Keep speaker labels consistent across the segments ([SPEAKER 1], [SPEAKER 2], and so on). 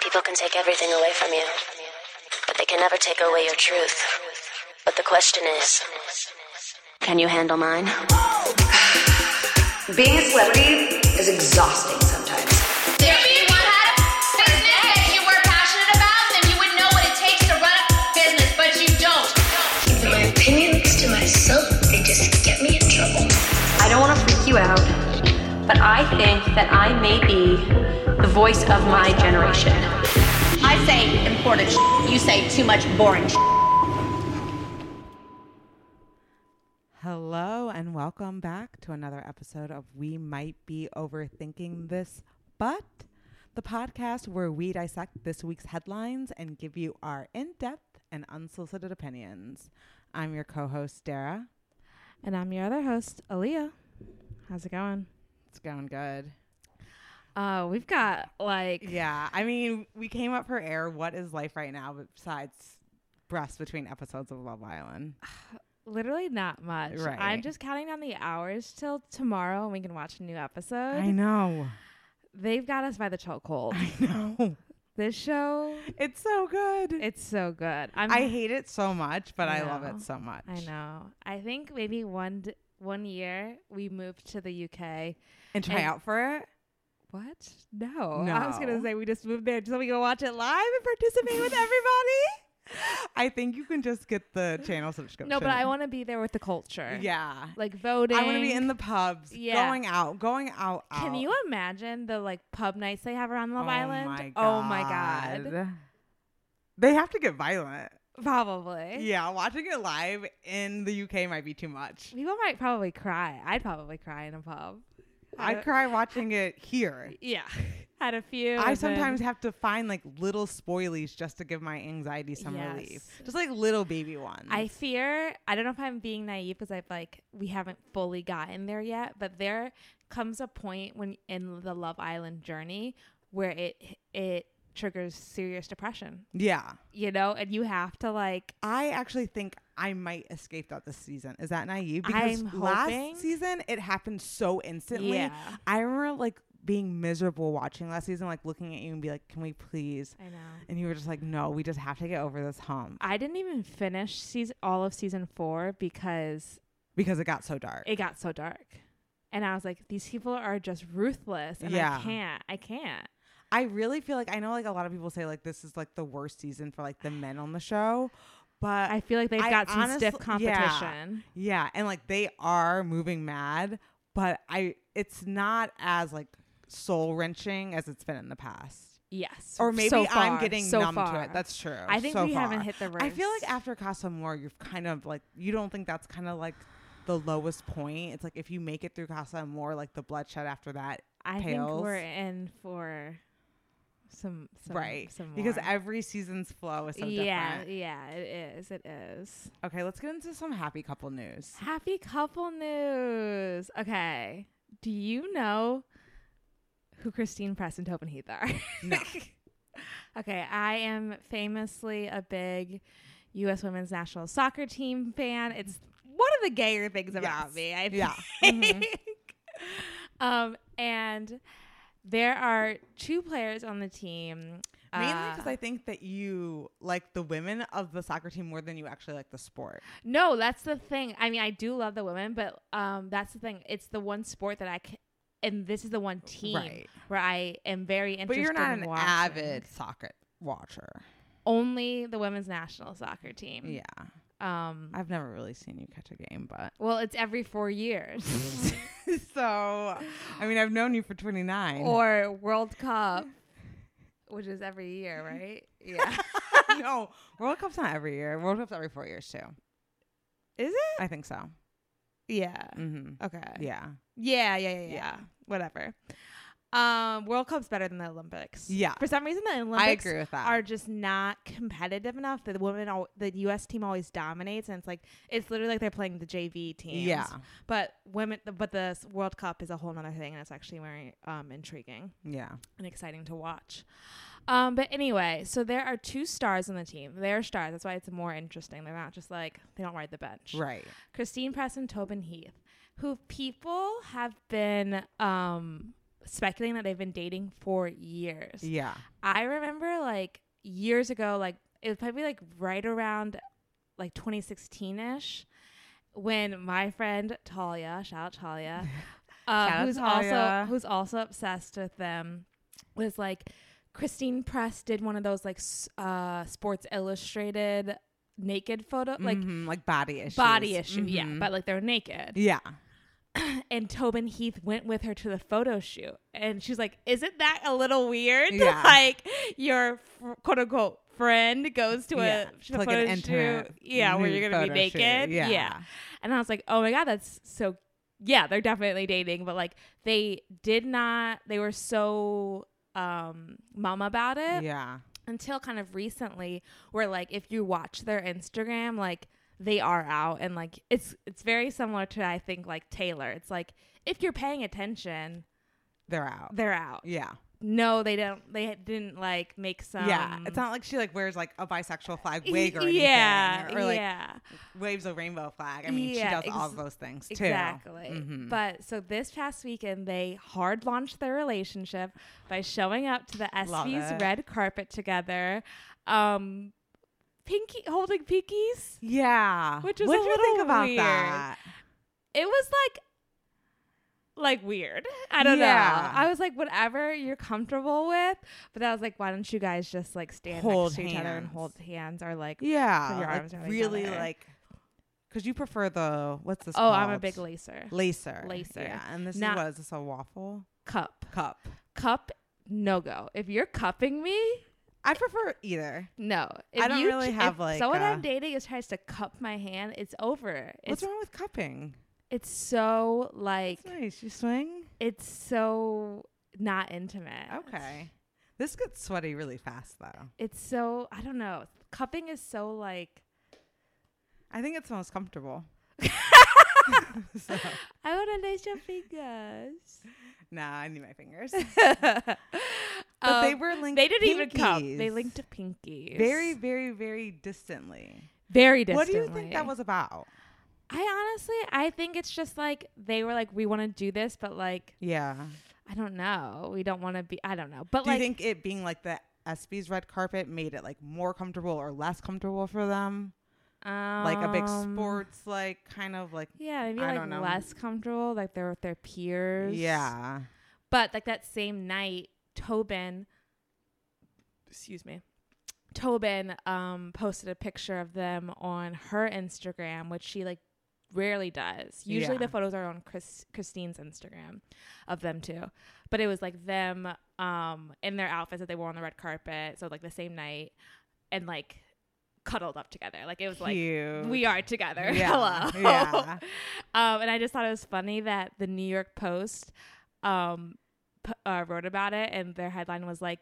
[SPEAKER 1] People can take everything away from you, but they can never take away your truth. But the question is can you handle mine?
[SPEAKER 2] Being a celebrity is exhausting sometimes.
[SPEAKER 3] If you had a business that you were passionate about, then you would know what it takes to run a business, but you don't.
[SPEAKER 4] My opinions to myself, they just get me in trouble.
[SPEAKER 5] I don't want to freak you out, but I think that I may be the voice of my generation.
[SPEAKER 6] I say important sh- you say too much boring sh-
[SPEAKER 7] Hello and welcome back to another episode of We Might Be Overthinking This, but the podcast where we dissect this week's headlines and give you our in depth and unsolicited opinions. I'm your co host, Dara.
[SPEAKER 8] And I'm your other host, Aaliyah. How's it going?
[SPEAKER 7] It's going good.
[SPEAKER 8] Uh, we've got like
[SPEAKER 7] Yeah, I mean, we came up for air. What is life right now besides breasts between episodes of Love Island?
[SPEAKER 8] literally not much. I'm
[SPEAKER 7] Right.
[SPEAKER 8] just counting down the hours till tomorrow and we can watch a new episode.
[SPEAKER 7] I know.
[SPEAKER 8] They've got us by the chokehold.
[SPEAKER 7] I know.
[SPEAKER 8] this show,
[SPEAKER 7] It's so good.
[SPEAKER 8] it's so good. I'm,
[SPEAKER 7] I hate it so much, but I, love
[SPEAKER 8] know.
[SPEAKER 7] it so much.
[SPEAKER 8] I know. I think maybe one d- one year we moved to the UK.
[SPEAKER 7] And try
[SPEAKER 8] And-
[SPEAKER 7] out for it.
[SPEAKER 8] What? No. I was gonna
[SPEAKER 7] No.
[SPEAKER 8] say we just moved there so we can watch it live and
[SPEAKER 7] participate
[SPEAKER 8] participate
[SPEAKER 7] with everybody. I think you can just get the channel subscription.
[SPEAKER 8] No, but I want to be there with the culture.
[SPEAKER 7] Yeah.
[SPEAKER 8] Like voting.
[SPEAKER 7] I want to be in the pubs,
[SPEAKER 8] Yeah.
[SPEAKER 7] going out, going out, out.
[SPEAKER 8] Can you imagine the like pub nights they have around Love
[SPEAKER 7] Oh
[SPEAKER 8] Island?
[SPEAKER 7] my
[SPEAKER 8] Oh my god.
[SPEAKER 7] They have to get violent.
[SPEAKER 8] Probably.
[SPEAKER 7] Yeah, watching it live in the UK might be too much.
[SPEAKER 8] People might probably cry. I'd probably cry in a pub.
[SPEAKER 7] I
[SPEAKER 8] don't-
[SPEAKER 7] cry watching it here.
[SPEAKER 8] Yeah. Had a
[SPEAKER 7] I
[SPEAKER 8] few. and then-
[SPEAKER 7] sometimes have to find like little spoilies just to give my anxiety some relief.
[SPEAKER 8] Yes.
[SPEAKER 7] Just like little baby ones.
[SPEAKER 8] I fear I don't know if I'm being naive because I've like we haven't fully gotten there yet, but there comes a point when in the Love Island journey where it it triggers serious depression,
[SPEAKER 7] yeah.
[SPEAKER 8] you know, and you have to like
[SPEAKER 7] I actually think I might escape that this season. Is that naive?
[SPEAKER 8] I'm
[SPEAKER 7] last
[SPEAKER 8] hoping.
[SPEAKER 7] season it happened so instantly.
[SPEAKER 8] Yeah.
[SPEAKER 7] I remember like being miserable watching last season, like looking at you and be like, "Can we please?"
[SPEAKER 8] I know.
[SPEAKER 7] And you were just like, "No, we just have to get over this hump
[SPEAKER 8] I didn't even finish season all of season 4 because
[SPEAKER 7] because it got so dark."
[SPEAKER 8] it got so dark. And I was like, these people are just ruthless. And
[SPEAKER 7] Yeah.
[SPEAKER 8] I can't. I can't.
[SPEAKER 7] I really feel like I know like a lot of people say like this is like the worst season for like the men on the show, but
[SPEAKER 8] I feel like they've
[SPEAKER 7] I
[SPEAKER 8] got some stiff
[SPEAKER 7] honestly- yeah.
[SPEAKER 8] competition.
[SPEAKER 7] Yeah, and like they are moving mad, but I it's not as like soul wrenching as it's been in the past.
[SPEAKER 8] Yes.
[SPEAKER 7] Or maybe
[SPEAKER 8] So
[SPEAKER 7] I'm
[SPEAKER 8] far,
[SPEAKER 7] getting
[SPEAKER 8] so
[SPEAKER 7] numb to
[SPEAKER 8] far.
[SPEAKER 7] it. That's true.
[SPEAKER 8] I think
[SPEAKER 7] So
[SPEAKER 8] we haven't
[SPEAKER 7] far.
[SPEAKER 8] hit the
[SPEAKER 7] I feel
[SPEAKER 8] worst.
[SPEAKER 7] like after Casa More, you've kind of like you don't think that's kind of like the lowest point. It's like if you make it through Casa More, like the bloodshed after that.
[SPEAKER 8] I
[SPEAKER 7] pales.
[SPEAKER 8] think we're in for some, some
[SPEAKER 7] right,
[SPEAKER 8] Some
[SPEAKER 7] because
[SPEAKER 8] more.
[SPEAKER 7] every season's flow is so
[SPEAKER 8] yeah,
[SPEAKER 7] different.
[SPEAKER 8] yeah, it is. It is.
[SPEAKER 7] Okay, let's get into some happy couple news.
[SPEAKER 8] Happy couple news. Okay. Do you know who Christine Press and Tobin Heath are?
[SPEAKER 7] No.
[SPEAKER 8] okay. I am famously a big U.S. women's national soccer team fan. It's one of the gayer things about
[SPEAKER 7] Yes.
[SPEAKER 8] me. I
[SPEAKER 7] Yeah.
[SPEAKER 8] think. um, and there are two players on the team.
[SPEAKER 7] Mainly because
[SPEAKER 8] uh,
[SPEAKER 7] I think that you like the women of the soccer team more than you actually like the sport.
[SPEAKER 8] No, that's the thing. I mean, I do love the women, but um, that's the thing. It's the one sport that I can, and this is the one team
[SPEAKER 7] Right.
[SPEAKER 8] where I am very
[SPEAKER 7] But
[SPEAKER 8] interested.
[SPEAKER 7] you're not
[SPEAKER 8] in
[SPEAKER 7] an
[SPEAKER 8] watching.
[SPEAKER 7] avid soccer watcher.
[SPEAKER 8] Only the women's national soccer team.
[SPEAKER 7] Yeah.
[SPEAKER 8] Um.
[SPEAKER 7] I've never really seen you catch a game, but.
[SPEAKER 8] Well, it's every four years,
[SPEAKER 7] so, I mean, I've known you for 29.
[SPEAKER 8] or World Cup, which is every year, right? Yeah.
[SPEAKER 7] no, World Cup's not every year. World Cup's every four years, too.
[SPEAKER 8] is it?
[SPEAKER 7] I think so.
[SPEAKER 8] Yeah.
[SPEAKER 7] Mm-hmm.
[SPEAKER 8] Okay.
[SPEAKER 7] Yeah.
[SPEAKER 8] Yeah, yeah, yeah, yeah.
[SPEAKER 7] Yeah.
[SPEAKER 8] Whatever. Um, World Cup's better than the Olympics.
[SPEAKER 7] Yeah.
[SPEAKER 8] For some reason, the Olympics
[SPEAKER 7] agree with that.
[SPEAKER 8] are just not competitive enough. The women, al- the U.S. team always dominates, and it's like it's literally like they're playing the JV teams.
[SPEAKER 7] Yeah.
[SPEAKER 8] But women, but the s- World Cup is a whole nother thing, and it's actually very um, intriguing
[SPEAKER 7] Yeah.
[SPEAKER 8] and exciting to watch. Um, but anyway, so there are two stars on the team. They're stars. That's why it's more interesting. They're not just like they don't ride the bench.
[SPEAKER 7] Right.
[SPEAKER 8] Christine Press and Tobin Heath, who people have been um, speculating that they've been dating for years.
[SPEAKER 7] Yeah.
[SPEAKER 8] I remember like years ago, like it was probably like right around like 2016 ish when my friend Talia, shout out Talia, uh,
[SPEAKER 7] Shout out
[SPEAKER 8] who's
[SPEAKER 7] Talia.
[SPEAKER 8] also who's also obsessed with them, was like Christine Press did one of those like s- uh, Sports Illustrated naked photo like
[SPEAKER 7] Mhm, like body issues.
[SPEAKER 8] body issue, yeah,
[SPEAKER 7] Mhm.
[SPEAKER 8] but like they were naked
[SPEAKER 7] yeah.
[SPEAKER 8] and Tobin Heath went with her to the photo shoot, and she's like, "Isn't that a little weird?
[SPEAKER 7] Yeah.
[SPEAKER 8] like your fr- quote unquote friend goes to a,
[SPEAKER 7] Yeah,
[SPEAKER 8] sh-
[SPEAKER 7] to, like, an
[SPEAKER 8] photo
[SPEAKER 7] intimate
[SPEAKER 8] shoot, yeah, where
[SPEAKER 7] nude
[SPEAKER 8] you're gonna be
[SPEAKER 7] photo shoot,
[SPEAKER 8] naked,
[SPEAKER 7] yeah.
[SPEAKER 8] And I was like, "Oh my god, that's so." Yeah, they're definitely dating, but like they did not. They were so um mum about it
[SPEAKER 7] Yeah.
[SPEAKER 8] until kind of recently where like if you watch their instagram like they are out and like it's it's very similar to i think like taylor it's like if you're paying attention
[SPEAKER 7] They're out.
[SPEAKER 8] they're out
[SPEAKER 7] yeah.
[SPEAKER 8] no they don't they didn't like make some
[SPEAKER 7] yeah.
[SPEAKER 8] Um,
[SPEAKER 7] It's not like she like wears like a bisexual flag wig or anything.
[SPEAKER 8] E-, yeah
[SPEAKER 7] Or like
[SPEAKER 8] yeah
[SPEAKER 7] waves a rainbow flag. I mean,
[SPEAKER 8] Yeah,
[SPEAKER 7] she does all
[SPEAKER 8] ex-
[SPEAKER 7] of those things too.
[SPEAKER 8] Exactly.
[SPEAKER 7] Mhm.
[SPEAKER 8] But so this past weekend, they hard launched their relationship by showing up to the
[SPEAKER 7] Love
[SPEAKER 8] SV's
[SPEAKER 7] it.
[SPEAKER 8] red carpet together, um, pinky holding pinkies.
[SPEAKER 7] yeah.
[SPEAKER 8] Which is
[SPEAKER 7] what
[SPEAKER 8] a
[SPEAKER 7] did you think
[SPEAKER 8] little
[SPEAKER 7] about
[SPEAKER 8] weird.
[SPEAKER 7] that?
[SPEAKER 8] it was like like weird. I don't
[SPEAKER 7] Yeah.
[SPEAKER 8] know. I was like, whatever you're comfortable with. But I was like, why don't you guys just like stand
[SPEAKER 7] Hold
[SPEAKER 8] next to each other and
[SPEAKER 7] hands.
[SPEAKER 8] hold hands or like
[SPEAKER 7] Yeah.
[SPEAKER 8] your
[SPEAKER 7] like,
[SPEAKER 8] arms around each
[SPEAKER 7] really
[SPEAKER 8] other.
[SPEAKER 7] like because you prefer the what's this?
[SPEAKER 8] oh,
[SPEAKER 7] called?
[SPEAKER 8] I'm a big lacer.
[SPEAKER 7] lacer.
[SPEAKER 8] lacer.
[SPEAKER 7] Yeah. And this
[SPEAKER 8] Not-
[SPEAKER 7] is what is this a waffle
[SPEAKER 8] Cup.
[SPEAKER 7] cup?
[SPEAKER 8] Cup, no go. If you're cupping me,
[SPEAKER 7] I prefer either.
[SPEAKER 8] no. If
[SPEAKER 7] I don't
[SPEAKER 8] you
[SPEAKER 7] really
[SPEAKER 8] ch-
[SPEAKER 7] have,
[SPEAKER 8] if
[SPEAKER 7] like,
[SPEAKER 8] someone
[SPEAKER 7] a-
[SPEAKER 8] I'm dating is tries to cup my hand, it's over.
[SPEAKER 7] What's
[SPEAKER 8] It's
[SPEAKER 7] wrong with cupping?
[SPEAKER 8] it's so like
[SPEAKER 7] It's nice. You swing.
[SPEAKER 8] it's so not intimate.
[SPEAKER 7] Okay. This gets sweaty really fast though.
[SPEAKER 8] It's so I don't know. Cupping is so like
[SPEAKER 7] I think it's the most comfortable. so,
[SPEAKER 8] I want to lace your fingers.
[SPEAKER 7] nah, I need my fingers.
[SPEAKER 8] but
[SPEAKER 7] But they were linked.
[SPEAKER 8] Um, They didn't even come. They
[SPEAKER 7] pinkies.
[SPEAKER 8] linked pinkies.
[SPEAKER 7] very, very, very distantly.
[SPEAKER 8] very distantly.
[SPEAKER 7] What do you think that was about?
[SPEAKER 8] I honestly, I think it's just like they were like, we want to do this, but like,
[SPEAKER 7] Yeah.
[SPEAKER 8] I don't know. We don't want to be. I don't know. But
[SPEAKER 7] do
[SPEAKER 8] like,
[SPEAKER 7] you think it being like the SB's red carpet made it like more comfortable or less comfortable for them?
[SPEAKER 8] um,
[SPEAKER 7] Like a big sports, like kind of like
[SPEAKER 8] Yeah, maybe
[SPEAKER 7] I
[SPEAKER 8] like
[SPEAKER 7] don't know.
[SPEAKER 8] less comfortable. Like they're with their peers.
[SPEAKER 7] yeah.
[SPEAKER 8] But like that same night, Tobin, excuse me, Tobin um, posted a picture of them on her Instagram, which she like rarely does. Usually
[SPEAKER 7] Yeah.
[SPEAKER 8] the photos are on Chris, Christine's Instagram of them too. But it was like them um, in their outfits that they wore on the red carpet. So like the same night and like cuddled up together. Like it was like
[SPEAKER 7] Cute.
[SPEAKER 8] we are together.
[SPEAKER 7] Yeah,
[SPEAKER 8] Hello.
[SPEAKER 7] yeah.
[SPEAKER 8] um, and I just thought it was funny that the New York Post um, p- uh, wrote about it, and their headline was like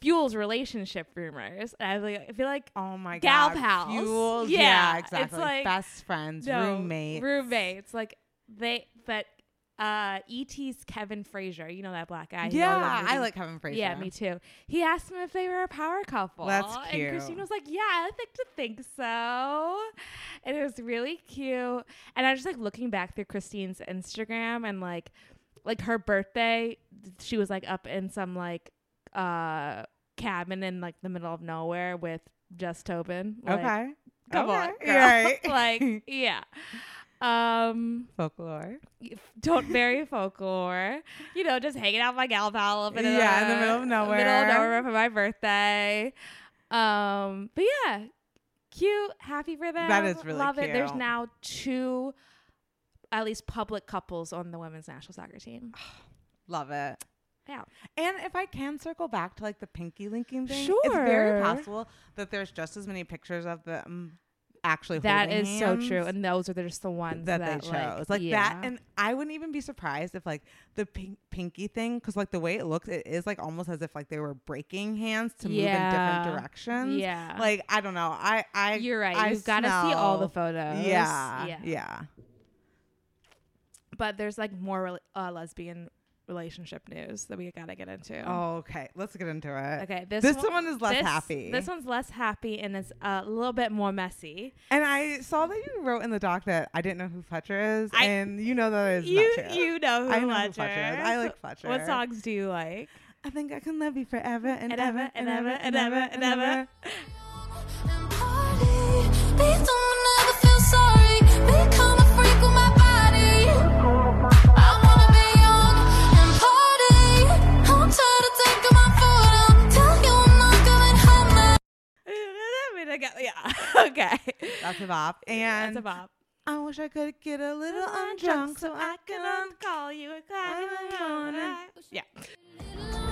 [SPEAKER 8] "Fuels Relationship Rumors." And I was like, I feel like
[SPEAKER 7] Oh my
[SPEAKER 8] Gal
[SPEAKER 7] god.
[SPEAKER 8] pals.
[SPEAKER 7] Fuels.
[SPEAKER 8] Yeah,
[SPEAKER 7] Yeah,
[SPEAKER 8] it's
[SPEAKER 7] exactly.
[SPEAKER 8] like-
[SPEAKER 7] Best friends,
[SPEAKER 8] no,
[SPEAKER 7] roommates.
[SPEAKER 8] roommates, like they, but uh, ET's Kevin Frazier, you know that black guy. who all the
[SPEAKER 7] Yeah, I
[SPEAKER 8] movies-
[SPEAKER 7] like Kevin Frazier.
[SPEAKER 8] Yeah, me too. He asked him if they were a power couple.
[SPEAKER 7] That's
[SPEAKER 8] And
[SPEAKER 7] cute.
[SPEAKER 8] Christine was like, "Yeah, I like to think so," and it was really cute. And I was just like looking back through Christine's Instagram and like, like her birthday, she was like up in some like uh cabin in like the middle of nowhere with just Tobin. Like,
[SPEAKER 7] okay.
[SPEAKER 8] come on,
[SPEAKER 7] Okay.
[SPEAKER 8] girl.
[SPEAKER 7] Right.
[SPEAKER 8] like, yeah. Um,
[SPEAKER 7] folklore.
[SPEAKER 8] don't very folklore. You know, just hanging out with my gal pal up in
[SPEAKER 7] Yeah, in the middle of
[SPEAKER 8] middle of
[SPEAKER 7] nowhere.
[SPEAKER 8] nowhere for my birthday. Um, but yeah, cute, happy for them.
[SPEAKER 7] That is really
[SPEAKER 8] love it. There's
[SPEAKER 7] cute.
[SPEAKER 8] now two, at least public couples on the women's national soccer team.
[SPEAKER 7] Love it.
[SPEAKER 8] Yeah,
[SPEAKER 7] And if I can circle back to like the pinky linking thing, it's very
[SPEAKER 8] Sure.
[SPEAKER 7] possible that there's just as many pictures of them actually.
[SPEAKER 8] that
[SPEAKER 7] holding
[SPEAKER 8] is so true.
[SPEAKER 7] hands
[SPEAKER 8] And those are just the ones
[SPEAKER 7] that,
[SPEAKER 8] that,
[SPEAKER 7] they chose, like
[SPEAKER 8] yeah.
[SPEAKER 7] that, and I wouldn't even be surprised if like the pink, pinky thing, because like the way it looks, it is like almost as if like they were breaking hands to move in
[SPEAKER 8] Yeah.
[SPEAKER 7] different directions.
[SPEAKER 8] Yeah.
[SPEAKER 7] like I don't know. I, I,
[SPEAKER 8] You're right.
[SPEAKER 7] I
[SPEAKER 8] You've got to see all the
[SPEAKER 7] smell-
[SPEAKER 8] photos.
[SPEAKER 7] Yeah, yeah,
[SPEAKER 8] But there's like more rel- uh, lesbian relationship news that we got to get into.
[SPEAKER 7] Oh, Okay, let's get into it.
[SPEAKER 8] Mm. Okay,
[SPEAKER 7] this,
[SPEAKER 8] this
[SPEAKER 7] one, is less
[SPEAKER 8] this-
[SPEAKER 7] happy.
[SPEAKER 8] This one's less happy and is a little bit more messy.
[SPEAKER 7] and I saw that you wrote in the doc that I didn't know who Fletcher is,
[SPEAKER 8] I-
[SPEAKER 7] and you know that is
[SPEAKER 8] you
[SPEAKER 7] not true.
[SPEAKER 8] you know who
[SPEAKER 7] I know
[SPEAKER 8] Fletcher.
[SPEAKER 7] who Fletcher is. I like Fletcher.
[SPEAKER 8] What songs do you like?
[SPEAKER 7] I think I can love you forever and,
[SPEAKER 8] And ever and ever and ever and ever. I mean, I got- Yeah. Okay.
[SPEAKER 7] That's a bop.
[SPEAKER 8] That's
[SPEAKER 7] And
[SPEAKER 8] a bop.
[SPEAKER 7] I wish I could get a little undrunk so I can un-
[SPEAKER 8] call you a
[SPEAKER 7] I'm gonna-
[SPEAKER 8] Yeah.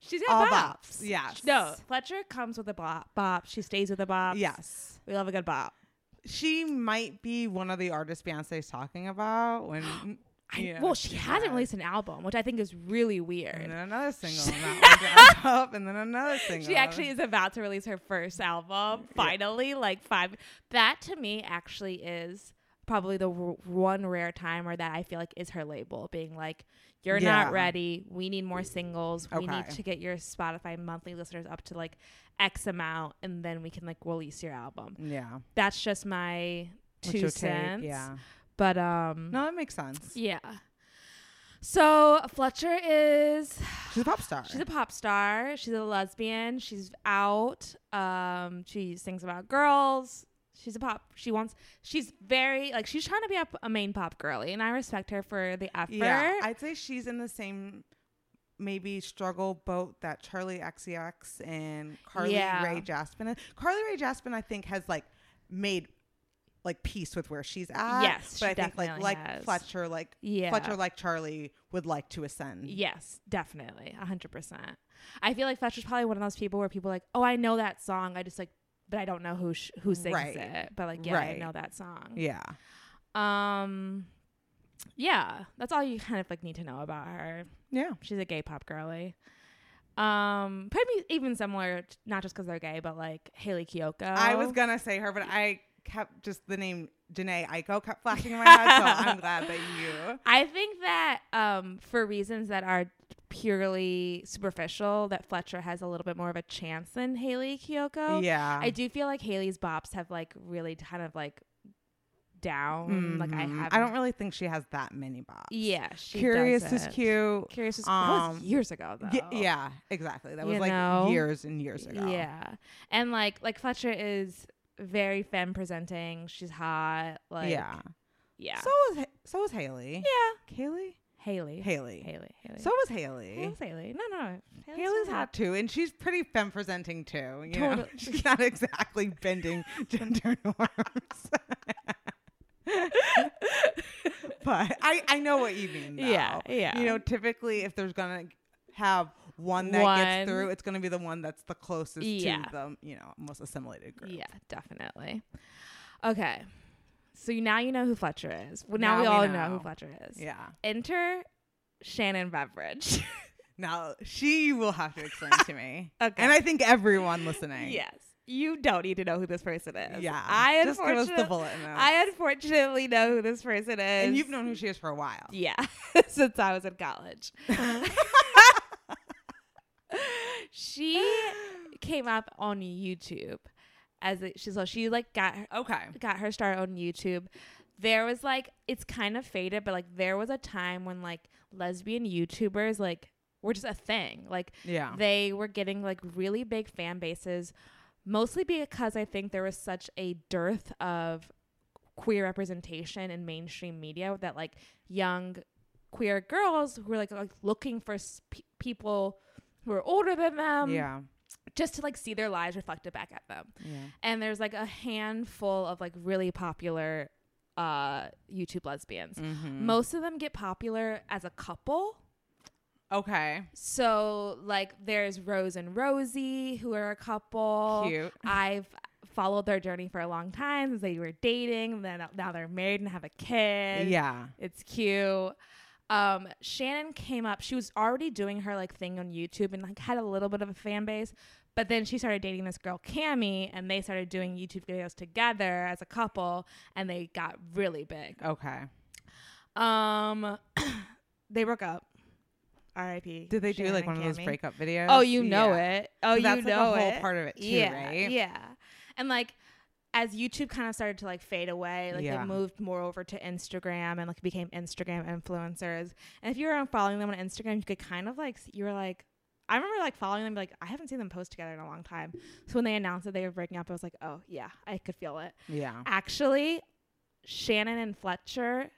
[SPEAKER 8] She's got
[SPEAKER 7] All
[SPEAKER 8] bops.
[SPEAKER 7] bops, yes.
[SPEAKER 8] No, Fletcher comes with a bop. bop. She stays with a bop.
[SPEAKER 7] Yes.
[SPEAKER 8] We love a good bop.
[SPEAKER 7] She might be one of the artists Beyonce's talking about when.
[SPEAKER 8] I-
[SPEAKER 7] Yeah,
[SPEAKER 8] well, she hasn't
[SPEAKER 7] has.
[SPEAKER 8] released an album, which I think is really
[SPEAKER 7] And
[SPEAKER 8] weird.
[SPEAKER 7] then another single. and that one dropped up, and then another single.
[SPEAKER 8] She actually is about to release her first album finally, like five. That to me actually is probably the r- one rare time where that I feel like is her label being like, "You're
[SPEAKER 7] Yeah.
[SPEAKER 8] not ready. We need more singles. We need
[SPEAKER 7] Okay.
[SPEAKER 8] to get your Spotify monthly listeners up to like X amount, and then we can like release your album."
[SPEAKER 7] Yeah.
[SPEAKER 8] That's just my
[SPEAKER 7] What's
[SPEAKER 8] two
[SPEAKER 7] your take?
[SPEAKER 8] cents.
[SPEAKER 7] Yeah.
[SPEAKER 8] But um,
[SPEAKER 7] No, it makes sense.
[SPEAKER 8] yeah. So Fletcher is
[SPEAKER 7] She's a pop star.
[SPEAKER 8] She's a pop star. She's a lesbian. She's out. Um, she sings about girls. She's a pop. She wants. She's very like she's trying to be a, a main pop girly, and I respect her for the effort.
[SPEAKER 7] Yeah, I'd say she's in the same maybe struggle boat that Charlie XCX and Carly
[SPEAKER 8] Yeah.
[SPEAKER 7] Ray Jaspin. is. Carly Ray Jaspin, I think, has like made like peace with where she's at.
[SPEAKER 8] Yes,
[SPEAKER 7] but
[SPEAKER 8] she
[SPEAKER 7] I think like
[SPEAKER 8] definitely
[SPEAKER 7] like
[SPEAKER 8] has.
[SPEAKER 7] Fletcher, like
[SPEAKER 8] Yeah.
[SPEAKER 7] Fletcher, like Charlie would like to ascend.
[SPEAKER 8] Yes, definitely, a hundred percent. I feel like Fletcher's probably one of those people where people are like, oh, I know that song. I just like, but I don't know who sh- who sings
[SPEAKER 7] Right.
[SPEAKER 8] it. But like, yeah,
[SPEAKER 7] Right.
[SPEAKER 8] I know that song.
[SPEAKER 7] Yeah.
[SPEAKER 8] Um, yeah, that's all you kind of like need to know about her.
[SPEAKER 7] Yeah.
[SPEAKER 8] She's a gay pop girly. Um, probably even similar, t- not just because they're gay, but like Haley Kiyoko.
[SPEAKER 7] I was gonna say her, but I kept just the name Janae Aiko kept flashing in my head, so I'm glad that you
[SPEAKER 8] I think that um, for reasons that are purely superficial, that Fletcher has a little bit more of a chance than Haley Kiyoko.
[SPEAKER 7] Yeah.
[SPEAKER 8] I do feel like Haley's bops have like really kind of like down. Like I
[SPEAKER 7] Mm,
[SPEAKER 8] have.
[SPEAKER 7] I don't really think she has that many bops.
[SPEAKER 8] Yeah, she
[SPEAKER 7] Curious is
[SPEAKER 8] doesn't.
[SPEAKER 7] cute.
[SPEAKER 8] Curious is that was
[SPEAKER 7] Um,
[SPEAKER 8] years ago though.
[SPEAKER 7] Y- yeah, exactly. That was
[SPEAKER 8] You
[SPEAKER 7] like
[SPEAKER 8] know?
[SPEAKER 7] years and years ago.
[SPEAKER 8] Yeah. And like like Fletcher is very femme presenting. She's hot. Like
[SPEAKER 7] yeah.
[SPEAKER 8] Yeah.
[SPEAKER 7] So was Ha- so was Haley.
[SPEAKER 8] yeah.
[SPEAKER 7] Haley.
[SPEAKER 8] Haley.
[SPEAKER 7] Haley.
[SPEAKER 8] Haley. Haley.
[SPEAKER 7] So was Haley.
[SPEAKER 8] Haley's Haley. No, no.
[SPEAKER 7] Haley's
[SPEAKER 8] fine.
[SPEAKER 7] hot too, and she's pretty femme presenting too. You know?
[SPEAKER 8] Totally.
[SPEAKER 7] she's not exactly bending gender norms. but I I know what you mean. Though.
[SPEAKER 8] Yeah, yeah.
[SPEAKER 7] You know, typically if there's gonna have one that
[SPEAKER 8] One.
[SPEAKER 7] gets through, it's gonna be the one that's the closest
[SPEAKER 8] Yeah.
[SPEAKER 7] to the you know most assimilated group.
[SPEAKER 8] Yeah, definitely. Okay. So you- now you know who Fletcher is. Well, now,
[SPEAKER 7] Now
[SPEAKER 8] we
[SPEAKER 7] we
[SPEAKER 8] all know.
[SPEAKER 7] know.
[SPEAKER 8] who Fletcher is.
[SPEAKER 7] Yeah.
[SPEAKER 8] Enter Shannon Beveridge.
[SPEAKER 7] Now she will have to explain to me.
[SPEAKER 8] Okay.
[SPEAKER 7] And I think everyone listening.
[SPEAKER 8] yes. You don't need to know who this person is.
[SPEAKER 7] Yeah.
[SPEAKER 8] I
[SPEAKER 7] Just give us the
[SPEAKER 8] unfortunate-
[SPEAKER 7] bullet notes.
[SPEAKER 8] I unfortunately know who this person is.
[SPEAKER 7] And you've known who she is for a while.
[SPEAKER 8] Yeah, since I was in college. she came up on YouTube as a, she so she like got her,
[SPEAKER 7] Okay.
[SPEAKER 8] got her start on YouTube. There was like it's kind of faded, but like there was a time when like lesbian YouTubers like were just a thing. Like
[SPEAKER 7] Yeah.
[SPEAKER 8] they were getting like really big fan bases, mostly because I think there was such a dearth of queer representation in mainstream media that like young queer girls who were like, like looking for s- pe- people who are older than them
[SPEAKER 7] yeah.
[SPEAKER 8] just to like see their lives reflected back at them.
[SPEAKER 7] Yeah.
[SPEAKER 8] And there's like a handful of like really popular uh YouTube lesbians.
[SPEAKER 7] Mm-hmm.
[SPEAKER 8] Most of them get popular as a couple.
[SPEAKER 7] Okay.
[SPEAKER 8] So like there's Rose and Rosie who are a couple.
[SPEAKER 7] Cute.
[SPEAKER 8] I've followed their journey for a long time since they were dating, then now they're married and have a kid.
[SPEAKER 7] Yeah.
[SPEAKER 8] It's cute. Um, Shannon came up. She was already doing her like thing on YouTube and like had a little bit of a fan base, But then she started dating this girl, Cami, and they started doing YouTube videos together as a couple, and they got really big.
[SPEAKER 7] Okay.
[SPEAKER 8] Um, they broke up. R.I.P.
[SPEAKER 7] Did they do
[SPEAKER 8] Shannon
[SPEAKER 7] like
[SPEAKER 8] and
[SPEAKER 7] one of those
[SPEAKER 8] Cami.
[SPEAKER 7] breakup videos?
[SPEAKER 8] Oh, you know
[SPEAKER 7] Yeah.
[SPEAKER 8] it. Oh, you
[SPEAKER 7] that's, like, a
[SPEAKER 8] know
[SPEAKER 7] whole
[SPEAKER 8] it.
[SPEAKER 7] part of it too,
[SPEAKER 8] yeah,
[SPEAKER 7] right?
[SPEAKER 8] Yeah. And like as YouTube kind of started to like fade away, like
[SPEAKER 7] Yeah.
[SPEAKER 8] they moved more over to Instagram and like became Instagram influencers. And if you were following them on Instagram, you could kind of like s- you were like I remember like following them, be like I haven't seen them post together in a long time. So when they announced that they were breaking up, I was like, oh yeah, I could feel it.
[SPEAKER 7] Yeah.
[SPEAKER 8] Actually, Shannon and Fletcher,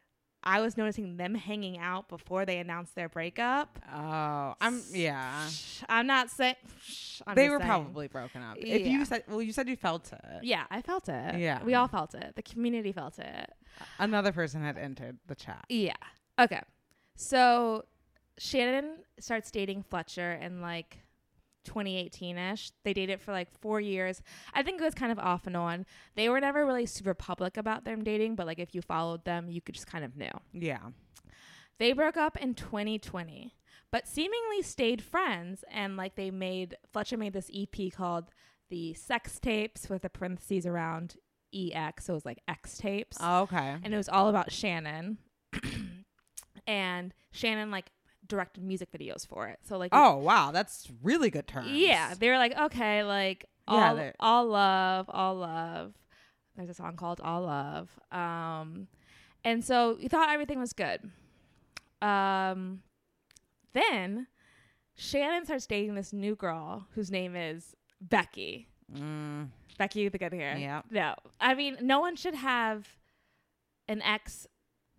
[SPEAKER 8] I was noticing them hanging out before they announced their breakup.
[SPEAKER 7] Oh, I'm yeah.
[SPEAKER 8] I'm not saying
[SPEAKER 7] they were probably broken up. If
[SPEAKER 8] Yeah.
[SPEAKER 7] you said, well, you said you felt it.
[SPEAKER 8] Yeah, I felt it.
[SPEAKER 7] Yeah.
[SPEAKER 8] we all felt it. The community felt it.
[SPEAKER 7] Another person had entered the chat.
[SPEAKER 8] Yeah. Okay. So Shannon starts dating Fletcher in like 2018 ish. They dated for like four years. I think it was kind of off and on. They were never really super public about them dating, but like if you followed them, you could just kind of know.
[SPEAKER 7] Yeah.
[SPEAKER 8] They broke up in 2020, but seemingly stayed friends. And like they made, Fletcher made this EP called The Sex Tapes with the parentheses around EX. So it was like X tapes.
[SPEAKER 7] okay.
[SPEAKER 8] And it was all about Shannon. and Shannon like directed music videos for it. So like,
[SPEAKER 7] Oh wow, that's really good terms.
[SPEAKER 8] yeah, they were like, okay, like
[SPEAKER 7] Yeah,
[SPEAKER 8] all,
[SPEAKER 7] they're-
[SPEAKER 8] all love, all love. There's a song called All Love. Um, and so you thought everything was good. Um, then Shannon starts dating this new girl whose name is Becky.
[SPEAKER 7] Mm,
[SPEAKER 8] Becky the good hair.
[SPEAKER 7] Yeah.
[SPEAKER 8] No, I mean, no one should have an ex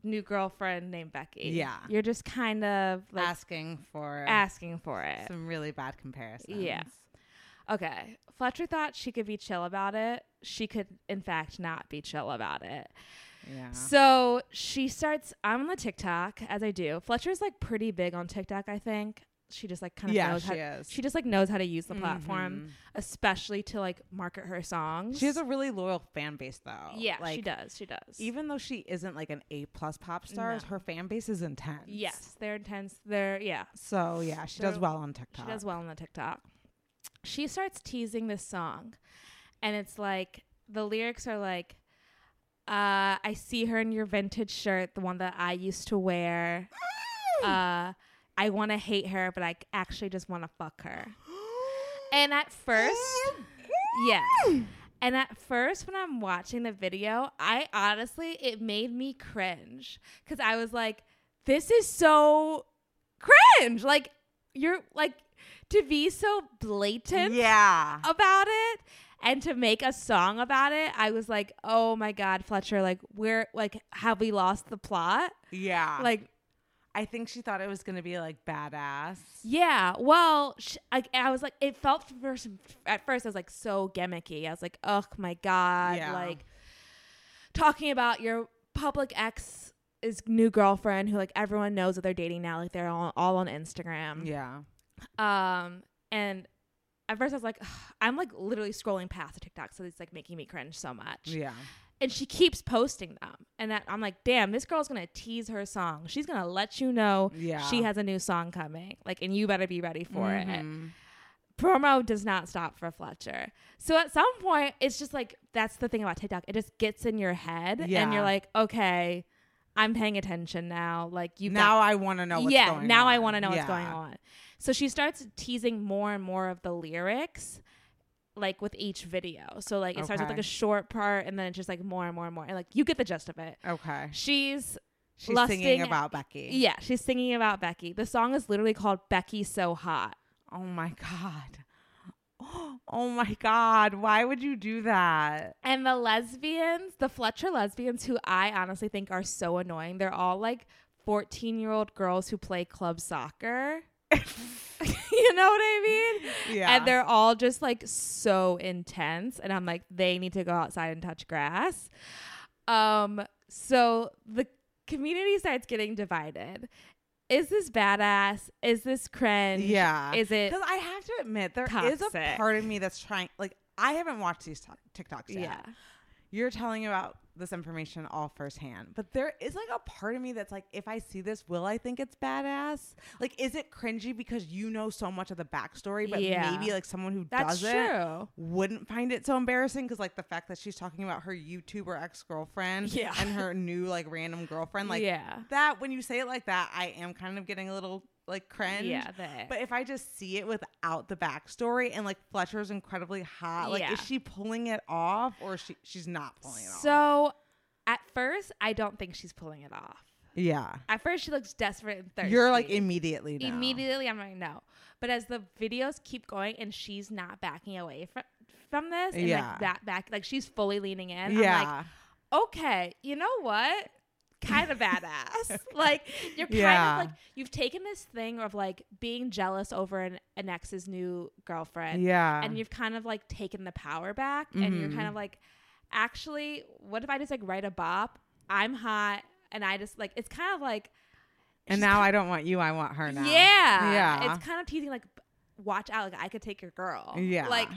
[SPEAKER 8] new girlfriend named Becky.
[SPEAKER 7] Yeah.
[SPEAKER 8] You're just kind of like
[SPEAKER 7] asking for
[SPEAKER 8] asking for it.
[SPEAKER 7] some really bad comparisons.
[SPEAKER 8] Yeah. Okay. Fletcher thought she could be chill about it. She could, in fact, not be chill about it.
[SPEAKER 7] Yeah.
[SPEAKER 8] So she starts, I'm on the TikTok, as I do. Fletcher's like pretty big on TikTok, I think. She just like kind of
[SPEAKER 7] Yeah,
[SPEAKER 8] knows how
[SPEAKER 7] she is. Mm-hmm.
[SPEAKER 8] she just like knows how to use the platform, especially to like market her songs.
[SPEAKER 7] She has a really loyal fan base though.
[SPEAKER 8] yeah,
[SPEAKER 7] Like,
[SPEAKER 8] she does. She does.
[SPEAKER 7] Even though she isn't like an A plus pop star,
[SPEAKER 8] No.
[SPEAKER 7] her fan base is intense.
[SPEAKER 8] yes, they're intense. They're yeah.
[SPEAKER 7] So yeah, she does
[SPEAKER 8] They're-
[SPEAKER 7] well on TikTok.
[SPEAKER 8] She does well on the TikTok. She starts teasing this song, and it's like the lyrics are like, uh, "I see her in your vintage shirt, the one that I used to wear. Uh, I want to hate her, but I c- actually just want to fuck her." And at first, yeah. And at first, when I'm watching the video, I honestly, it made me cringe because I was like, this is so cringe. Like, you're like, to be so blatant
[SPEAKER 7] Yeah.
[SPEAKER 8] about it and to make a song about it, I was like, oh my God, Fletcher, like, where, like, have we lost the plot?
[SPEAKER 7] Yeah.
[SPEAKER 8] Like,
[SPEAKER 7] I think she thought it was gonna be like badass.
[SPEAKER 8] Yeah. Well, sh- I, I was like, it felt first, at first, I was like so gimmicky. I was like, oh my God.
[SPEAKER 7] Yeah.
[SPEAKER 8] Like, talking about your public ex is new girlfriend who, like, everyone knows that they're dating now. Like, they're all, all on Instagram.
[SPEAKER 7] Yeah.
[SPEAKER 8] Um, and at first, I was like, ugh, I'm like literally scrolling past the TikTok. So it's like making me cringe so much.
[SPEAKER 7] Yeah.
[SPEAKER 8] And she keeps posting them. And that, I'm like, damn, this girl's going to tease her song. She's going to let you know
[SPEAKER 7] Yeah.
[SPEAKER 8] she has a new song coming. Like, and you better be ready for it
[SPEAKER 7] Mhm.
[SPEAKER 8] promo does not stop for Fletcher. So at some point, it's just like that's the thing about TikTok. It just gets in your head, and
[SPEAKER 7] Yeah.
[SPEAKER 8] you're like, okay, I'm paying attention now. Like you
[SPEAKER 7] Now
[SPEAKER 8] got-
[SPEAKER 7] I want to know what's
[SPEAKER 8] yeah,
[SPEAKER 7] going
[SPEAKER 8] now I
[SPEAKER 7] on.
[SPEAKER 8] want to know what's
[SPEAKER 7] Yeah.
[SPEAKER 8] going on. So she starts teasing more and more of the lyrics, like with each video. So like it starts with
[SPEAKER 7] Okay.
[SPEAKER 8] like a short part, and then it's just like more and more and more, and like you get the gist of it.
[SPEAKER 7] Okay.
[SPEAKER 8] She's
[SPEAKER 7] She's
[SPEAKER 8] lusting-
[SPEAKER 7] singing about Becky.
[SPEAKER 8] yeah, she's singing about Becky. The song is literally called "Becky So Hot."
[SPEAKER 7] Oh my God. Oh my God. Why would you do that?
[SPEAKER 8] And the lesbians, the Fletcher lesbians, who I honestly think are so annoying, they're all like 14 year old girls who play club soccer. you know what I mean?
[SPEAKER 7] Yeah.
[SPEAKER 8] And they're all just like so intense. And I'm like, they need to go outside and touch grass. Um, so the community starts getting divided. Is this badass? Is this cringe?
[SPEAKER 7] Yeah.
[SPEAKER 8] Is it
[SPEAKER 7] Because I have to admit, there is a
[SPEAKER 8] Toxic.
[SPEAKER 7] part of me that's trying, like, I haven't watched these to- TikToks yet.
[SPEAKER 8] Yeah.
[SPEAKER 7] You're telling about this information all firsthand, but there is like a part of me that's like, if I see this, will I think it's badass? Like, is it cringy because you know so much of the backstory, but
[SPEAKER 8] Yeah.
[SPEAKER 7] maybe like someone who
[SPEAKER 8] That's
[SPEAKER 7] doesn't
[SPEAKER 8] true.
[SPEAKER 7] wouldn't find it so embarrassing? Because like the fact that she's talking about her YouTuber ex girlfriend
[SPEAKER 8] Yeah.
[SPEAKER 7] and her new like random girlfriend, like
[SPEAKER 8] Yeah.
[SPEAKER 7] that, when you say it like that, I am kind of getting a little like cringe.
[SPEAKER 8] Yeah, that.
[SPEAKER 7] But if I just see it without the backstory and like Fletcher's incredibly hot, like
[SPEAKER 8] Yeah.
[SPEAKER 7] is she pulling it off or is she she's not pulling it off?
[SPEAKER 8] So at first, I don't think she's pulling it off.
[SPEAKER 7] Yeah.
[SPEAKER 8] At first, she looks desperate and thirsty.
[SPEAKER 7] You're like immediately now.
[SPEAKER 8] immediately. I'm like, no. But as the videos keep going and she's not backing away from from this, and
[SPEAKER 7] Yeah.
[SPEAKER 8] like that back, like she's fully leaning in.
[SPEAKER 7] Yeah.
[SPEAKER 8] I'm like, okay, you know what? Kind of badass. Like you're kind
[SPEAKER 7] Yeah.
[SPEAKER 8] of like you've taken this thing of like being jealous over an, an ex's new girlfriend.
[SPEAKER 7] yeah. Mm-hmm.
[SPEAKER 8] and you've kind of like taken the power back and you're kind of like actually what if i just like write a bop i'm hot and i just like it's kind of like
[SPEAKER 7] and now I don't want you, I want her now.
[SPEAKER 8] yeah
[SPEAKER 7] Yeah.
[SPEAKER 8] it's kind of teasing like b- watch out like i could take your girl
[SPEAKER 7] Yeah.
[SPEAKER 8] like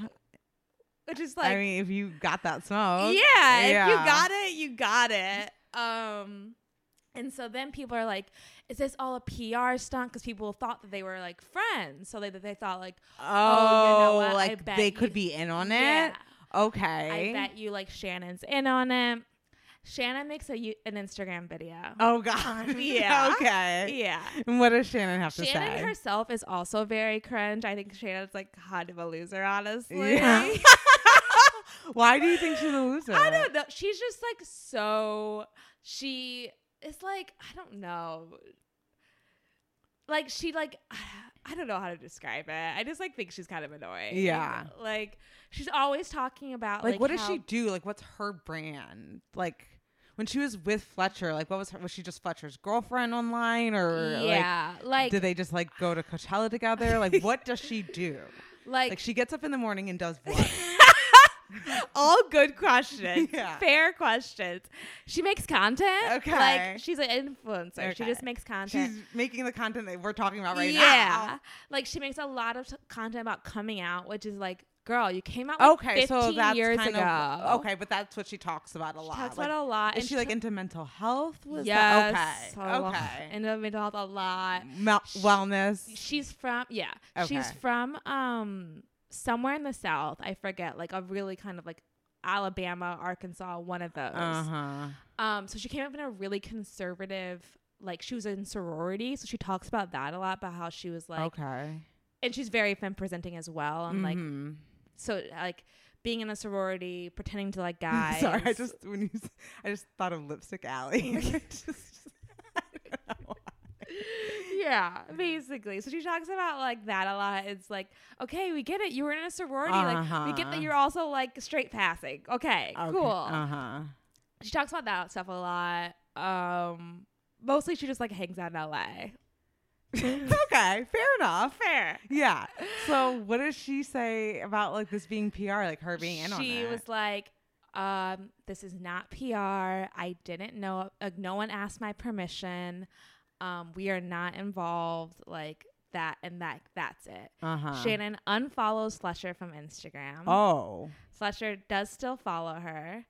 [SPEAKER 8] which is like
[SPEAKER 7] I mean, if you got that smoke.
[SPEAKER 8] yeah, if you
[SPEAKER 7] yeah.
[SPEAKER 8] got it you got it um and so then people are like, is this all a PR stunt? Because people thought that they were like friends. So they, they thought like,
[SPEAKER 7] Oh,
[SPEAKER 8] what? I
[SPEAKER 7] like
[SPEAKER 8] bet
[SPEAKER 7] they
[SPEAKER 8] you-
[SPEAKER 7] could be in on it.
[SPEAKER 8] Yeah.
[SPEAKER 7] Okay.
[SPEAKER 8] I bet you like Shannon's in on it. Shannon makes a you- an Instagram video.
[SPEAKER 7] Oh God.
[SPEAKER 8] Yeah.
[SPEAKER 7] okay.
[SPEAKER 8] Yeah.
[SPEAKER 7] And what does Shannon have to
[SPEAKER 8] Shannon
[SPEAKER 7] say?
[SPEAKER 8] herself is also very cringe. I think Shannon's like kind of a loser, honestly.
[SPEAKER 7] Yeah. Why do you think she's a loser?
[SPEAKER 8] I don't know. She's just like so. She is like I don't know. Like she like I don't know how to describe it. I just like think she's kind of annoying.
[SPEAKER 7] Yeah.
[SPEAKER 8] Like she's always talking about
[SPEAKER 7] like,
[SPEAKER 8] like,
[SPEAKER 7] what does
[SPEAKER 8] how-
[SPEAKER 7] she do like what's her brand like when she was with fletcher like what was her was she just fletcher's girlfriend online or
[SPEAKER 8] Yeah.
[SPEAKER 7] like
[SPEAKER 8] Like
[SPEAKER 7] did they just like go to coachella together like what does she do
[SPEAKER 8] like,
[SPEAKER 7] like she gets up in the morning and does what
[SPEAKER 8] all good questions.
[SPEAKER 7] Yeah.
[SPEAKER 8] Fair questions. She makes content.
[SPEAKER 7] Okay.
[SPEAKER 8] Like she's an influencer. She
[SPEAKER 7] Okay.
[SPEAKER 8] just makes content.
[SPEAKER 7] she's making the content that we're talking about right
[SPEAKER 8] yeah. Like she makes a lot of t- content about coming out, which is like, girl, you came out
[SPEAKER 7] now
[SPEAKER 8] like
[SPEAKER 7] okay
[SPEAKER 8] 15
[SPEAKER 7] so that's
[SPEAKER 8] years
[SPEAKER 7] kind
[SPEAKER 8] ago.
[SPEAKER 7] of okay but that's what she talks about a lot
[SPEAKER 8] Talks
[SPEAKER 7] like,
[SPEAKER 8] about a lot.
[SPEAKER 7] is
[SPEAKER 8] and
[SPEAKER 7] she like into mental health was that
[SPEAKER 8] yes,
[SPEAKER 7] okay
[SPEAKER 8] a lot,
[SPEAKER 7] okay
[SPEAKER 8] And the mental health a lot.
[SPEAKER 7] Mel- wellness
[SPEAKER 8] She's from yeah. She's
[SPEAKER 7] Okay.
[SPEAKER 8] from um somewhere in the south. I forget. Like a really kind of like Alabama, Arkansas, one of those.
[SPEAKER 7] uh-huh
[SPEAKER 8] Um, so she came up in a really conservative, like she was in sorority, so she talks about that a lot about how she was like,
[SPEAKER 7] okay
[SPEAKER 8] and she's very femme presenting as well, and like
[SPEAKER 7] Mhm.
[SPEAKER 8] so like being in a sorority, pretending to like guys.
[SPEAKER 7] Sorry, I just when you, s- I just thought of Lipstick Alley. Just- just- I don't know why.
[SPEAKER 8] yeah, basically. So she talks about like that a lot. It's like, okay, we get it. You were in a sorority, like we get
[SPEAKER 7] Uh-huh.
[SPEAKER 8] that you're also like straight passing. Okay, cool.
[SPEAKER 7] Uh huh.
[SPEAKER 8] She talks about that stuff a lot. Um, mostly she just like hangs out in L.A.
[SPEAKER 7] okay, fair enough. Fair. Yeah. So, what does she say about like this being PR, like her being in on
[SPEAKER 8] she
[SPEAKER 7] it?
[SPEAKER 8] was like um this is not pr i didn't know like no one asked my permission um we are not involved like that and that that's it
[SPEAKER 7] Uh-huh.
[SPEAKER 8] shannon unfollows fletcher from instagram
[SPEAKER 7] oh,
[SPEAKER 8] fletcher does still follow her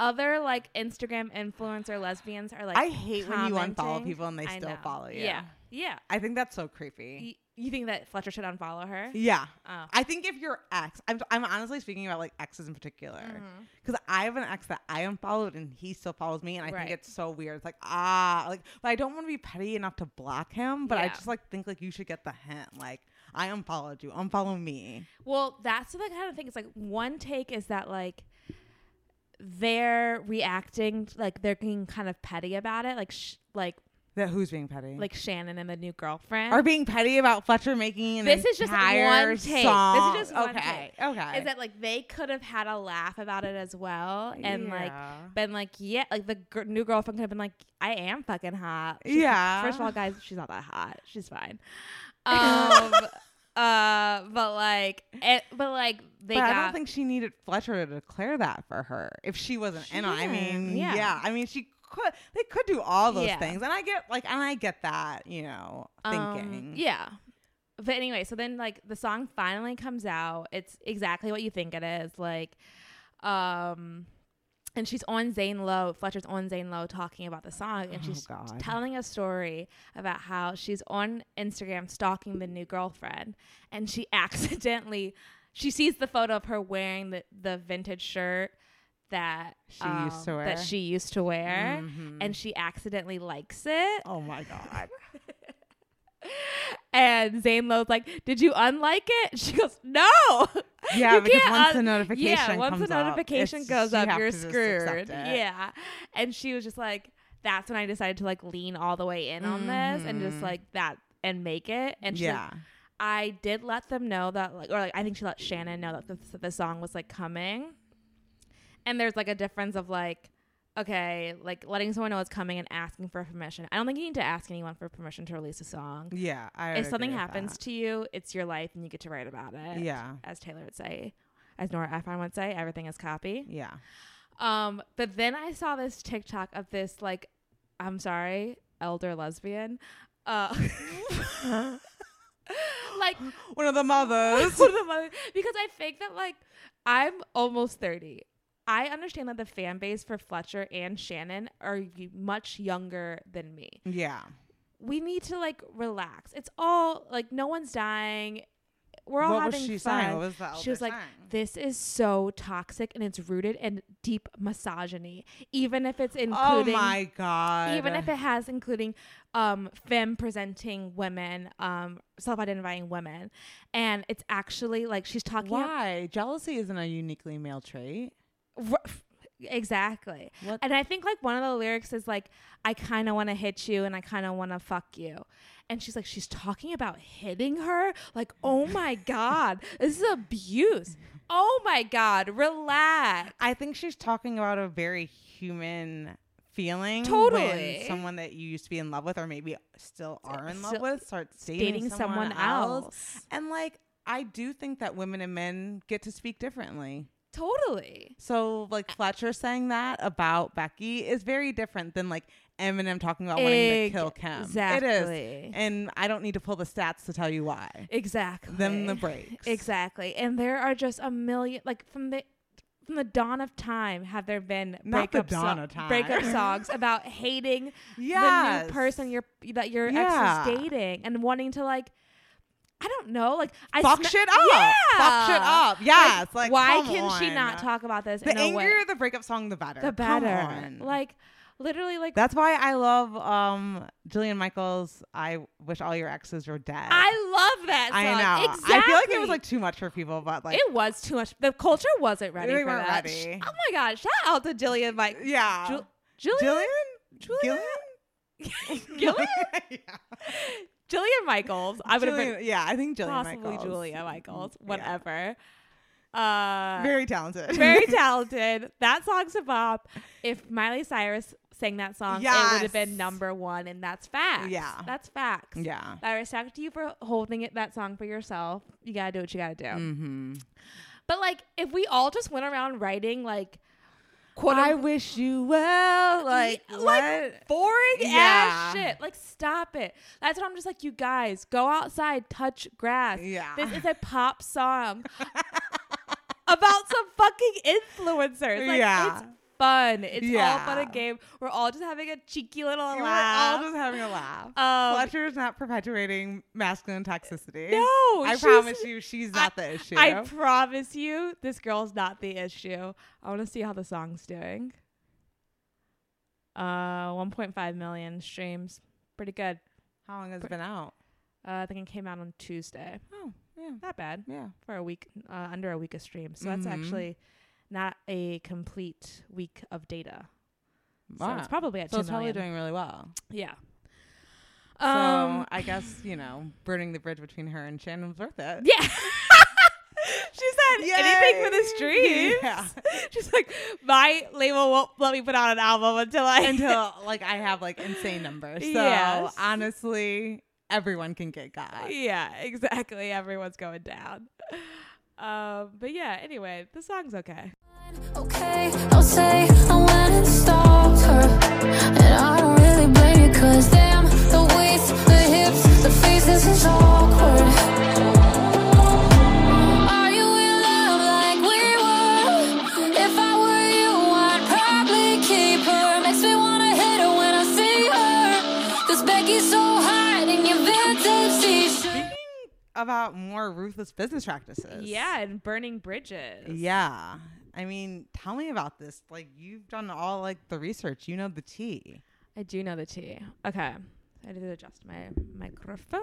[SPEAKER 8] other like instagram influencer lesbians are like
[SPEAKER 7] I hate when you unfollow
[SPEAKER 8] commenting.
[SPEAKER 7] people and they
[SPEAKER 8] I
[SPEAKER 7] still
[SPEAKER 8] know.
[SPEAKER 7] follow you.
[SPEAKER 8] yeah yeah
[SPEAKER 7] I think that's so creepy.
[SPEAKER 8] Y- you think that fletcher should unfollow her
[SPEAKER 7] Yeah.
[SPEAKER 8] Oh.
[SPEAKER 7] I think if your ex, I'm, I'm honestly speaking about like exes in particular,
[SPEAKER 8] Mm-hmm.
[SPEAKER 7] because I have an ex that I unfollowed and he still follows me, and I
[SPEAKER 8] Right.
[SPEAKER 7] think it's so weird. It's like ah, like, but I don't want to be petty enough to block him, but I
[SPEAKER 8] Yeah.
[SPEAKER 7] just like think like you should get the hint, like I unfollowed you, unfollow me.
[SPEAKER 8] Well, that's the kind of thing. It's like one take is that like they're reacting like they're being kind of petty about it, like sh- like
[SPEAKER 7] That who's being petty?
[SPEAKER 8] like Shannon and the new girlfriend.
[SPEAKER 7] are being petty about Fletcher making an
[SPEAKER 8] this is just
[SPEAKER 7] entire
[SPEAKER 8] one take.
[SPEAKER 7] song-
[SPEAKER 8] This is just one
[SPEAKER 7] okay,
[SPEAKER 8] take.
[SPEAKER 7] okay.
[SPEAKER 8] Is that like they could have had a laugh about it as well, and
[SPEAKER 7] Yeah.
[SPEAKER 8] like been like, yeah, like the gr- new girlfriend could have been like, I am fucking hot. She's-
[SPEAKER 7] Yeah.
[SPEAKER 8] First of all, guys, she's not that hot. She's fine. Um. uh. But like, it, but like they.
[SPEAKER 7] but
[SPEAKER 8] got,
[SPEAKER 7] I don't think she needed Fletcher to declare that for her if she wasn't
[SPEAKER 8] She
[SPEAKER 7] in on. I
[SPEAKER 8] didn't,
[SPEAKER 7] mean, yeah.
[SPEAKER 8] yeah.
[SPEAKER 7] I mean, she could. They could do all those
[SPEAKER 8] Yeah.
[SPEAKER 7] things, and I get like, and I get that, you know,
[SPEAKER 8] Um,
[SPEAKER 7] thinking.
[SPEAKER 8] yeah. But anyway, so then like the song finally comes out. It's exactly what you think it is. Like, um, and she's on Zane Lowe. Fletcher's on Zane Lowe talking about the song, and she's
[SPEAKER 7] Oh, God.
[SPEAKER 8] telling a story about how she's on Instagram stalking the new girlfriend, and she accidentally she sees the photo of her wearing the the vintage shirt that
[SPEAKER 7] She
[SPEAKER 8] um,
[SPEAKER 7] used to wear. Mm-hmm.
[SPEAKER 8] that she used to wear, and she accidentally likes it.
[SPEAKER 7] Oh my god.
[SPEAKER 8] And Zane Lowe's like, "Did you unlike it?" She goes, "No."
[SPEAKER 7] Yeah,
[SPEAKER 8] You
[SPEAKER 7] because
[SPEAKER 8] can't
[SPEAKER 7] once the
[SPEAKER 8] un-
[SPEAKER 7] notification
[SPEAKER 8] yeah, once
[SPEAKER 7] comes
[SPEAKER 8] the
[SPEAKER 7] up,
[SPEAKER 8] notification
[SPEAKER 7] it's-
[SPEAKER 8] goes
[SPEAKER 7] you
[SPEAKER 8] up,
[SPEAKER 7] have
[SPEAKER 8] you're
[SPEAKER 7] to just accept
[SPEAKER 8] screwed.
[SPEAKER 7] it.
[SPEAKER 8] Yeah, and she was just like, "That's when I decided to like lean all the way in on this and just like that and make it." And she's like,
[SPEAKER 7] Mm-hmm. Yeah.
[SPEAKER 8] I did let them know that, like, or like, I think she let Shannon know that the, the song was like coming. And there's like a difference of like, okay, like letting someone know it's coming and asking for permission. I don't think you need to ask anyone for permission to release a song.
[SPEAKER 7] Yeah. I
[SPEAKER 8] if
[SPEAKER 7] would
[SPEAKER 8] something
[SPEAKER 7] agree with
[SPEAKER 8] happens
[SPEAKER 7] that.
[SPEAKER 8] to you, it's your life and you get to write about it.
[SPEAKER 7] Yeah.
[SPEAKER 8] As Taylor would say, as Nora Ephron would say, everything is copy.
[SPEAKER 7] Yeah.
[SPEAKER 8] Um, but then I saw this TikTok of this like, I'm sorry, elder lesbian. Uh, like
[SPEAKER 7] One of the mothers.
[SPEAKER 8] one of the mother- because I think that like I'm almost 30. I understand that the fan base for Fletcher and Shannon are y- much younger than me.
[SPEAKER 7] yeah.
[SPEAKER 8] We need to like relax. It's all like no one's dying. We're all
[SPEAKER 7] What was
[SPEAKER 8] having
[SPEAKER 7] she
[SPEAKER 8] fun.
[SPEAKER 7] saying? What was the
[SPEAKER 8] she was
[SPEAKER 7] elder
[SPEAKER 8] like,
[SPEAKER 7] saying?
[SPEAKER 8] "This is so toxic, and it's rooted in deep misogyny. Even if it's
[SPEAKER 7] Oh
[SPEAKER 8] including
[SPEAKER 7] my god.
[SPEAKER 8] even if it has including um femme presenting women um self-identifying women and it's actually like she's talking ab-
[SPEAKER 7] why jealousy isn't a uniquely male trait.
[SPEAKER 8] r- exactly
[SPEAKER 7] What-
[SPEAKER 8] and i think like one of the lyrics is like i kind of want to hit you and i kind of want to fuck you and she's like she's talking about hitting her like oh my god this is abuse oh my god relax
[SPEAKER 7] I think she's talking about a very human feeling.
[SPEAKER 8] Totally.
[SPEAKER 7] When someone that you used to be in love with, or maybe still are in love
[SPEAKER 8] still
[SPEAKER 7] with, starts dating,
[SPEAKER 8] dating someone else.
[SPEAKER 7] And like, I do think that women and men get to speak differently.
[SPEAKER 8] totally
[SPEAKER 7] So, like, Fletcher saying that about Becky is very different than like Eminem talking about wanting to kill Kim. It
[SPEAKER 8] Exactly.
[SPEAKER 7] is. And I don't need to pull the stats to tell you why.
[SPEAKER 8] Exactly.
[SPEAKER 7] Them the breaks.
[SPEAKER 8] Exactly. And there are just a million like from the from the dawn of time have there been
[SPEAKER 7] Not the
[SPEAKER 8] breakup
[SPEAKER 7] dawn
[SPEAKER 8] so-
[SPEAKER 7] of time.
[SPEAKER 8] breakup songs about hating the
[SPEAKER 7] Yes.
[SPEAKER 8] new person you're that your
[SPEAKER 7] Yeah.
[SPEAKER 8] ex is dating and wanting to like I don't know, like I
[SPEAKER 7] Fuck
[SPEAKER 8] sme-
[SPEAKER 7] shit up.
[SPEAKER 8] Yeah.
[SPEAKER 7] Fuck shit up. Yes, like,
[SPEAKER 8] why
[SPEAKER 7] come
[SPEAKER 8] can she
[SPEAKER 7] on.
[SPEAKER 8] not talk about this
[SPEAKER 7] The
[SPEAKER 8] in a way
[SPEAKER 7] angrier the breakup song, the better.
[SPEAKER 8] the
[SPEAKER 7] Come
[SPEAKER 8] better?
[SPEAKER 7] on.
[SPEAKER 8] Like literally like
[SPEAKER 7] That's why I love um Jillian Michaels. I wish all your exes were dead.
[SPEAKER 8] I love that song.
[SPEAKER 7] I know.
[SPEAKER 8] Exactly.
[SPEAKER 7] I feel like it was like too much for people, but like
[SPEAKER 8] It was too much. The culture wasn't ready
[SPEAKER 7] They
[SPEAKER 8] for
[SPEAKER 7] weren't
[SPEAKER 8] that.
[SPEAKER 7] ready.
[SPEAKER 8] Oh my god! Shout out to Jillian Mike.
[SPEAKER 7] yeah,
[SPEAKER 8] Jul-
[SPEAKER 7] Jillian,
[SPEAKER 8] Jillian.
[SPEAKER 7] Jillian,
[SPEAKER 8] Gillian?
[SPEAKER 7] yeah.
[SPEAKER 8] Jillian Michaels. I would have
[SPEAKER 7] Jillian,
[SPEAKER 8] been
[SPEAKER 7] yeah, I think Jillian
[SPEAKER 8] possibly
[SPEAKER 7] Michaels.
[SPEAKER 8] Julia Michaels.
[SPEAKER 7] Yeah.
[SPEAKER 8] Whatever. Uh,
[SPEAKER 7] Very talented.
[SPEAKER 8] very talented. That song's a bop. If Miley Cyrus sang that song, it would have been
[SPEAKER 7] Yes.
[SPEAKER 8] number one, and that's facts.
[SPEAKER 7] Yeah.
[SPEAKER 8] that's facts.
[SPEAKER 7] Yeah.
[SPEAKER 8] I respect you for holding it that song for yourself. You gotta do what you gotta do.
[SPEAKER 7] Mm-hmm.
[SPEAKER 8] But like, if we all just went around writing like, quote
[SPEAKER 7] I
[SPEAKER 8] unquote,
[SPEAKER 7] wish you well. Like,
[SPEAKER 8] Yeah,
[SPEAKER 7] what?
[SPEAKER 8] like boring
[SPEAKER 7] Yeah.
[SPEAKER 8] ass shit. Like stop it. That's what I'm just like, you guys, go outside, touch grass.
[SPEAKER 7] Yeah.
[SPEAKER 8] This is a pop song about some fucking influencers. Like
[SPEAKER 7] Yeah.
[SPEAKER 8] it's fun. It's all fun
[SPEAKER 7] Yeah.
[SPEAKER 8] and game. We're all just having a cheeky little
[SPEAKER 7] We're
[SPEAKER 8] laugh.
[SPEAKER 7] all just having a laugh.
[SPEAKER 8] Um,
[SPEAKER 7] Fletcher's not perpetuating masculine toxicity.
[SPEAKER 8] No,
[SPEAKER 7] I
[SPEAKER 8] she's-
[SPEAKER 7] promise you, she's not
[SPEAKER 8] I-
[SPEAKER 7] the issue.
[SPEAKER 8] I promise you, this girl's not the issue. I want to see how the song's doing. Uh, 1.5 million streams. Pretty good.
[SPEAKER 7] How long has it been out?
[SPEAKER 8] Uh, I think it came out on Tuesday.
[SPEAKER 7] Oh, yeah,
[SPEAKER 8] Not bad
[SPEAKER 7] yeah.
[SPEAKER 8] for a week, uh, under a week of stream. So that's
[SPEAKER 7] Mm-hmm.
[SPEAKER 8] actually not a complete week of data. So
[SPEAKER 7] Wow.
[SPEAKER 8] it's probably at
[SPEAKER 7] Ah. So
[SPEAKER 8] 2
[SPEAKER 7] it's probably
[SPEAKER 8] million.
[SPEAKER 7] doing really well.
[SPEAKER 8] Yeah. Um,
[SPEAKER 7] so I guess you know, burning the bridge between her and Shannon was worth it.
[SPEAKER 8] Yeah. she said anything for this dream.
[SPEAKER 7] Yeah.
[SPEAKER 8] She's like, my label won't let me put out an album until I
[SPEAKER 7] Until like I have like insane numbers. So
[SPEAKER 8] Yes.
[SPEAKER 7] honestly, everyone can get God.
[SPEAKER 8] yeah, exactly. Everyone's going down. Um, but yeah, anyway, the song's okay.
[SPEAKER 9] Okay, I'll say I went and stalked her. And I don't really blame you, cause damn, the waist, the hips, the face, this is awkward. Are you in love like we were? If I were you, I'd probably. you so hard in your vintage t-shirt.
[SPEAKER 7] Speaking about more ruthless business practices.
[SPEAKER 8] Yeah, and burning bridges.
[SPEAKER 7] Yeah. I mean, tell me about this. Like you've done all like the research. You know the tea.
[SPEAKER 8] I do know the tea. Okay. I did adjust my microphone.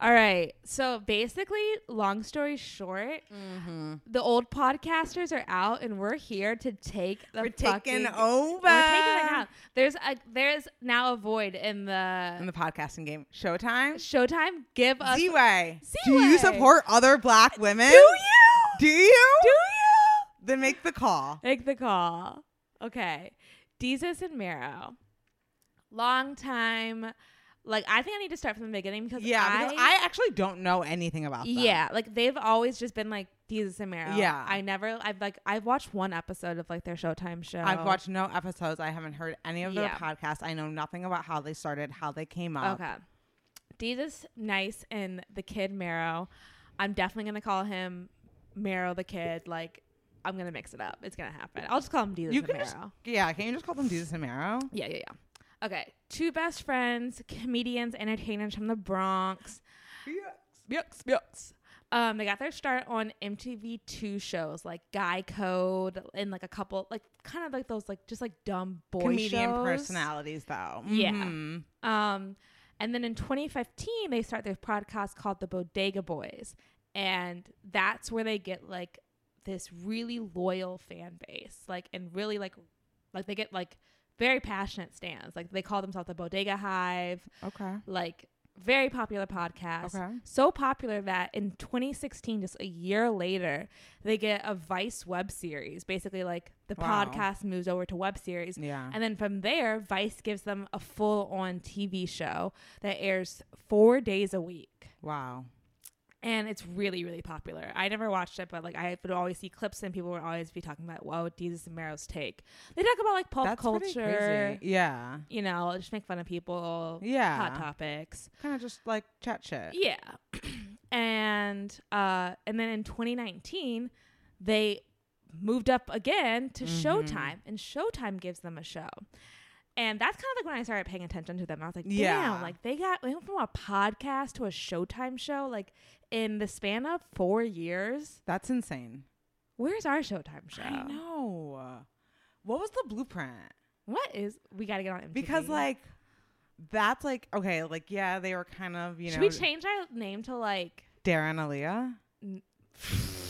[SPEAKER 8] All right. So basically, long story short,
[SPEAKER 7] Mm-hmm.
[SPEAKER 8] the old podcasters are out and we're here to take the
[SPEAKER 7] We're taking
[SPEAKER 8] fucking-
[SPEAKER 7] over.
[SPEAKER 8] We're taking it now. There's a there's now a void in
[SPEAKER 7] In
[SPEAKER 8] the
[SPEAKER 7] the podcasting game. Showtime.
[SPEAKER 8] Showtime. Give us
[SPEAKER 7] Z-Way. Do
[SPEAKER 8] uh, Z-Way.
[SPEAKER 7] you support other black women?
[SPEAKER 8] Do you?
[SPEAKER 7] Do you?
[SPEAKER 8] Do you?
[SPEAKER 7] Then make the call.
[SPEAKER 8] Make the call. Okay. Jesus and Mero. Long time. Like I think I need to start from the beginning because
[SPEAKER 7] Yeah,
[SPEAKER 8] I,
[SPEAKER 7] because I actually don't know anything about them.
[SPEAKER 8] yeah, like they've always just been like Jesus and Mero.
[SPEAKER 7] Yeah.
[SPEAKER 8] I never I've like I've watched one episode of like their Showtime show.
[SPEAKER 7] I've watched no episodes. I haven't heard any of their
[SPEAKER 8] Yeah.
[SPEAKER 7] podcasts. I know nothing about how they started, how they came up.
[SPEAKER 8] Okay. Jesus nice and the kid Mero. I'm definitely gonna call him Mero the kid. Like I'm gonna mix it up. It's gonna happen. I'll just call him Jesus
[SPEAKER 7] You
[SPEAKER 8] and
[SPEAKER 7] can
[SPEAKER 8] Mero.
[SPEAKER 7] just, yeah, can you just call them Jesus and Mero?
[SPEAKER 8] Yeah, yeah, yeah. Okay. Two best friends, comedians, entertainers from the Bronx. Yucks, yucks. Um, they got their start on MTV2 shows like Guy Code and like a couple, like kind of like those, like just like dumb boy
[SPEAKER 7] Comedian
[SPEAKER 8] shows.
[SPEAKER 7] personalities, though.
[SPEAKER 8] Yeah.
[SPEAKER 7] Mhm.
[SPEAKER 8] Um, and then in 2015, they start their podcast called The Bodega Boys. And that's where they get like this really loyal fan base, like, and really like, like they get like very passionate stands. Like they call themselves the Bodega Hive,
[SPEAKER 7] Okay.
[SPEAKER 8] like very popular podcast.
[SPEAKER 7] Okay.
[SPEAKER 8] So popular that in 2016, just a year later, they get a Vice web series. Basically, like the
[SPEAKER 7] Wow.
[SPEAKER 8] podcast moves over to web series.
[SPEAKER 7] Yeah.
[SPEAKER 8] And then from there, Vice gives them a full on TV show that airs four days a week.
[SPEAKER 7] Wow.
[SPEAKER 8] And it's really, really popular. I never watched it, but like I would always see clips and people would always be talking about, wow, Jesus and Mero's take. They talk about like pop
[SPEAKER 7] That's pretty
[SPEAKER 8] culture,
[SPEAKER 7] crazy. Yeah.
[SPEAKER 8] you know, just make fun of people,
[SPEAKER 7] Yeah.
[SPEAKER 8] hot topics.
[SPEAKER 7] Kind of just like chat shit.
[SPEAKER 8] Yeah. and uh and then in 2019, they moved up again to
[SPEAKER 7] Mm-hmm.
[SPEAKER 8] Showtime and Showtime gives them a show. And that's kind of like when I started paying attention to them. I was like, damn,
[SPEAKER 7] Yeah.
[SPEAKER 8] like they got they went from a podcast to a Showtime show like in the span of 4 years.
[SPEAKER 7] That's insane.
[SPEAKER 8] Where's our Showtime show?
[SPEAKER 7] I know. What was the blueprint?
[SPEAKER 8] What is we got to get on MTV.
[SPEAKER 7] Because like that's like okay, like yeah, they were kind of you
[SPEAKER 8] should
[SPEAKER 7] know
[SPEAKER 8] we change our name to like
[SPEAKER 7] Dara and Aaliyah.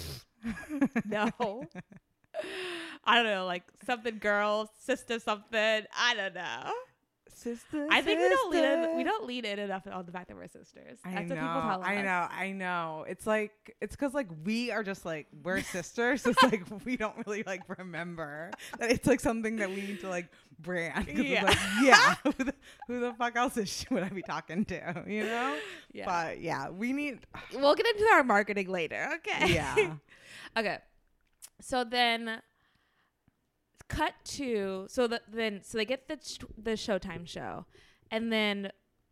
[SPEAKER 8] no. I don't know, like something girl, sister something. I don't know.
[SPEAKER 7] Sister,
[SPEAKER 8] I think we don't lean in,
[SPEAKER 7] sister.
[SPEAKER 8] we don't lean in enough on the fact that we're sisters.
[SPEAKER 7] I
[SPEAKER 8] That's
[SPEAKER 7] know.
[SPEAKER 8] what people tell us.
[SPEAKER 7] I know. I know. It's like it's because like we are just like we're sisters. so it's like we don't really like remember that it's like something that we need to like brand. 'cause it's
[SPEAKER 8] Yeah.
[SPEAKER 7] like, yeah. who, the, who the fuck else is she, would I be talking to? You know.
[SPEAKER 8] Yeah.
[SPEAKER 7] But yeah, we need.
[SPEAKER 8] We'll get into our marketing later. Okay.
[SPEAKER 7] Yeah.
[SPEAKER 8] okay. So then cut to so the, then so they get the sh- the Showtime show and then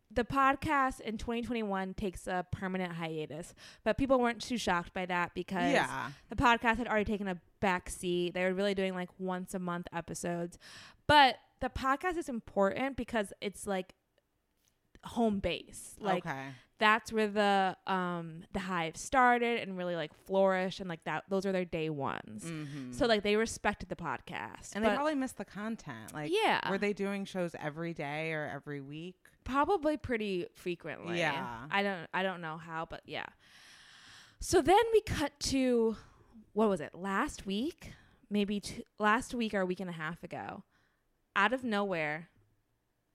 [SPEAKER 8] the podcast in 2021 takes a permanent hiatus, but people weren't too shocked by that because
[SPEAKER 7] Yeah.
[SPEAKER 8] the podcast had already taken a back seat. They were really doing like once a month episodes. But the podcast is important because it's like home base. Like
[SPEAKER 7] okay.
[SPEAKER 8] that's where the um the hive started and really like flourished and like that those are their day ones. So like they respected the podcast.
[SPEAKER 7] Mm-hmm. And they
[SPEAKER 8] but
[SPEAKER 7] probably missed the content. Like,
[SPEAKER 8] Yeah.
[SPEAKER 7] were they doing shows every day or every week?
[SPEAKER 8] probably pretty frequently.
[SPEAKER 7] Yeah.
[SPEAKER 8] I don't I don't know how, but yeah. So then we cut to what was it? Last week, maybe two, last week or a week and a half ago. Out of nowhere,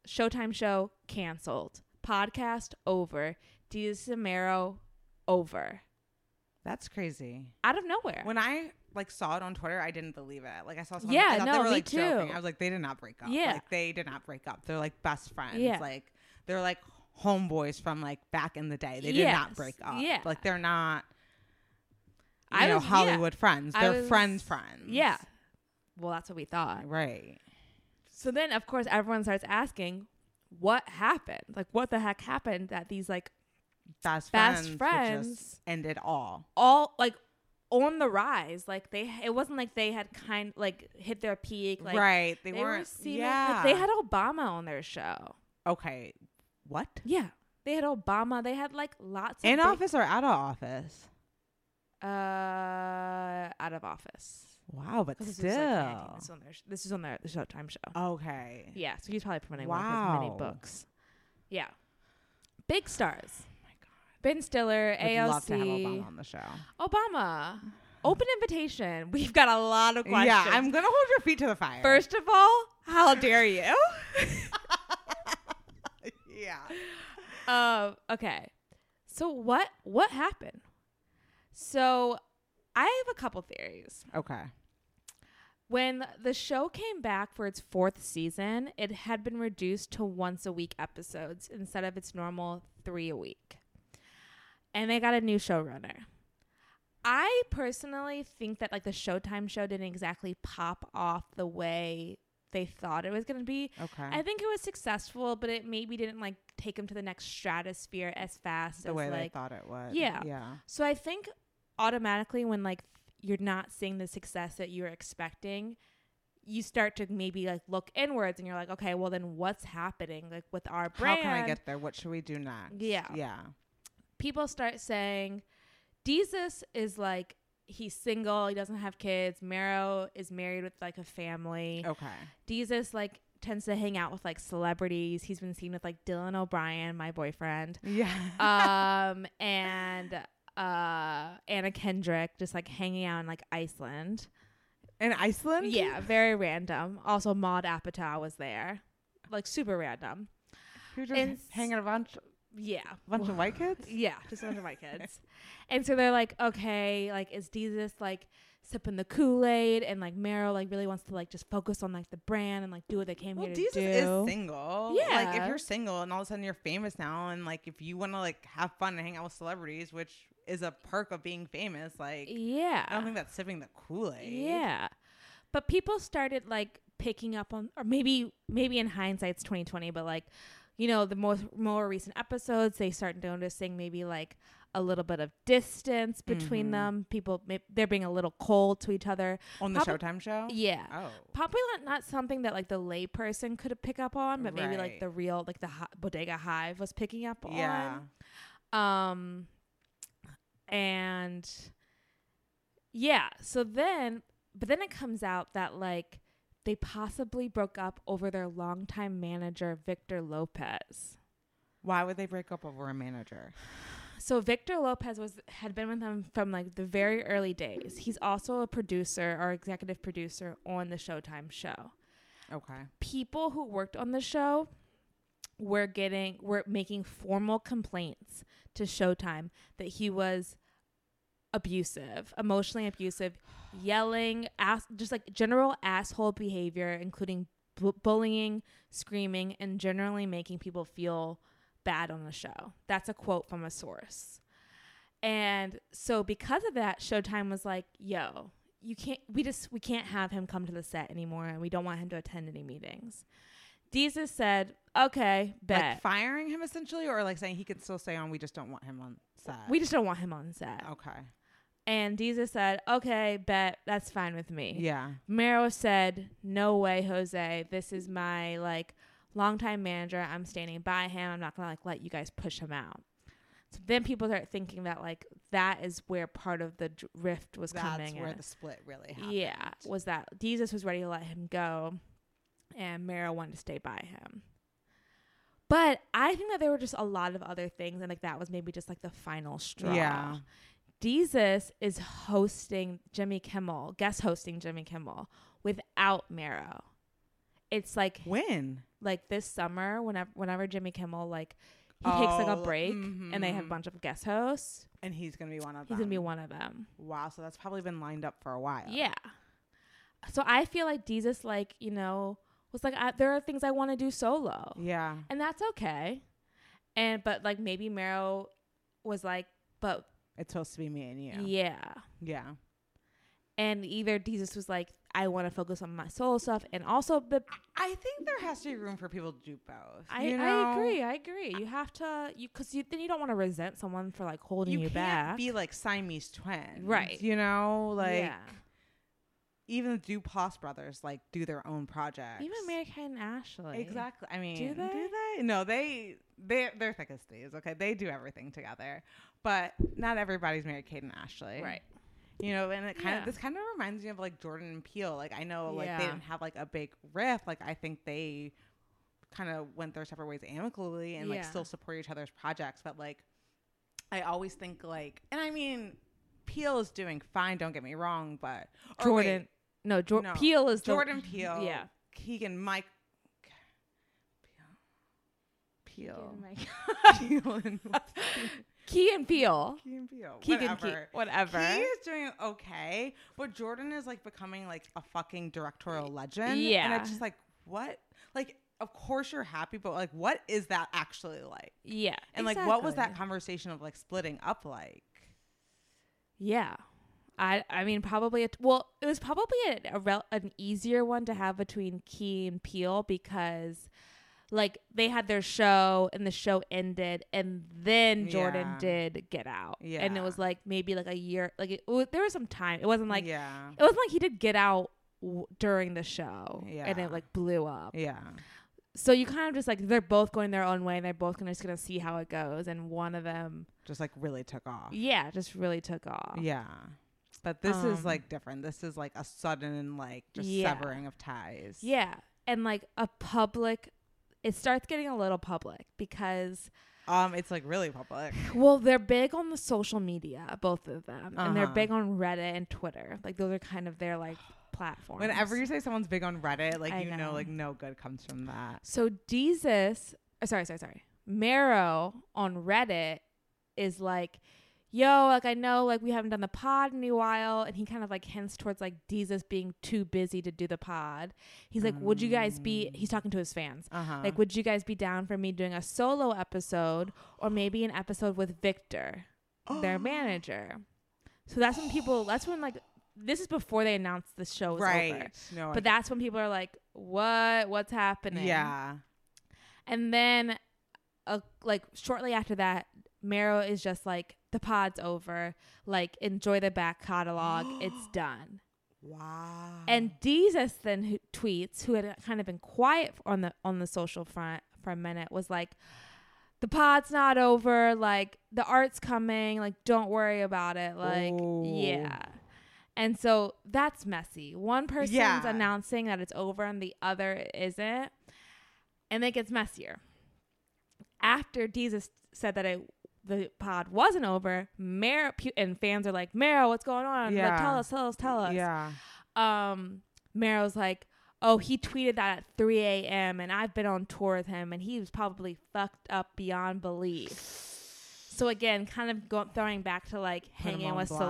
[SPEAKER 8] Showtime show canceled. Podcast over. Jesus Amaro over.
[SPEAKER 7] That's crazy.
[SPEAKER 8] Out of nowhere.
[SPEAKER 7] When I like saw it on Twitter, I didn't believe it. Like I saw someone.
[SPEAKER 8] Yeah,
[SPEAKER 7] I thought
[SPEAKER 8] no,
[SPEAKER 7] they were,
[SPEAKER 8] me
[SPEAKER 7] like, Joking.
[SPEAKER 8] too.
[SPEAKER 7] I was like, they did not break up.
[SPEAKER 8] Yeah.
[SPEAKER 7] like they did not break up. They're like best friends.
[SPEAKER 8] Yeah.
[SPEAKER 7] like they're like homeboys from like back in the day. They did
[SPEAKER 8] Yes,
[SPEAKER 7] not break up.
[SPEAKER 8] yeah.
[SPEAKER 7] like they're not. You
[SPEAKER 8] I
[SPEAKER 7] know
[SPEAKER 8] was- yeah.
[SPEAKER 7] Hollywood friends.
[SPEAKER 8] I
[SPEAKER 7] They're
[SPEAKER 8] was-
[SPEAKER 7] friends. Friends.
[SPEAKER 8] Yeah. Well, that's what we thought.
[SPEAKER 7] Right.
[SPEAKER 8] So then, of course, everyone starts asking, what happened? Like, what the heck happened that these, like,
[SPEAKER 7] Best friends.
[SPEAKER 8] Best
[SPEAKER 7] Would just
[SPEAKER 8] friends.
[SPEAKER 7] end it all.
[SPEAKER 8] all, like, on the rise? Like, they, it wasn't like they had kind, like, hit their peak. Like,
[SPEAKER 7] right. They,
[SPEAKER 8] They,
[SPEAKER 7] weren't.
[SPEAKER 8] were seeming,
[SPEAKER 7] yeah.
[SPEAKER 8] like, they had Obama on their show.
[SPEAKER 7] okay. What?
[SPEAKER 8] Yeah. They had Obama. They had like lots of
[SPEAKER 7] In
[SPEAKER 8] big-
[SPEAKER 7] office or out of office?
[SPEAKER 8] Uh, out of office.
[SPEAKER 7] Wow, but
[SPEAKER 8] 'Cause this
[SPEAKER 7] still.
[SPEAKER 8] was, like, 19. this is on their sh- this is on their Showtime show.
[SPEAKER 7] okay.
[SPEAKER 8] Yeah, so he's probably promoting one of his
[SPEAKER 7] Wow.
[SPEAKER 8] many books. Yeah, big stars. Ben Stiller,
[SPEAKER 7] Oh Would
[SPEAKER 8] AOC,
[SPEAKER 7] love to have Obama on the show.
[SPEAKER 8] Obama. Open invitation. We've got a lot of questions.
[SPEAKER 7] Yeah, I'm gonna hold your feet to the fire.
[SPEAKER 8] First of all, how dare you?
[SPEAKER 7] yeah.
[SPEAKER 8] um, okay. So what what happened? So I have a couple theories.
[SPEAKER 7] Okay.
[SPEAKER 8] When the show came back for its fourth season, it had been reduced to once a week episodes instead of its normal three a week. And they got a new showrunner. I personally think that like the Showtime show didn't exactly pop off the way they thought it was going to be.
[SPEAKER 7] Okay.
[SPEAKER 8] I think it was successful, but it maybe didn't like take them to the next stratosphere as fast
[SPEAKER 7] the
[SPEAKER 8] as
[SPEAKER 7] way
[SPEAKER 8] like
[SPEAKER 7] they thought it would.
[SPEAKER 8] Yeah.
[SPEAKER 7] Yeah.
[SPEAKER 8] so I think automatically when like you're not seeing the success that you're expecting, you start to maybe like look inwards and you're like, okay, well then what's happening like with our brand?
[SPEAKER 7] How can I get there? What should we do next?
[SPEAKER 8] Yeah.
[SPEAKER 7] Yeah.
[SPEAKER 8] People start saying, Jesus is like he's single, he doesn't have kids. Mero is married with like a family.
[SPEAKER 7] Okay.
[SPEAKER 8] Jesus like tends to hang out with like celebrities. He's been seen with like Dylan O'Brien, my boyfriend.
[SPEAKER 7] Yeah.
[SPEAKER 8] um and uh Anna Kendrick just like hanging out in like Iceland.
[SPEAKER 7] In Iceland?
[SPEAKER 8] Yeah, very random. Also Maud Apatow was there. Like super random.
[SPEAKER 7] You're just
[SPEAKER 8] And s-
[SPEAKER 7] hanging a bunch
[SPEAKER 8] Yeah.
[SPEAKER 7] bunch of white kids?
[SPEAKER 8] Yeah, just a bunch of my kids. And so they're like, okay, like is Jesus like sipping the Kool-Aid and like Meryl like really wants to like just focus on like the brand and like do what they came
[SPEAKER 7] Well,
[SPEAKER 8] here
[SPEAKER 7] Jesus
[SPEAKER 8] to do.
[SPEAKER 7] is single. Like
[SPEAKER 8] Yeah.
[SPEAKER 7] if you're single and all of a sudden you're famous now and like if you wanna like have fun and hang out with celebrities, which is a perk of being famous, like
[SPEAKER 8] yeah.
[SPEAKER 7] I don't think that's sipping the Kool-Aid.
[SPEAKER 8] Yeah. But people started like picking up on or maybe maybe in hindsight's 2020 but like you know the most more recent episodes they start noticing maybe like a little bit of distance between them people may- they're being a little cold to each other
[SPEAKER 7] Mm-hmm. On the
[SPEAKER 8] Probab-
[SPEAKER 7] Showtime show?
[SPEAKER 8] yeah
[SPEAKER 7] Oh.
[SPEAKER 8] probably not, not something that like the layperson could pick up on but maybe like
[SPEAKER 7] Right.
[SPEAKER 8] the real like the hi- bodega hive was picking up
[SPEAKER 7] Yeah.
[SPEAKER 8] on um, and yeah, so then, but then it comes out that like they possibly broke up over their longtime manager, Victor Lopez.
[SPEAKER 7] Why would they break up over a manager?
[SPEAKER 8] So Victor Lopez was had been with them from like the very early days. He's also a producer or executive producer on the Showtime show.
[SPEAKER 7] Okay.
[SPEAKER 8] people who worked on the show were getting were making formal complaints to Showtime that he was abusive, emotionally abusive, yelling, ass, just like general asshole behavior, including bu- bullying, screaming, and generally making people feel bad on the show. That's a quote from a source. And so because of that, Showtime was like, yo, you can't we just we can't have him come to the set anymore and we don't want him to attend any meetings. Jesus said, Okay, bet.
[SPEAKER 7] Like firing him essentially or like saying he can still stay on, we just don't want him on set.
[SPEAKER 8] we just don't want him on set.
[SPEAKER 7] Okay.
[SPEAKER 8] And Jesus said, Okay, bet, that's fine with me.
[SPEAKER 7] Yeah.
[SPEAKER 8] Mero said, No way, Jose. This is my like longtime manager. I'm standing by him. I'm not gonna like let you guys push him out. So then people start thinking that like that is where part of the dr- rift was
[SPEAKER 7] That's
[SPEAKER 8] coming
[SPEAKER 7] where
[SPEAKER 8] in.
[SPEAKER 7] the split really happened.
[SPEAKER 8] Yeah, was that Jesus was ready to let him go, and Mara wanted to stay by him. But I think that there were just a lot of other things, and like that was maybe just like the final straw.
[SPEAKER 7] Yeah.
[SPEAKER 8] Jesus is hosting Jimmy Kimmel, guest hosting Jimmy Kimmel without Mero. It's like
[SPEAKER 7] When?
[SPEAKER 8] like this summer, whenever whenever Jimmy Kimmel like he takes like
[SPEAKER 7] Oh,
[SPEAKER 8] a break, and they have a
[SPEAKER 7] mhm.
[SPEAKER 8] bunch of guest hosts.
[SPEAKER 7] And he's gonna be one of
[SPEAKER 8] He's
[SPEAKER 7] them.
[SPEAKER 8] gonna be one of them.
[SPEAKER 7] Wow, so that's probably been lined up for a while.
[SPEAKER 8] Yeah. So I feel like Jesus, like, you know, was like, I, there are things I want to do solo.
[SPEAKER 7] Yeah.
[SPEAKER 8] And that's okay. And, but like maybe Mero was like, but
[SPEAKER 7] It's supposed to be me and you.
[SPEAKER 8] yeah.
[SPEAKER 7] Yeah.
[SPEAKER 8] And either Jesus was like, I want to focus on my solo stuff. And also, but
[SPEAKER 7] I think there has to be room for people to do both.
[SPEAKER 8] I,
[SPEAKER 7] you
[SPEAKER 8] I
[SPEAKER 7] know?
[SPEAKER 8] agree. I agree. You have to, you, cause you, then you don't want to resent someone for like holding
[SPEAKER 7] You
[SPEAKER 8] you,
[SPEAKER 7] can't
[SPEAKER 8] back.
[SPEAKER 7] be like Siamese twins.
[SPEAKER 8] Right.
[SPEAKER 7] You know, like
[SPEAKER 8] yeah.
[SPEAKER 7] even the Duplass brothers like do their own projects.
[SPEAKER 8] Even Mary Kate and Ashley.
[SPEAKER 7] Exactly. I mean,
[SPEAKER 8] they?
[SPEAKER 7] No, they they they're thick as thieves. Okay, they do everything together, but not everybody's Mary Kate and Ashley,
[SPEAKER 8] Right.
[SPEAKER 7] You know, and it kind
[SPEAKER 8] Yeah.
[SPEAKER 7] of this kind of reminds me of like Jordan and Peele. Like I know like they
[SPEAKER 8] Yeah.
[SPEAKER 7] didn't have like a big riff. Like I think they kind of went their separate ways amicably and like
[SPEAKER 8] Yeah.
[SPEAKER 7] still support each other's projects, but like I always think like, and I mean. Peele is doing fine. Don't get me wrong, but or wait,
[SPEAKER 8] Jordan. no, Jor-
[SPEAKER 7] no.
[SPEAKER 8] Peele is the-
[SPEAKER 7] Jordan Peele.
[SPEAKER 8] Yeah.
[SPEAKER 7] Keegan Mike. Peele. Peele. Peele and
[SPEAKER 8] Key and Peele.
[SPEAKER 7] Keegan Peele.
[SPEAKER 8] Keegan Key.
[SPEAKER 7] whatever.
[SPEAKER 8] Whatever.
[SPEAKER 7] He is doing okay, but Jordan is like becoming like a fucking directorial legend. And
[SPEAKER 8] Yeah.
[SPEAKER 7] it's just like, what? Like, of course you're happy, but like, what is that actually like?
[SPEAKER 8] yeah.
[SPEAKER 7] And like, what was
[SPEAKER 8] exactly.
[SPEAKER 7] that conversation of like splitting up like?
[SPEAKER 8] Yeah. I, I mean probably a, well it was probably a, a rel- an easier one to have between Key and Peel because like they had their show and the show ended and then Jordan
[SPEAKER 7] Yeah.
[SPEAKER 8] did get out and
[SPEAKER 7] Yeah.
[SPEAKER 8] it was like maybe like a year like it, w there was some time it wasn't like
[SPEAKER 7] yeah.
[SPEAKER 8] it wasn't like he did get out w- during the show and
[SPEAKER 7] Yeah.
[SPEAKER 8] it like blew up
[SPEAKER 7] Yeah.
[SPEAKER 8] so you kind of just like they're both going their own way and they're both gonna, just gonna see how it goes and one of them
[SPEAKER 7] Just like really took off.
[SPEAKER 8] yeah just really took off
[SPEAKER 7] Yeah. But this is
[SPEAKER 8] Um,
[SPEAKER 7] like different. This is like a sudden like just
[SPEAKER 8] Yeah.
[SPEAKER 7] severing of ties.
[SPEAKER 8] Yeah. And like a public it starts getting a little public because
[SPEAKER 7] Um, it's like really public.
[SPEAKER 8] well, they're big on the social media, both of them. And they're
[SPEAKER 7] Uh-huh.
[SPEAKER 8] big on Reddit and Twitter. Like those are kind of their like platforms.
[SPEAKER 7] Whenever you say someone's big on Reddit, like
[SPEAKER 8] I
[SPEAKER 7] you know.
[SPEAKER 8] know.
[SPEAKER 7] like no good comes from that.
[SPEAKER 8] So Jesus, uh, sorry, sorry, sorry. Marrow on Reddit is like, yo, like I know like we haven't done the pod in a while, and he kind of like hints towards like Jesus being too busy to do the pod. He's like, would you guys be? He's talking to his fans.
[SPEAKER 7] Mm. Uh-huh.
[SPEAKER 8] Like, would you guys be down for me doing a solo episode or maybe an episode with Victor, their manager? So that's when people. That's when like. This is before they announced the show was over.
[SPEAKER 7] Right. No, I get-
[SPEAKER 8] But that's when people are like, "What? What's happening?"
[SPEAKER 7] Yeah.
[SPEAKER 8] And then, uh, like shortly after that, Marrow is just like, "The pod's over. Like, enjoy the back catalog. it's done."
[SPEAKER 7] Wow.
[SPEAKER 8] And Jesus then who tweets, who had kind of been quiet on the on the social front for a minute, was like, "The pod's not over. Like, the art's coming. Like, don't worry about it. Like,
[SPEAKER 7] Oh.
[SPEAKER 8] yeah." And so that's messy. One person's
[SPEAKER 7] Yeah.
[SPEAKER 8] announcing that it's over and the other isn't. And it gets messier. After Jesus said that it the pod wasn't over, Mara Pu- and fans are like, Mara, what's going on? Like,
[SPEAKER 7] Yeah.
[SPEAKER 8] tell us, tell us, tell us
[SPEAKER 7] yeah.
[SPEAKER 8] um Meryl's like, oh, he tweeted that at 3 a.m. and I've been on tour with him and he was probably fucked up beyond belief. So again, kind of going throwing back to like
[SPEAKER 7] Put 'em
[SPEAKER 8] hanging
[SPEAKER 7] on
[SPEAKER 8] with
[SPEAKER 7] blast.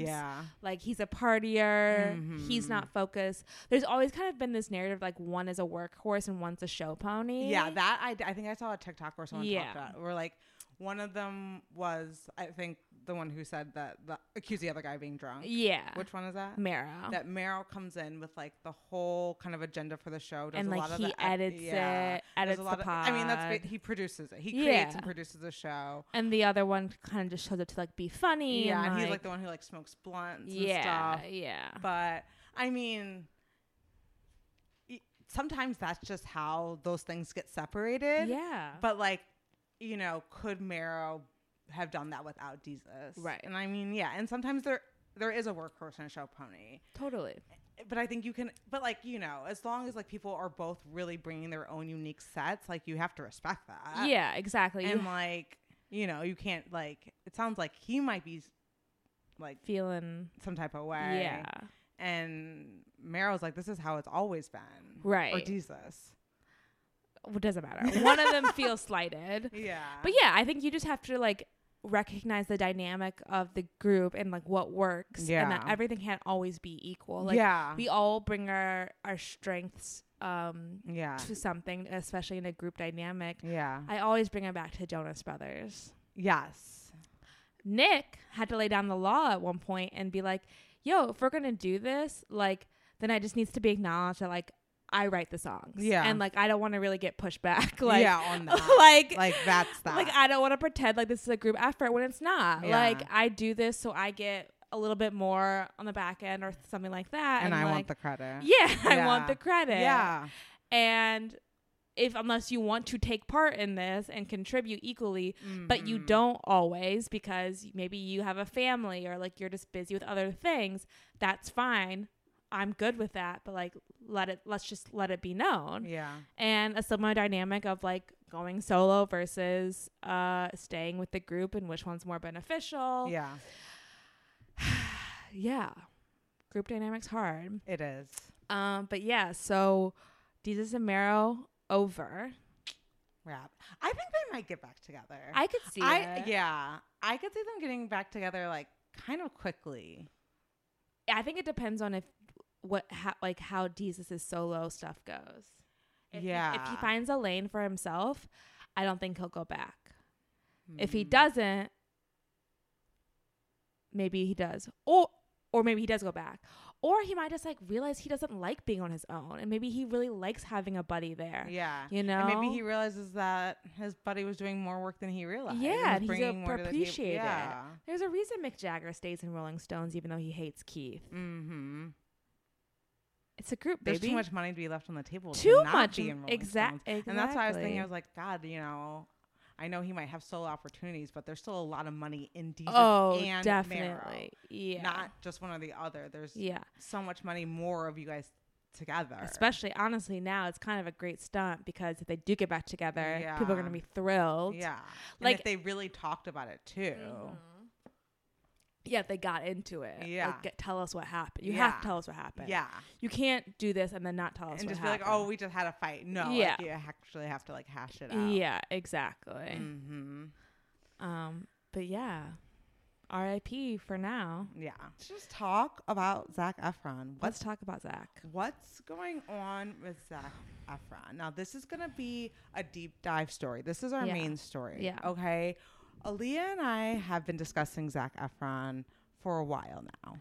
[SPEAKER 8] celebs.
[SPEAKER 7] Yeah. Mm-hmm.
[SPEAKER 8] Like he's a partier. He's not focused. There's always kind of been this narrative like one is a workhorse and one's a show pony.
[SPEAKER 7] Yeah, that I, d- I think I saw a TikTok where someone
[SPEAKER 8] Yeah.
[SPEAKER 7] talked about where like one of them was I think the one who said that the accused the other guy of being drunk.
[SPEAKER 8] Yeah.
[SPEAKER 7] Which one is that?
[SPEAKER 8] Mara.
[SPEAKER 7] that Meryl comes in with like the whole kind of agenda for the show, does
[SPEAKER 8] And,
[SPEAKER 7] a
[SPEAKER 8] like,
[SPEAKER 7] lot of
[SPEAKER 8] he
[SPEAKER 7] the ep-
[SPEAKER 8] edits it,
[SPEAKER 7] There's
[SPEAKER 8] edits
[SPEAKER 7] a
[SPEAKER 8] the
[SPEAKER 7] lot of, I mean, that's ba-
[SPEAKER 8] pod.
[SPEAKER 7] he produces it. He
[SPEAKER 8] Yeah.
[SPEAKER 7] creates and produces the show.
[SPEAKER 8] and the other one kind of just shows up to like be funny.
[SPEAKER 7] Yeah,
[SPEAKER 8] and,
[SPEAKER 7] and he's like the one who like smokes blunts and
[SPEAKER 8] Yeah.
[SPEAKER 7] stuff.
[SPEAKER 8] Yeah.
[SPEAKER 7] But I mean, y- sometimes that's just how those things get separated.
[SPEAKER 8] Yeah.
[SPEAKER 7] But like, you know, could Marrow have done that without Jesus?
[SPEAKER 8] Right.
[SPEAKER 7] And I mean, yeah. And sometimes there there is a workhorse and a show pony.
[SPEAKER 8] totally.
[SPEAKER 7] but I think you can, but like, you know, as long as like people are both really bringing their own unique sets, like you have to respect that.
[SPEAKER 8] yeah, exactly. You
[SPEAKER 7] And like, you know, you can't like, it sounds like he might be like
[SPEAKER 8] feeling
[SPEAKER 7] some type of way.
[SPEAKER 8] yeah
[SPEAKER 7] And Meryl's like, this is how it's always been. Or
[SPEAKER 8] Right.
[SPEAKER 7] Jesus.
[SPEAKER 8] well, doesn't matter one of them feels slighted
[SPEAKER 7] Yeah.
[SPEAKER 8] but yeah i think you just have to like recognize the dynamic of the group and like what works and that
[SPEAKER 7] Yeah.
[SPEAKER 8] everything can't always be equal like
[SPEAKER 7] Yeah.
[SPEAKER 8] we all bring our our strengths um
[SPEAKER 7] Yeah.
[SPEAKER 8] to something especially in a group dynamic
[SPEAKER 7] Yeah.
[SPEAKER 8] i always bring it back to jonas brothers
[SPEAKER 7] yes.
[SPEAKER 8] Nick had to lay down the law at one point and be like, "Yo, if we're gonna do this, like, then I just needs to be acknowledged that like I write the songs,
[SPEAKER 7] Yeah.
[SPEAKER 8] and like I don't want to really get pushed back, like,
[SPEAKER 7] yeah. On that.
[SPEAKER 8] like,
[SPEAKER 7] like that's that.
[SPEAKER 8] like I don't want to pretend like this is a group effort when it's not.
[SPEAKER 7] Yeah.
[SPEAKER 8] Like I do this so I get a little bit more on the back end or something like that.
[SPEAKER 7] and I want
[SPEAKER 8] like,
[SPEAKER 7] the credit.
[SPEAKER 8] yeah, I
[SPEAKER 7] Yeah.
[SPEAKER 8] want the credit.
[SPEAKER 7] Yeah.
[SPEAKER 8] and if unless you want to take part in this and contribute equally but
[SPEAKER 7] Mm-hmm.
[SPEAKER 8] you don't always because maybe you have a family or like you're just busy with other things that's fine i'm good with that but like let it let's just let it be known
[SPEAKER 7] Yeah.
[SPEAKER 8] and a similar dynamic of like going solo versus uh staying with the group and which one's more beneficial
[SPEAKER 7] Yeah.
[SPEAKER 8] yeah group dynamics hard
[SPEAKER 7] It is.
[SPEAKER 8] um but yeah so jesus and Mero over
[SPEAKER 7] Wrap. I think they might get back together.
[SPEAKER 8] I could see
[SPEAKER 7] I
[SPEAKER 8] it.
[SPEAKER 7] yeah. I could see them getting back together like kind of quickly.
[SPEAKER 8] I think it depends on if what how, like how Jesus's solo stuff goes. If he- if he
[SPEAKER 7] Yeah.
[SPEAKER 8] finds a lane for himself, I don't think he'll go back. If
[SPEAKER 7] Hmm.
[SPEAKER 8] he doesn't, maybe he does, or or maybe he does go back, or he might just like realize he doesn't like being on his own, and maybe he really likes having a buddy there.
[SPEAKER 7] Yeah.
[SPEAKER 8] you
[SPEAKER 7] And maybe
[SPEAKER 8] know?
[SPEAKER 7] he realizes that his buddy was doing more work than he realized. and was
[SPEAKER 8] Yeah, and he's
[SPEAKER 7] bringing
[SPEAKER 8] a,
[SPEAKER 7] more to the table.
[SPEAKER 8] appreciated.
[SPEAKER 7] Yeah.
[SPEAKER 8] There's a reason Mick Jagger stays in Rolling Stones, even though he hates Keith.
[SPEAKER 7] Mm-hmm.
[SPEAKER 8] It's a group,
[SPEAKER 7] There's
[SPEAKER 8] baby.
[SPEAKER 7] too much money to be left on the table. to
[SPEAKER 8] Too
[SPEAKER 7] not
[SPEAKER 8] much
[SPEAKER 7] be
[SPEAKER 8] m-
[SPEAKER 7] in Rolling
[SPEAKER 8] exact-
[SPEAKER 7] Stones. And that's why I was thinking.
[SPEAKER 8] exactly.
[SPEAKER 7] I was like, God, you know, I know he might have solo opportunities, but there's still a lot of money in Jesus
[SPEAKER 8] Oh,
[SPEAKER 7] and
[SPEAKER 8] definitely. Yeah.
[SPEAKER 7] Marrow. Not just one or the other. There's
[SPEAKER 8] Yeah.
[SPEAKER 7] so much money more of you guys together.
[SPEAKER 8] Especially honestly now it's kind of a great stunt because if they do get back together, people are
[SPEAKER 7] Yeah.
[SPEAKER 8] gonna be thrilled.
[SPEAKER 7] Yeah. Like
[SPEAKER 8] Like-
[SPEAKER 7] if they really talked about it too.
[SPEAKER 8] Yeah, if they got into it. Like,
[SPEAKER 7] Yeah.
[SPEAKER 8] get- tell us what happened. You
[SPEAKER 7] Yeah.
[SPEAKER 8] have to tell us what happened.
[SPEAKER 7] Yeah.
[SPEAKER 8] You can't do this and then not tell us
[SPEAKER 7] And
[SPEAKER 8] what
[SPEAKER 7] just be
[SPEAKER 8] happened.
[SPEAKER 7] like, oh, we just had a fight. No, yeah.
[SPEAKER 8] Yeah.
[SPEAKER 7] like you actually have to like hash it out.
[SPEAKER 8] Yeah, exactly.
[SPEAKER 7] Mm-hmm.
[SPEAKER 8] Um, but yeah. R.I.P. for now.
[SPEAKER 7] Yeah. Let's just talk about Zach Efron.
[SPEAKER 8] Let's
[SPEAKER 7] What's
[SPEAKER 8] talk about Zach.
[SPEAKER 7] What's going on with Zach Efron? Now, this is going to be a deep dive story. This is our
[SPEAKER 8] Yeah.
[SPEAKER 7] main story.
[SPEAKER 8] Yeah.
[SPEAKER 7] Okay. Aaliyah and I have been discussing Zach Efron for a while now.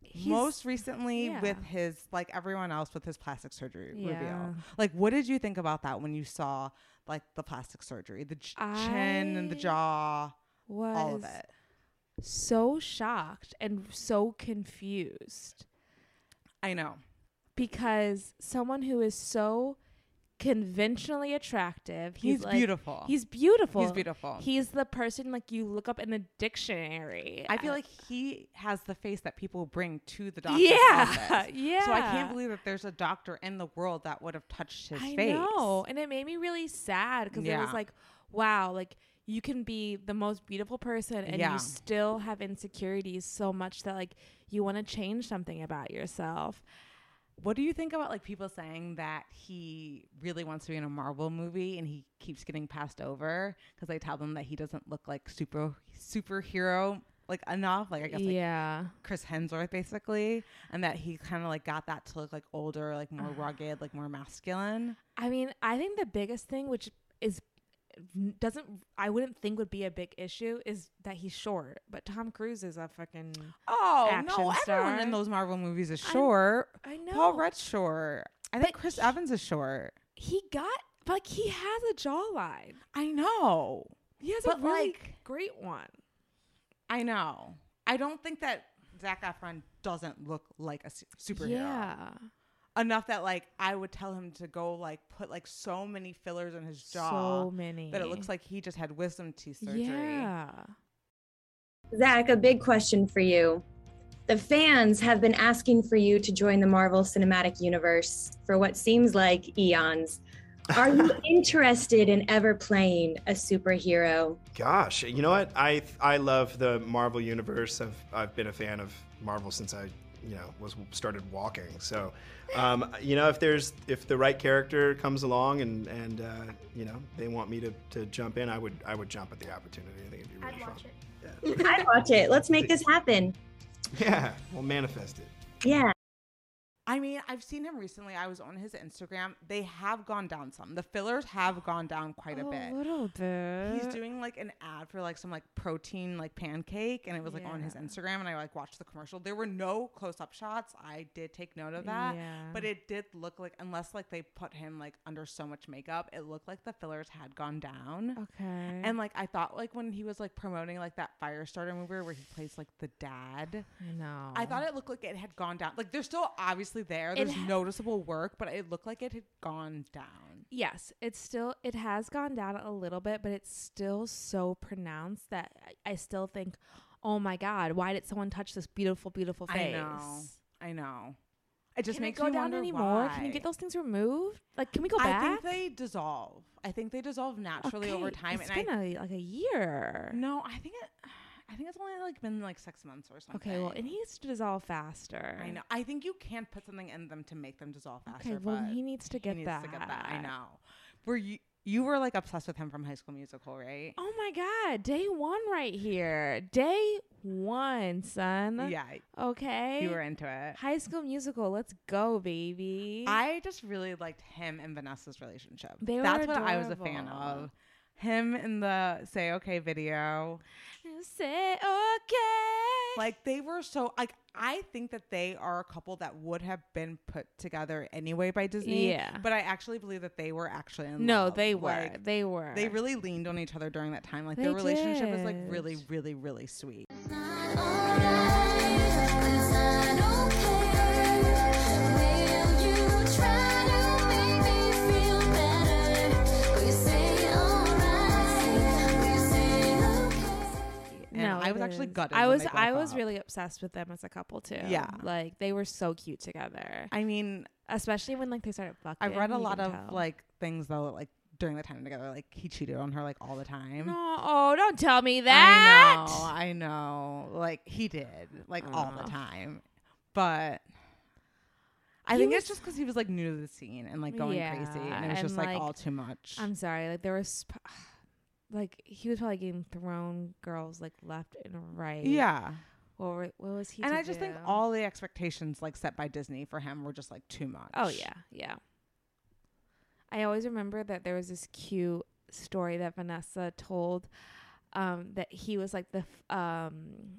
[SPEAKER 8] He's-
[SPEAKER 7] Most recently
[SPEAKER 8] yeah.
[SPEAKER 7] with his, like everyone else, with his plastic surgery
[SPEAKER 8] Yeah.
[SPEAKER 7] reveal. Like, what did you think about that when you saw, like, the plastic surgery, the ch- chin and the
[SPEAKER 8] I
[SPEAKER 7] jaw,
[SPEAKER 8] was
[SPEAKER 7] all of it?
[SPEAKER 8] so shocked and so confused.
[SPEAKER 7] I know.
[SPEAKER 8] because someone who is so conventionally attractive he's,
[SPEAKER 7] He's
[SPEAKER 8] like-
[SPEAKER 7] beautiful.
[SPEAKER 8] he's beautiful
[SPEAKER 7] He's beautiful.
[SPEAKER 8] he's the person like you look up in the dictionary
[SPEAKER 7] I feel
[SPEAKER 8] Uh,
[SPEAKER 7] like he has the face that people bring to the doctor's
[SPEAKER 8] Yeah,
[SPEAKER 7] office. So I
[SPEAKER 8] yeah.
[SPEAKER 7] can't believe that there's a doctor in the world that would have touched his
[SPEAKER 8] I
[SPEAKER 7] face.
[SPEAKER 8] know and it made me really sad because it
[SPEAKER 7] Yeah.
[SPEAKER 8] was like wow like you can be the most beautiful person and
[SPEAKER 7] Yeah.
[SPEAKER 8] you still have insecurities so much that like you want to change something about yourself
[SPEAKER 7] What do you think about like people saying that he really wants to be in a Marvel movie and he keeps getting passed over because they tell them that he doesn't look like super superhero like enough like I guess like
[SPEAKER 8] yeah
[SPEAKER 7] Chris Hemsworth basically and that he kind of like got that to look like older like more rugged like more masculine.
[SPEAKER 8] I mean, I think the biggest thing, which is doesn't I wouldn't think would be a big issue, is that he's short. But Tom Cruise is a fucking
[SPEAKER 7] Oh
[SPEAKER 8] Action
[SPEAKER 7] Everyone
[SPEAKER 8] star.
[SPEAKER 7] in those Marvel movies is short.
[SPEAKER 8] I
[SPEAKER 7] Paul
[SPEAKER 8] know.
[SPEAKER 7] Rudd's short. I think
[SPEAKER 8] But
[SPEAKER 7] Chris
[SPEAKER 8] he-
[SPEAKER 7] Evans is short.
[SPEAKER 8] he got like he has a jawline.
[SPEAKER 7] I know.
[SPEAKER 8] He has
[SPEAKER 7] But,
[SPEAKER 8] a really
[SPEAKER 7] like-
[SPEAKER 8] great one.
[SPEAKER 7] I know. I don't think that Zach Efron doesn't look like a su- superhero
[SPEAKER 8] Yeah,
[SPEAKER 7] enough that like I would tell him to go like put like so many fillers in his jaw
[SPEAKER 8] so many
[SPEAKER 7] that it looks like he just had wisdom teeth surgery.
[SPEAKER 8] Yeah,
[SPEAKER 10] Zach, a big question for you. The fans have been asking for you to join the Marvel Cinematic Universe for what seems like eons. Are you interested in ever playing a superhero?
[SPEAKER 11] Gosh, you know what? I I love the Marvel universe. I've I've been a fan of Marvel since I you know was started walking. So, um, you know, if there's if the right character comes along and and uh, you know they want me to, to jump in, I would I would jump at the opportunity. I think it'd be really fun.
[SPEAKER 10] I'd watch it. Let's make this happen.
[SPEAKER 11] Yeah, we'll manifest it.
[SPEAKER 10] Yeah.
[SPEAKER 7] I mean, I've seen him recently. I was on his Instagram. They have gone down some. The fillers have gone down quite a bit.
[SPEAKER 8] Oh, little bit.
[SPEAKER 7] He's doing like an ad for like some like protein like pancake, and it was like on his
[SPEAKER 8] Yeah.
[SPEAKER 7] Instagram, and I like watched the commercial. There were no close up shots. I did take note of that,
[SPEAKER 8] Yeah.
[SPEAKER 7] but it did look like unless like they put him like under so much makeup, it looked like the fillers had gone down.
[SPEAKER 8] Okay.
[SPEAKER 7] And like I thought, like when he was like promoting like that Firestarter movie where he plays like the dad,
[SPEAKER 8] I know.
[SPEAKER 7] I thought it looked like it had gone down. Like they're still obviously there. There's
[SPEAKER 8] ha-
[SPEAKER 7] noticeable work, but it looked like it had gone down.
[SPEAKER 8] Yes, it's still it has gone down a little bit, but it's still so pronounced that I I still think, "Oh my god, why did someone touch this beautiful beautiful
[SPEAKER 7] I
[SPEAKER 8] face?"
[SPEAKER 7] know. I know. It just
[SPEAKER 8] Can it
[SPEAKER 7] makes
[SPEAKER 8] go
[SPEAKER 7] me
[SPEAKER 8] down
[SPEAKER 7] wonder
[SPEAKER 8] anymore? Can
[SPEAKER 7] why.
[SPEAKER 8] you get those things removed? Like, can we go
[SPEAKER 7] I think
[SPEAKER 8] back?
[SPEAKER 7] they dissolve. I think they dissolve naturally over
[SPEAKER 8] Okay,
[SPEAKER 7] time.
[SPEAKER 8] It's
[SPEAKER 7] and
[SPEAKER 8] been
[SPEAKER 7] I
[SPEAKER 8] a- like a year.
[SPEAKER 7] no, I think it. I think it's only like been like six months or something.
[SPEAKER 8] Okay, well, it needs to dissolve faster.
[SPEAKER 7] I know. I think you can put something in them to make them dissolve faster.
[SPEAKER 8] Okay, well,
[SPEAKER 7] but
[SPEAKER 8] he needs to get
[SPEAKER 7] needs
[SPEAKER 8] that.
[SPEAKER 7] to get that. I know. Were you you were like obsessed with him from High School Musical, right?
[SPEAKER 8] Oh my god, day one right here. Day one, son.
[SPEAKER 7] yeah,
[SPEAKER 8] Okay.
[SPEAKER 7] you were into it.
[SPEAKER 8] High School Musical. Let's go, baby.
[SPEAKER 7] I just really liked him and Vanessa's relationship.
[SPEAKER 8] They were
[SPEAKER 7] That's what I was a fan
[SPEAKER 8] adorable.
[SPEAKER 7] of. Him in the "Say Okay" video,
[SPEAKER 8] say okay.
[SPEAKER 7] like they were so like I think that they are a couple that would have been put together anyway by Disney.
[SPEAKER 8] Yeah.
[SPEAKER 7] but I actually believe that they were actually in
[SPEAKER 8] no,
[SPEAKER 7] love.
[SPEAKER 8] they were.
[SPEAKER 7] Like,
[SPEAKER 8] they were.
[SPEAKER 7] they really leaned on each other during that time. Like
[SPEAKER 8] They
[SPEAKER 7] their relationship is like
[SPEAKER 8] did.
[SPEAKER 7] really, really, really sweet. And
[SPEAKER 8] No,
[SPEAKER 7] I
[SPEAKER 8] it
[SPEAKER 7] was actually
[SPEAKER 8] is.
[SPEAKER 7] gutted.
[SPEAKER 8] I
[SPEAKER 7] when
[SPEAKER 8] was.
[SPEAKER 7] they broke
[SPEAKER 8] I was
[SPEAKER 7] up.
[SPEAKER 8] really obsessed with them as a couple too.
[SPEAKER 7] Yeah.
[SPEAKER 8] like they were so cute together.
[SPEAKER 7] I mean,
[SPEAKER 8] Especially when like they started
[SPEAKER 7] I
[SPEAKER 8] fucking.
[SPEAKER 7] read a
[SPEAKER 8] you
[SPEAKER 7] lot
[SPEAKER 8] can
[SPEAKER 7] of
[SPEAKER 8] tell.
[SPEAKER 7] like things though, like during the time together, like he cheated on her like all the time.
[SPEAKER 8] No, oh, don't tell me that.
[SPEAKER 7] I know, I know. Like he did, like all the
[SPEAKER 8] Oh.
[SPEAKER 7] time. But I
[SPEAKER 8] He
[SPEAKER 7] think
[SPEAKER 8] was-
[SPEAKER 7] it's just because he was like new to the scene and like going crazy, and it
[SPEAKER 8] Yeah,
[SPEAKER 7] was just
[SPEAKER 8] and,
[SPEAKER 7] like, all
[SPEAKER 8] like,
[SPEAKER 7] too much.
[SPEAKER 8] I'm sorry. Like there was, p- like he was probably getting thrown girls like left and right.
[SPEAKER 7] yeah,
[SPEAKER 8] What, were, what was he?
[SPEAKER 7] and
[SPEAKER 8] to
[SPEAKER 7] I just think
[SPEAKER 8] do?
[SPEAKER 7] all the expectations like set by Disney for him were just like too much.
[SPEAKER 8] Oh yeah, yeah. I always remember that there was this cute story that Vanessa told um that he was like the f- um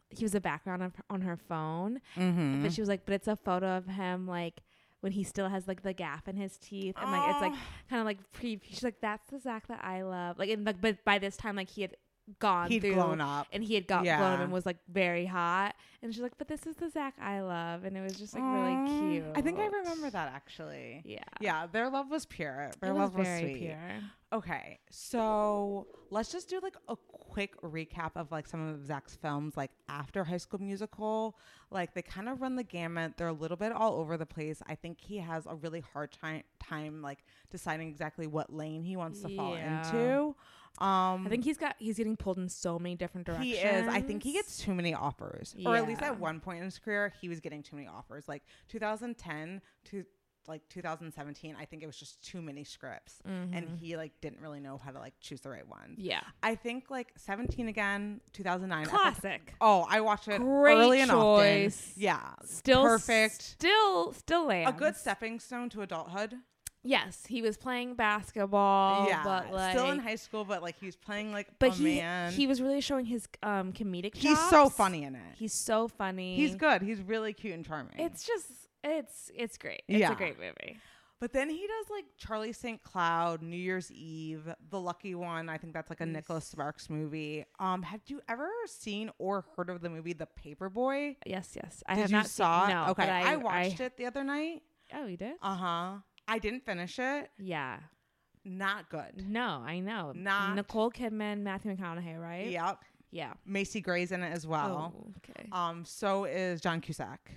[SPEAKER 8] he was a background on, on her phone
[SPEAKER 7] Mm-hmm.
[SPEAKER 8] but she was like but it's a photo of him like when he still has like the gap in his teeth and like it's like
[SPEAKER 7] Ah.
[SPEAKER 8] kind of like pre she's like that's the Zach that I love like and like but by this time like he had gone
[SPEAKER 7] he'd
[SPEAKER 8] through
[SPEAKER 7] blown up.
[SPEAKER 8] and he had got blown up
[SPEAKER 7] Yeah.
[SPEAKER 8] and was like very hot and she's like but this is the Zach I love and it was just like really cute
[SPEAKER 7] Mm, I think I remember that actually.
[SPEAKER 8] yeah
[SPEAKER 7] Yeah, their love was pure. Their
[SPEAKER 8] It
[SPEAKER 7] love was
[SPEAKER 8] very
[SPEAKER 7] sweet.
[SPEAKER 8] pure.
[SPEAKER 7] Okay, so let's just do like a quick recap of like some of Zach's films, like after High School Musical. Like they kind of run the gamut. They're a little bit all over the place. I think he has a really hard time time like deciding exactly what lane he wants to fall
[SPEAKER 8] Yeah.
[SPEAKER 7] into. Um,
[SPEAKER 8] I think he's got he's getting pulled in so many different directions.
[SPEAKER 7] he is. I think he gets too many offers, or at least
[SPEAKER 8] Yeah.
[SPEAKER 7] at one point in his career, he was getting too many offers. Like 2010 to like 2017, I think it was just too many scripts, and he like didn't really know how to like choose the right one.
[SPEAKER 8] Mm-hmm. yeah.
[SPEAKER 7] I think like 17 again, 2009. I thought-
[SPEAKER 8] Classic.
[SPEAKER 7] oh, I watched it
[SPEAKER 8] Great
[SPEAKER 7] early and often.
[SPEAKER 8] choice.
[SPEAKER 7] Yeah,
[SPEAKER 8] Still
[SPEAKER 7] perfect.
[SPEAKER 8] Still still lands.
[SPEAKER 7] A good stepping stone to adulthood.
[SPEAKER 8] Yes, he was playing basketball.
[SPEAKER 7] yeah,
[SPEAKER 8] Oh, but like
[SPEAKER 7] still in high school, but like he's playing like
[SPEAKER 8] But
[SPEAKER 7] a
[SPEAKER 8] he
[SPEAKER 7] man.
[SPEAKER 8] he was really showing his um comedic.
[SPEAKER 7] he's so
[SPEAKER 8] chops.
[SPEAKER 7] funny in it.
[SPEAKER 8] He's so funny.
[SPEAKER 7] He's good. He's really cute and charming.
[SPEAKER 8] It's just it's it's great. It's
[SPEAKER 7] Yeah.
[SPEAKER 8] a great movie.
[SPEAKER 7] But then he does like Charlie St. Cloud, New Year's Eve, The Lucky One. I think that's like a Nicholas Sparks movie. Um, have you ever seen or heard of the movie The Paperboy?
[SPEAKER 8] Yes, yes. I
[SPEAKER 7] did
[SPEAKER 8] have
[SPEAKER 7] you
[SPEAKER 8] not
[SPEAKER 7] saw
[SPEAKER 8] seen,
[SPEAKER 7] it?
[SPEAKER 8] no,
[SPEAKER 7] okay,
[SPEAKER 8] but
[SPEAKER 7] I, watched it the other night.
[SPEAKER 8] Oh, you did?
[SPEAKER 7] Uh huh. I didn't finish it.
[SPEAKER 8] yeah.
[SPEAKER 7] Not good.
[SPEAKER 8] No, I know.
[SPEAKER 7] Not-
[SPEAKER 8] Nicole Kidman, Matthew McConaughey, right?
[SPEAKER 7] Yep.
[SPEAKER 8] Yeah.
[SPEAKER 7] Macy Gray's in it as well.
[SPEAKER 8] Oh, okay.
[SPEAKER 7] Um, so is John Cusack.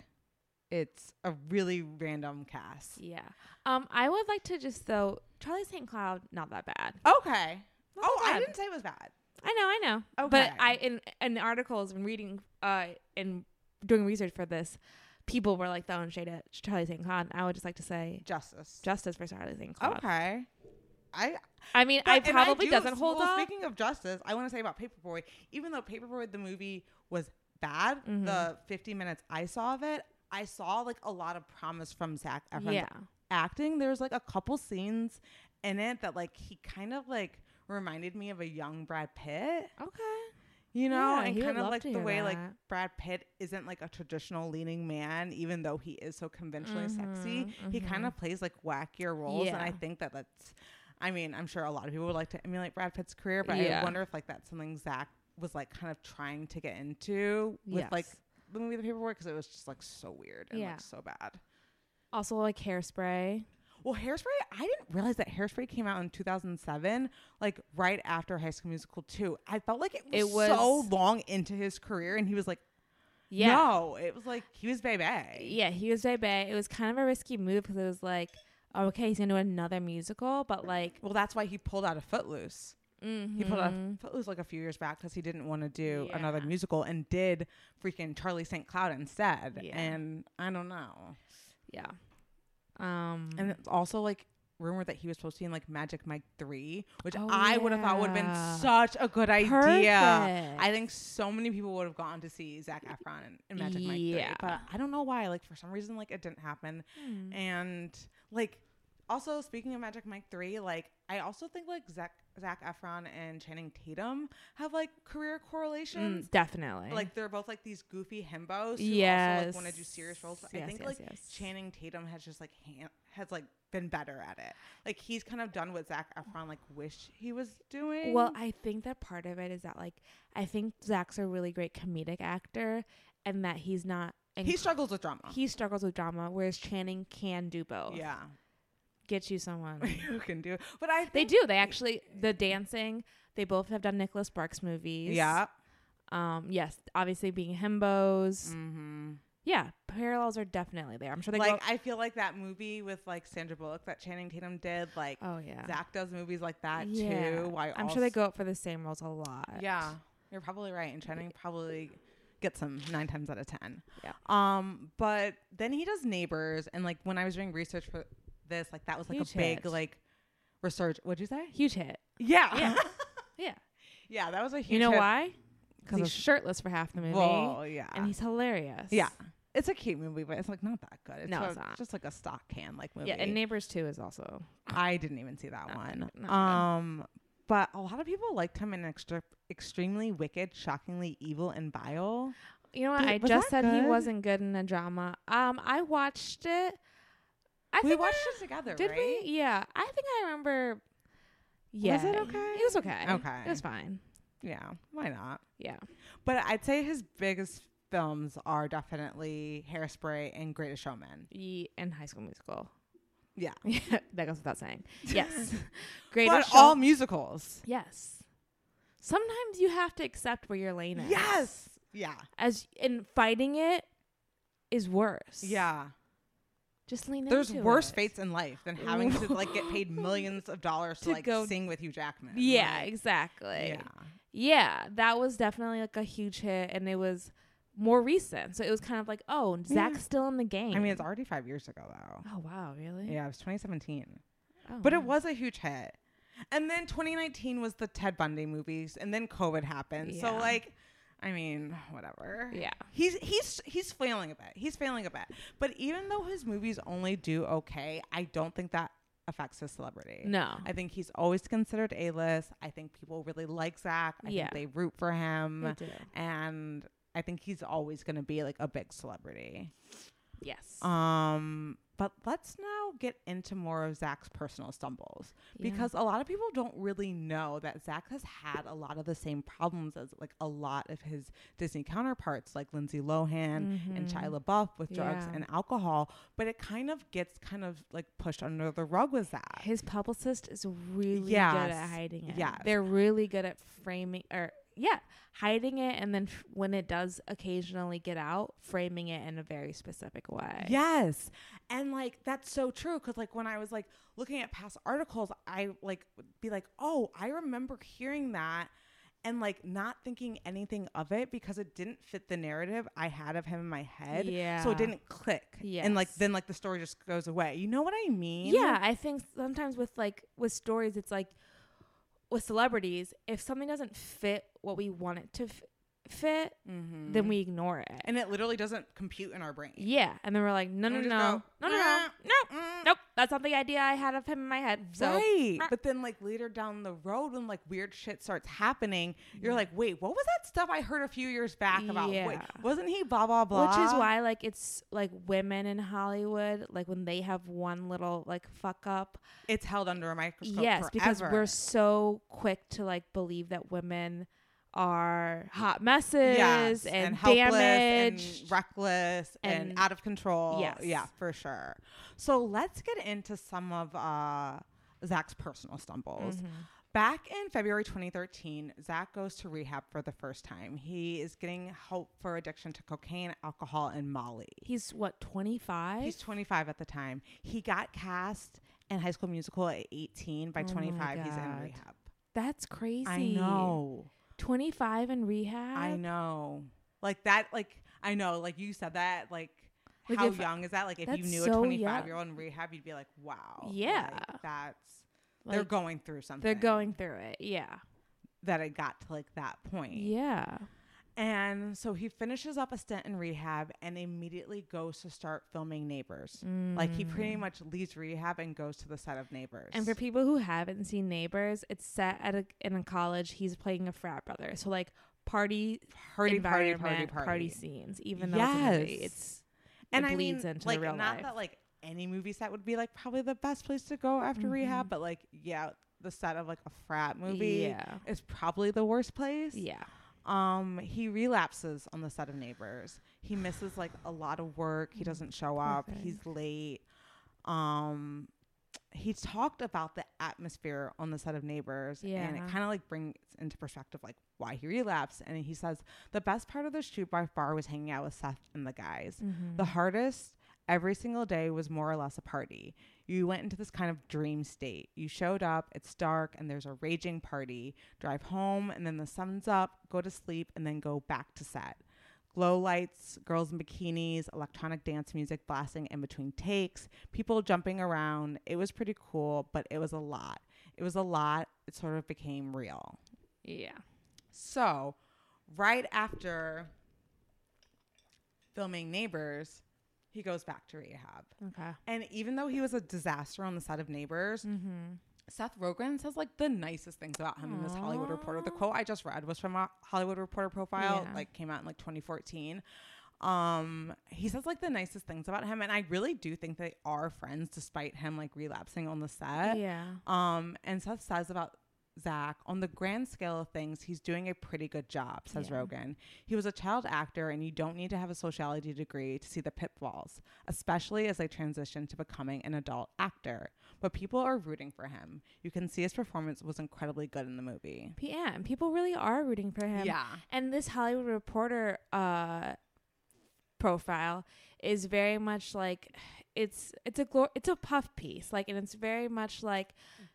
[SPEAKER 7] It's a really random cast.
[SPEAKER 8] Yeah. Um, I would like to just though Charlie St. Cloud, not that bad.
[SPEAKER 7] Okay.
[SPEAKER 8] Not
[SPEAKER 7] Oh,
[SPEAKER 8] that
[SPEAKER 7] I
[SPEAKER 8] bad.
[SPEAKER 7] didn't say it was bad.
[SPEAKER 8] I know, I know. But
[SPEAKER 7] Okay.
[SPEAKER 8] I in in articles and reading uh and doing research for this, people were like throwing shade at Charlie St. Cloud. And I would just like to say
[SPEAKER 7] Justice.
[SPEAKER 8] justice for Charlie St. Cloud.
[SPEAKER 7] Okay. I
[SPEAKER 8] I mean,
[SPEAKER 7] But-
[SPEAKER 8] I
[SPEAKER 7] and
[SPEAKER 8] probably
[SPEAKER 7] do-
[SPEAKER 8] doesn't hold
[SPEAKER 7] well,
[SPEAKER 8] up.
[SPEAKER 7] Speaking of justice, I want to say about
[SPEAKER 8] Mm-hmm.
[SPEAKER 7] Paperboy. Even though Paperboy the movie was bad, the 50 minutes I saw of it, I saw like a lot of promise from Zach Efron's
[SPEAKER 8] Yeah.
[SPEAKER 7] acting. There was like a couple scenes in it that like he kind of like reminded me of a young Brad Pitt.
[SPEAKER 8] Okay.
[SPEAKER 7] You know,
[SPEAKER 8] Yeah,
[SPEAKER 7] and
[SPEAKER 8] he would
[SPEAKER 7] kind of
[SPEAKER 8] love
[SPEAKER 7] like
[SPEAKER 8] to
[SPEAKER 7] the
[SPEAKER 8] hear
[SPEAKER 7] way like
[SPEAKER 8] that.
[SPEAKER 7] Brad Pitt isn't like a traditional leading man, even though he is so conventionally sexy. He kind of plays like wackier roles, and I
[SPEAKER 8] Mm-hmm, Yeah.
[SPEAKER 7] think that that's. I mean, I'm sure a lot of people would like to emulate Brad Pitt's career, but I
[SPEAKER 8] Yeah.
[SPEAKER 7] wonder if like that's something Zach was like kind of trying to get into with like
[SPEAKER 8] Yes.
[SPEAKER 7] the movie The Paperwork because it was just like so weird and
[SPEAKER 8] Yeah.
[SPEAKER 7] like so bad.
[SPEAKER 8] Also, like hairspray.
[SPEAKER 7] Well, Hairspray, I didn't realize that Hairspray came out in 2007, like right after High School Musical 2. I felt like it was,
[SPEAKER 8] It was-
[SPEAKER 7] so long into his career, and he was like,
[SPEAKER 8] Yeah.
[SPEAKER 7] no, it was like he was baby.
[SPEAKER 8] Yeah, he was baby. It was kind of a risky move because it was like, oh, okay, he's gonna do another musical, but like,
[SPEAKER 7] Well, that's why he pulled out of Footloose. He pulled out of Footloose like a few years back because he didn't want to do another
[SPEAKER 8] Mm-hmm. Yeah.
[SPEAKER 7] musical and did freaking Charlie St. Cloud instead.
[SPEAKER 8] Yeah.
[SPEAKER 7] And I don't know.
[SPEAKER 8] yeah. Um.
[SPEAKER 7] And it's also like rumored that he was supposed to be in like Magic Mike 3, which
[SPEAKER 8] Oh,
[SPEAKER 7] I would have thought would have
[SPEAKER 8] yeah.
[SPEAKER 7] been such a good idea.
[SPEAKER 8] Perfect.
[SPEAKER 7] I think so many people would have gone to see Zach Efron in, in Magic Mike 3.
[SPEAKER 8] Yeah. Hmm.
[SPEAKER 7] But I don't know why. Like for some reason, like it didn't happen. And like also speaking of Magic Mike 3, like I also think like Zach Zach Efron and Channing Tatum have like career correlations.
[SPEAKER 8] mm, definitely.
[SPEAKER 7] Like they're both like these goofy himbos who also like want to do serious roles. But I
[SPEAKER 8] Yes,
[SPEAKER 7] think
[SPEAKER 8] yes,
[SPEAKER 7] like
[SPEAKER 8] yes.
[SPEAKER 7] Channing Tatum has just like han- has like been better at it. Like he's kind of done what Zach Efron like wish he was doing.
[SPEAKER 8] Well, I think that part of it is that like I think Zach's a really great comedic actor, and that he's not.
[SPEAKER 7] he struggles with drama.
[SPEAKER 8] he struggles with drama, whereas Channing can do both.
[SPEAKER 7] yeah,
[SPEAKER 8] Get you someone.
[SPEAKER 7] who can do it? But I
[SPEAKER 8] they
[SPEAKER 7] think,
[SPEAKER 8] do. They actually the dancing. They both have done Nicholas Sparks movies.
[SPEAKER 7] Yeah,
[SPEAKER 8] Um. Yes. Obviously, being himbos. Yeah. Parallels are definitely there. I'm sure they
[SPEAKER 7] Mm-hmm. like
[SPEAKER 8] go.
[SPEAKER 7] I feel like that movie with like Sandra Bullock that Channing Tatum did. Like
[SPEAKER 8] Oh, yeah.
[SPEAKER 7] Zach does movies like that
[SPEAKER 8] yeah.
[SPEAKER 7] too. Why
[SPEAKER 8] I'm sure they go up for the same roles a lot.
[SPEAKER 7] Yeah, you're probably right. And Channing probably gets him nine times out of ten.
[SPEAKER 8] Yeah.
[SPEAKER 7] Um, but then he does Neighbors, and like when I was doing research for this, like that was like
[SPEAKER 8] Huge
[SPEAKER 7] a big
[SPEAKER 8] hit.
[SPEAKER 7] like research. What'd you say?
[SPEAKER 8] Huge hit.
[SPEAKER 7] Yeah, yeah,
[SPEAKER 8] Yeah. Yeah.
[SPEAKER 7] that was a huge.
[SPEAKER 8] You know
[SPEAKER 7] hit.
[SPEAKER 8] why? Because
[SPEAKER 7] He's
[SPEAKER 8] he's shirtless for half the movie.
[SPEAKER 7] Well, yeah.
[SPEAKER 8] And he's hilarious.
[SPEAKER 7] Yeah, it's a cute movie, but it's like not that good. It's
[SPEAKER 8] No,
[SPEAKER 7] a-
[SPEAKER 8] it's not.
[SPEAKER 7] Just like a stock can like movie.
[SPEAKER 8] Yeah. And Neighbors 2 is also.
[SPEAKER 7] I didn't even see that one.
[SPEAKER 8] not good.
[SPEAKER 7] Um, but a lot of people liked him in extra, extremely wicked, shockingly evil, and vile.
[SPEAKER 8] You know what?
[SPEAKER 7] Did-
[SPEAKER 8] I
[SPEAKER 7] was
[SPEAKER 8] just
[SPEAKER 7] that
[SPEAKER 8] said he
[SPEAKER 7] good?
[SPEAKER 8] wasn't good in a drama. Um, I watched it. I
[SPEAKER 7] we
[SPEAKER 8] think
[SPEAKER 7] watched
[SPEAKER 8] I-
[SPEAKER 7] it together,
[SPEAKER 8] Did
[SPEAKER 7] right?
[SPEAKER 8] we? Yeah. I think I remember. Yeah.
[SPEAKER 7] it okay?
[SPEAKER 8] It was okay.
[SPEAKER 7] Okay.
[SPEAKER 8] It was fine.
[SPEAKER 7] Yeah, why not?
[SPEAKER 8] Yeah.
[SPEAKER 7] But I'd say his biggest films are definitely Hairspray and Greatest Showman.
[SPEAKER 8] Ye- and High School Musical.
[SPEAKER 7] Yeah.
[SPEAKER 8] that goes without saying. Yes. Greatest
[SPEAKER 7] But
[SPEAKER 8] show-
[SPEAKER 7] all musicals.
[SPEAKER 8] Yes. Sometimes you have to accept where your lane is.
[SPEAKER 7] Yes. Yeah.
[SPEAKER 8] As and fighting it is worse.
[SPEAKER 7] Yeah.
[SPEAKER 8] Just lean
[SPEAKER 7] There's
[SPEAKER 8] into
[SPEAKER 7] worse
[SPEAKER 8] it.
[SPEAKER 7] fates in life than having to like get paid millions of dollars to,
[SPEAKER 8] To
[SPEAKER 7] like
[SPEAKER 8] go-
[SPEAKER 7] sing with Hugh Jackman.
[SPEAKER 8] Yeah,
[SPEAKER 7] Like,
[SPEAKER 8] exactly.
[SPEAKER 7] yeah.
[SPEAKER 8] Yeah, that was definitely like a huge hit and it was more recent. So it was kind of like, oh, Zach's still in the game.
[SPEAKER 7] I mean, it's already five years ago though.
[SPEAKER 8] Oh wow, really?
[SPEAKER 7] Yeah, it was 2017,
[SPEAKER 8] Oh,
[SPEAKER 7] but it
[SPEAKER 8] wow.
[SPEAKER 7] was a huge hit. And then 2019 was the Ted Bundy movies, and then COVID happened. So
[SPEAKER 8] Yeah.
[SPEAKER 7] like, I mean, whatever.
[SPEAKER 8] Yeah.
[SPEAKER 7] he's he's he's failing a bit. He's failing a bit. But even though his movies only do okay, I don't think that affects his celebrity.
[SPEAKER 8] No.
[SPEAKER 7] I think he's always considered A list. I think people really like Zach. I
[SPEAKER 8] Yeah.
[SPEAKER 7] think they root for him.
[SPEAKER 8] They do.
[SPEAKER 7] And I think he's always gonna be like a big celebrity.
[SPEAKER 8] Yes.
[SPEAKER 7] Um but let's now get into more of Zach's personal stumbles because a lot of people don't really know that Zach has had a lot of the same problems as like a lot of his Disney counterparts, like Lindsay Lohan and Shia LaBeouf with drugs
[SPEAKER 8] Mm-hmm. Yeah.
[SPEAKER 7] and alcohol. But it kind of gets kind of like pushed under the rug with that.
[SPEAKER 8] His publicist is really good at
[SPEAKER 7] Yes,
[SPEAKER 8] hiding it.
[SPEAKER 7] yes.
[SPEAKER 8] They're really good at framing or yeah, hiding it and then f- when it does occasionally get out, framing it in a very specific way.
[SPEAKER 7] Yes. And like that's so true cuz like when I was like looking at past articles, I like would be like, "Oh, I remember hearing that." And like not thinking anything of it because it didn't fit the narrative I had of him in my head. So
[SPEAKER 8] Yeah.
[SPEAKER 7] it didn't click. And like
[SPEAKER 8] Yes.
[SPEAKER 7] then like the story just goes away. You know what I mean?
[SPEAKER 8] Yeah, I think sometimes with like with stories it's like with celebrities, if something doesn't fit what we want it to f- fit,
[SPEAKER 7] Mm.
[SPEAKER 8] then we ignore it.
[SPEAKER 7] Mm-hmm. And it literally doesn't compute in our brain.
[SPEAKER 8] Yeah, and then we're like, no,
[SPEAKER 7] And
[SPEAKER 8] no,
[SPEAKER 7] we
[SPEAKER 8] no,
[SPEAKER 7] just
[SPEAKER 8] no,
[SPEAKER 7] go,
[SPEAKER 8] no, no, no, no, nope. That's not the idea I had of him in my head. So
[SPEAKER 7] right. But then, like, later down the road, when like weird shit starts happening, you're like, wait, what was that stuff I heard a few years back about? Wait,
[SPEAKER 8] Yeah.
[SPEAKER 7] wasn't he blah, blah, blah?
[SPEAKER 8] Which is why, like, it's like women in Hollywood, like when they have one little like fuck up,
[SPEAKER 7] it's held under a microscope.
[SPEAKER 8] yes, because
[SPEAKER 7] forever.
[SPEAKER 8] we're so quick to like believe that women are hot messes
[SPEAKER 7] Yes,
[SPEAKER 8] and,
[SPEAKER 7] helpless
[SPEAKER 8] damaged.
[SPEAKER 7] and reckless and,
[SPEAKER 8] and-
[SPEAKER 7] out of control.
[SPEAKER 8] Yes.
[SPEAKER 7] Yeah, for sure. So let's get into some of uh, Zach's personal stumbles.
[SPEAKER 8] Mm-hmm.
[SPEAKER 7] Back in February 2013, Zach goes to rehab for the first time. He is getting help for addiction to cocaine, alcohol, and Molly.
[SPEAKER 8] He's what twenty five.
[SPEAKER 7] He's 25 at the time. He got cast in High School Musical at 18. By 25, he's in
[SPEAKER 8] Oh God.
[SPEAKER 7] rehab.
[SPEAKER 8] That's crazy.
[SPEAKER 7] I know.
[SPEAKER 8] Twenty five in rehab.
[SPEAKER 7] I know. Like that, like I know, like you said that, like,
[SPEAKER 8] Like,
[SPEAKER 7] how
[SPEAKER 8] if-
[SPEAKER 7] young is that? Like if you
[SPEAKER 8] that's
[SPEAKER 7] knew a
[SPEAKER 8] so
[SPEAKER 7] twenty five year old in rehab, you'd be like, Wow. like,
[SPEAKER 8] Yeah.
[SPEAKER 7] that's they're
[SPEAKER 8] Like,
[SPEAKER 7] going through something.
[SPEAKER 8] They're going through it. Yeah.
[SPEAKER 7] that it got to like that point.
[SPEAKER 8] Yeah.
[SPEAKER 7] And so he finishes up a stint in rehab and immediately goes to start filming neighbors. Like he pretty much leaves rehab and goes to the set of neighbors.
[SPEAKER 8] Mm. And for people who haven't seen Neighbors, it's set at a, in a college. He's playing a frat brother, so like party,
[SPEAKER 7] Party, party, party,
[SPEAKER 8] environment,
[SPEAKER 7] party.
[SPEAKER 8] scenes. Even though it's, a movie,
[SPEAKER 7] Yes.
[SPEAKER 8] it's
[SPEAKER 7] and
[SPEAKER 8] it
[SPEAKER 7] I
[SPEAKER 8] bleeds
[SPEAKER 7] mean,
[SPEAKER 8] into
[SPEAKER 7] like,
[SPEAKER 8] the real
[SPEAKER 7] not
[SPEAKER 8] life.
[SPEAKER 7] that like any movie set would be like probably the best place to go after
[SPEAKER 8] Mm-hmm.
[SPEAKER 7] rehab, but like, yeah, the set of like a frat movie
[SPEAKER 8] Yeah.
[SPEAKER 7] is probably the worst place.
[SPEAKER 8] yeah,
[SPEAKER 7] Um, he relapses on the set of Neighbors. He misses like a lot of work.
[SPEAKER 8] Mm-hmm.
[SPEAKER 7] He doesn't show up. He's late. Um, he talked about the atmosphere on the set of Neighbors, and it
[SPEAKER 8] Yeah.
[SPEAKER 7] kind of like brings into perspective like why he relapsed. And he says the best part of the shoot by far was hanging out with Seth and the guys. The hardest every single day was more or less a party. You went into this kind of dream state. You showed up, it's dark, and there's a raging party. Drive home, and then the sun's up, go to sleep, and then go back to set. Glow lights, girls in bikinis, electronic dance music blasting in between takes, people jumping around. It was pretty cool, but it was a lot. It was a lot. It sort of became real.
[SPEAKER 8] yeah.
[SPEAKER 7] So, right after filming Neighbors, he goes back to rehab.
[SPEAKER 8] Okay.
[SPEAKER 7] And even though he was a disaster on the set of Neighbors,
[SPEAKER 8] Mm-hmm.
[SPEAKER 7] Seth Rogen says like the nicest things about him in this Hollywood Reporter. The quote I just read was from a Hollywood Reporter profile,
[SPEAKER 8] Yeah.
[SPEAKER 7] like came out in like 2014. Um, he says like the nicest things about him, and I really do think they are friends, despite him like relapsing on the set.
[SPEAKER 8] Yeah.
[SPEAKER 7] Um, and Seth says about Zach, on the grand scale of things, he's doing a pretty good job, says Rogan. He was a child actor, and you don't need to have a sociology degree to see the pitfalls, especially as they transition to becoming an adult actor. But people are rooting for him. You can see his performance was incredibly good in the movie.
[SPEAKER 8] P- Yeah, and people really are rooting for him.
[SPEAKER 7] Yeah.
[SPEAKER 8] And this Hollywood Reporter uh, profile is very much like it's it's a glor- it's a puff piece like and it's very much like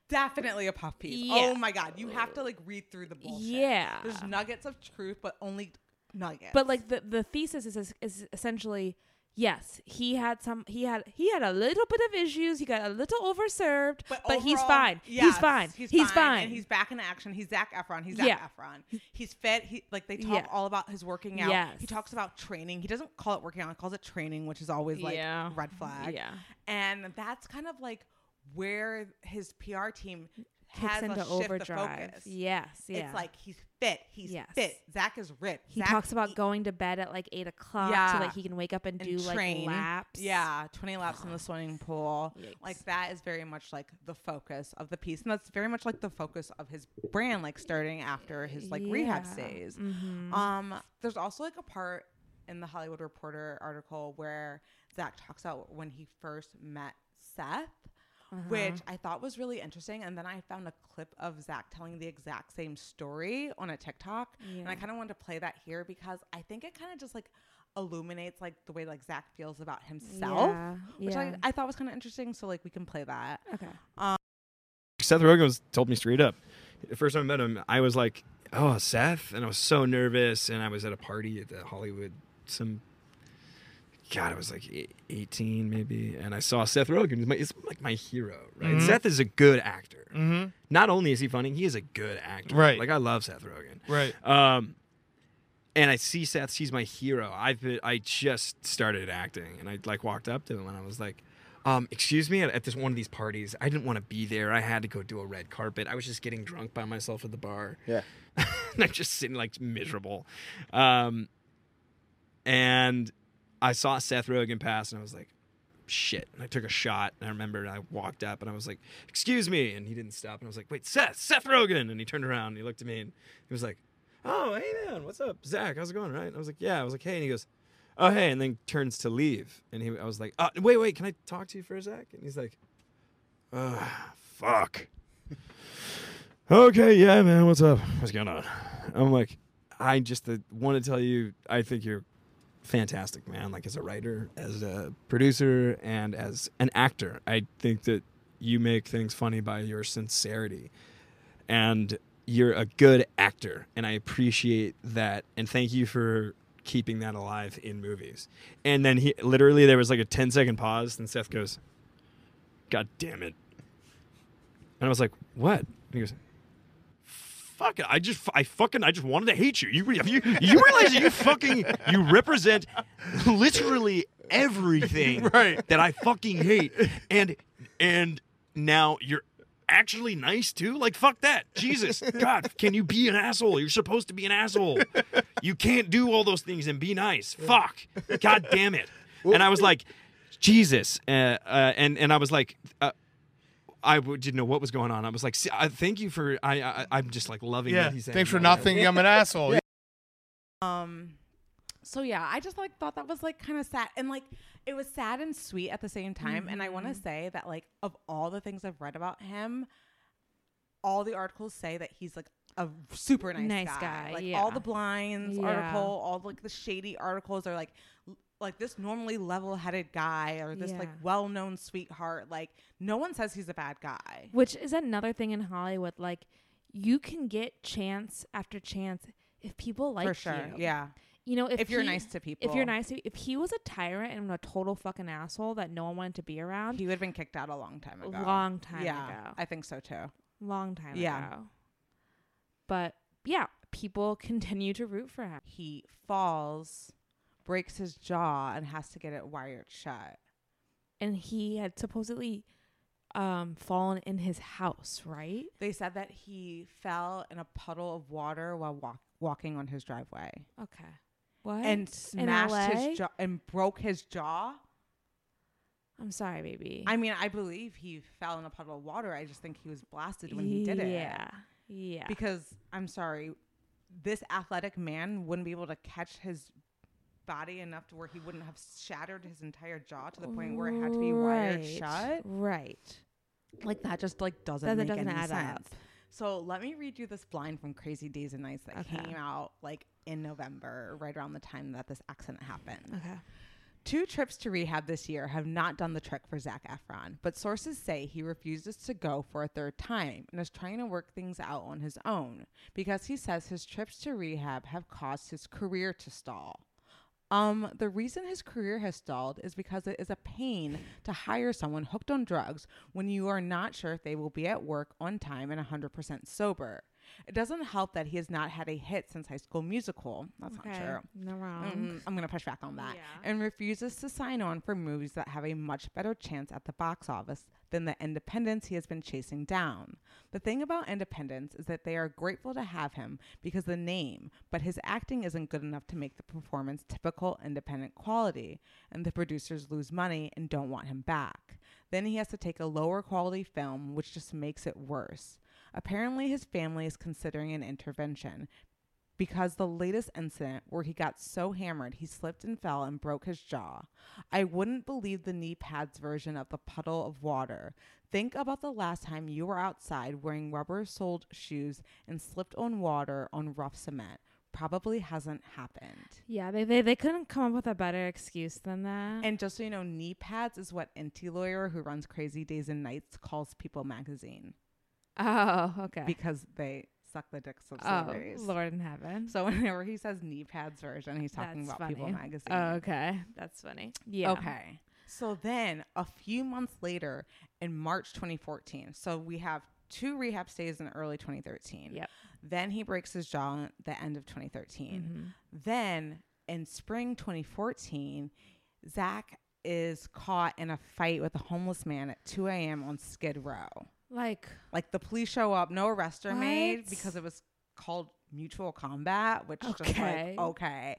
[SPEAKER 7] Definitely a puff piece.
[SPEAKER 8] Yeah.
[SPEAKER 7] Oh my god, you have to like read through the bullshit.
[SPEAKER 8] Yeah.
[SPEAKER 7] there's nuggets of truth, but only nuggets.
[SPEAKER 8] but like the the thesis is is essentially yes he had some he had he had a little bit of issues he got a little overserved but, he's
[SPEAKER 7] overall,
[SPEAKER 8] fine
[SPEAKER 7] yes,
[SPEAKER 8] he's fine he's, fine,
[SPEAKER 7] And he's back in action. He's Zach Efron. He's Zach
[SPEAKER 8] Yeah.
[SPEAKER 7] Efron. He's fit. He like they talk
[SPEAKER 8] Yeah.
[SPEAKER 7] all about his working out.
[SPEAKER 8] Yes.
[SPEAKER 7] He talks about training. He doesn't call it working out. He calls it training, which is always like
[SPEAKER 8] Yeah.
[SPEAKER 7] red flag.
[SPEAKER 8] Yeah.
[SPEAKER 7] And that's kind of like where his PR team
[SPEAKER 8] Kicks
[SPEAKER 7] has a
[SPEAKER 8] into
[SPEAKER 7] shift
[SPEAKER 8] overdrive
[SPEAKER 7] the focus.
[SPEAKER 8] yes yeah
[SPEAKER 7] It's like he's fit. He's
[SPEAKER 8] Yes.
[SPEAKER 7] fit. Zach is ripped.
[SPEAKER 8] he
[SPEAKER 7] Zach
[SPEAKER 8] talks about
[SPEAKER 7] eat-
[SPEAKER 8] going to bed at like eight o'clock
[SPEAKER 7] Yeah.
[SPEAKER 8] so that he can wake up and, do like laps
[SPEAKER 7] Yeah, 20 laps in the swimming pool. Like
[SPEAKER 8] Yikes.
[SPEAKER 7] that is very much like the focus of the piece. And that's very much like the focus of his brand, like starting after his like rehab
[SPEAKER 8] Yeah. Mm-hmm.
[SPEAKER 7] stays. Um, there's also like a part in the Hollywood Reporter article where Zach talks about when he first met Seth.
[SPEAKER 8] Uh-huh.
[SPEAKER 7] Which I thought was really interesting. And then I found a clip of Zach telling the exact same story on a TikTok. And I kind of wanted to play that here because I think it kind of just like illuminates like the way like Zach feels about himself,
[SPEAKER 8] Yeah,
[SPEAKER 7] which
[SPEAKER 8] yeah.
[SPEAKER 7] I, I thought was kind of interesting. So like we can play that.
[SPEAKER 8] okay
[SPEAKER 11] Seth Rogen was, told me straight up. The first time I met him, I was like, "Oh, Seth," and I was so nervous. And I was at a party at the Hollywood. Some God, I was like eight- eighteen maybe, and I saw Seth Rogen. He's, my, he's like my hero, right?
[SPEAKER 12] Mm-hmm.
[SPEAKER 11] Seth is a good actor. Mm-hmm. Not only is he funny, he is a good actor.
[SPEAKER 12] Right.
[SPEAKER 11] Like I love Seth Rogen.
[SPEAKER 12] Right.
[SPEAKER 11] Um,
[SPEAKER 12] and I see Seth, she's my hero. I've been, I just started acting, and I like walked up to him and I was like, um, "Excuse me," at, at this one of these parties, I didn't want to be there. I had to go do a red carpet. I was just getting drunk by myself at the bar.
[SPEAKER 13] Yeah.
[SPEAKER 12] and I'm just sitting like miserable. Um, and I saw Seth Rogen pass, and I was like, "Shit!" And I took a shot, and I remember I walked up, and I was like, "Excuse me," and he didn't stop, and I was like, "Wait, Seth, Seth Rogen!" And he turned around, and he looked at me, and he was like, "Oh, hey man, what's up, Zach? How's it going?" Right? And I was like, "Yeah." I was like, "Hey," and he goes, "Oh, hey," and then turns to leave, and he, I was like, uh, "Wait, wait, can I talk to you for a sec?" And he's like, "Ugh, fuck." okay, yeah, man, what's up? What's going on? I'm like, I just uh, want to tell you, I think you're fantastic, man. Like as a writer, as a producer, and as an actor, I think that you make things funny by your sincerity, and you're a good actor, and I appreciate that. And thank you for keeping that alive in movies. And then he literally there was like a 10 second pause, and Seth goes, "God damn it." And I was like, "What?" And he goes, "Fuck it! I just, I fucking, I just wanted to hate you. You, you, you realize that you fucking, you represent literally everything
[SPEAKER 13] Right.
[SPEAKER 12] that I fucking hate, and and now you're." Actually, nice too. Like, fuck that. Jesus, God, can you be an asshole? You're supposed to be an asshole. You can't do all those things and be nice. Fuck. God damn it. And I was like, Jesus. Uh, uh, and and I was like, uh, I w- didn't know what was going on. I was like, "See, I, thank you for. I, I I'm just like loving.
[SPEAKER 13] Yeah.
[SPEAKER 12] That he's
[SPEAKER 13] Thanks for not
[SPEAKER 12] not
[SPEAKER 13] thinking I'm an asshole. Yeah.
[SPEAKER 7] Um so yeah, I just like thought that was like kind of sad and like it was sad and sweet at the same time and I want to
[SPEAKER 8] Mhm.
[SPEAKER 7] say that like of all the things I've read about him all the articles say that he's like a super nice,
[SPEAKER 8] Nice guy,
[SPEAKER 7] Like
[SPEAKER 8] yeah.
[SPEAKER 7] all the blinds
[SPEAKER 8] Yeah.
[SPEAKER 7] article, all like the shady articles are like l- like this normally level-headed guy or this like
[SPEAKER 8] Yeah.
[SPEAKER 7] well-known sweetheart like no one says he's a bad guy.
[SPEAKER 8] Which is another thing in Hollywood. Like, you can get chance after chance if people like
[SPEAKER 7] for sure.
[SPEAKER 8] you.
[SPEAKER 7] Yeah.
[SPEAKER 8] You know, if,
[SPEAKER 7] If you're
[SPEAKER 8] he-
[SPEAKER 7] nice to
[SPEAKER 8] If
[SPEAKER 7] people.
[SPEAKER 8] you're nice to if he was a tyrant and a total fucking asshole that no one wanted to be around,
[SPEAKER 7] He would have been kicked out a long time
[SPEAKER 8] A
[SPEAKER 7] ago.
[SPEAKER 8] long time
[SPEAKER 7] yeah,
[SPEAKER 8] ago.
[SPEAKER 7] I think so too.
[SPEAKER 8] long time
[SPEAKER 7] Yeah.
[SPEAKER 8] ago. But yeah, people continue to root for him.
[SPEAKER 7] He falls, breaks his jaw, and has to get it wired shut.
[SPEAKER 8] And he had supposedly um fallen in his house, right?
[SPEAKER 7] They said that he fell in a puddle of water while walk- walking on his driveway
[SPEAKER 8] Okay. What? In
[SPEAKER 7] and smashed
[SPEAKER 8] LA?
[SPEAKER 7] his jaw and broke his jaw.
[SPEAKER 8] I'm sorry, baby.
[SPEAKER 7] I mean, I believe he fell in a puddle of water. I just think he was blasted when he did it.
[SPEAKER 8] Yeah. Yeah.
[SPEAKER 7] Because I'm sorry, this athletic man wouldn't be able to catch his body enough to where he wouldn't have shattered his entire jaw to the point where it had to be wired
[SPEAKER 8] Right,
[SPEAKER 7] shut.
[SPEAKER 8] Right.
[SPEAKER 7] Like that just like doesn't
[SPEAKER 8] That- that
[SPEAKER 7] make
[SPEAKER 8] doesn't
[SPEAKER 7] any
[SPEAKER 8] add
[SPEAKER 7] sense.
[SPEAKER 8] up.
[SPEAKER 7] So let me read you this blind from Crazy Days and Nights that
[SPEAKER 8] Okay.
[SPEAKER 7] came out like in November, right around the time that this accident happened.
[SPEAKER 8] Okay.
[SPEAKER 7] Two trips to rehab this year have not done the trick for Zach Efron, but sources say he refuses to go for a third time and is trying to work things out on his own because he says his trips to rehab have caused his career to stall. Um, the reason his career has stalled is because it is a pain to hire someone hooked on drugs when you are not sure if they will be at work on time and 100% sober. It doesn't help that he has not had a hit since High School Musical. That's not
[SPEAKER 8] Okay,
[SPEAKER 7] true.
[SPEAKER 8] no wrong.
[SPEAKER 7] Mm, I'm going to push back on that.
[SPEAKER 8] Yeah.
[SPEAKER 7] And refuses to sign on for movies that have a much better chance at the box office than the independents he has been chasing down. The thing about independents is that they are grateful to have him because the name, but his acting isn't good enough to make the performance typical independent quality, and the producers lose money and don't want him back. Then he has to take a lower quality film, which just makes it worse. Apparently, his family is considering an intervention because the latest incident where he got so hammered he slipped and fell and broke his jaw. I wouldn't believe the knee pads version of the puddle of water. Think about the last time you were outside wearing rubber soled shoes and slipped on water on rough cement. Probably hasn't happened.
[SPEAKER 8] Yeah, they, they they couldn't come up with a better excuse than that.
[SPEAKER 7] And just so you know, knee pads is what Inti Lawyer, who runs Crazy Days and Nights, calls People magazine
[SPEAKER 8] oh, okay.
[SPEAKER 7] because they suck the dicks of
[SPEAKER 8] oh,
[SPEAKER 7] celebrities.
[SPEAKER 8] Lord in heaven.
[SPEAKER 7] So whenever he says knee pads version, he's talking
[SPEAKER 8] That's
[SPEAKER 7] about People
[SPEAKER 8] funny.
[SPEAKER 7] magazine.
[SPEAKER 8] Oh, okay. That's funny. Yeah.
[SPEAKER 7] Okay. So then a few months later in March 2014, so we have two rehab stays in early 2013.
[SPEAKER 8] Yep.
[SPEAKER 7] Then he breaks his jaw at the end of 2013.
[SPEAKER 8] Mm-hmm.
[SPEAKER 7] Then in spring 2014, Zach is caught in a fight with a homeless man at 2 a.m. on Skid Row.
[SPEAKER 8] Like,
[SPEAKER 7] Like the police show up, no arrest are made
[SPEAKER 8] What?
[SPEAKER 7] because it was called mutual combat, which is just
[SPEAKER 8] Okay.
[SPEAKER 7] like okay.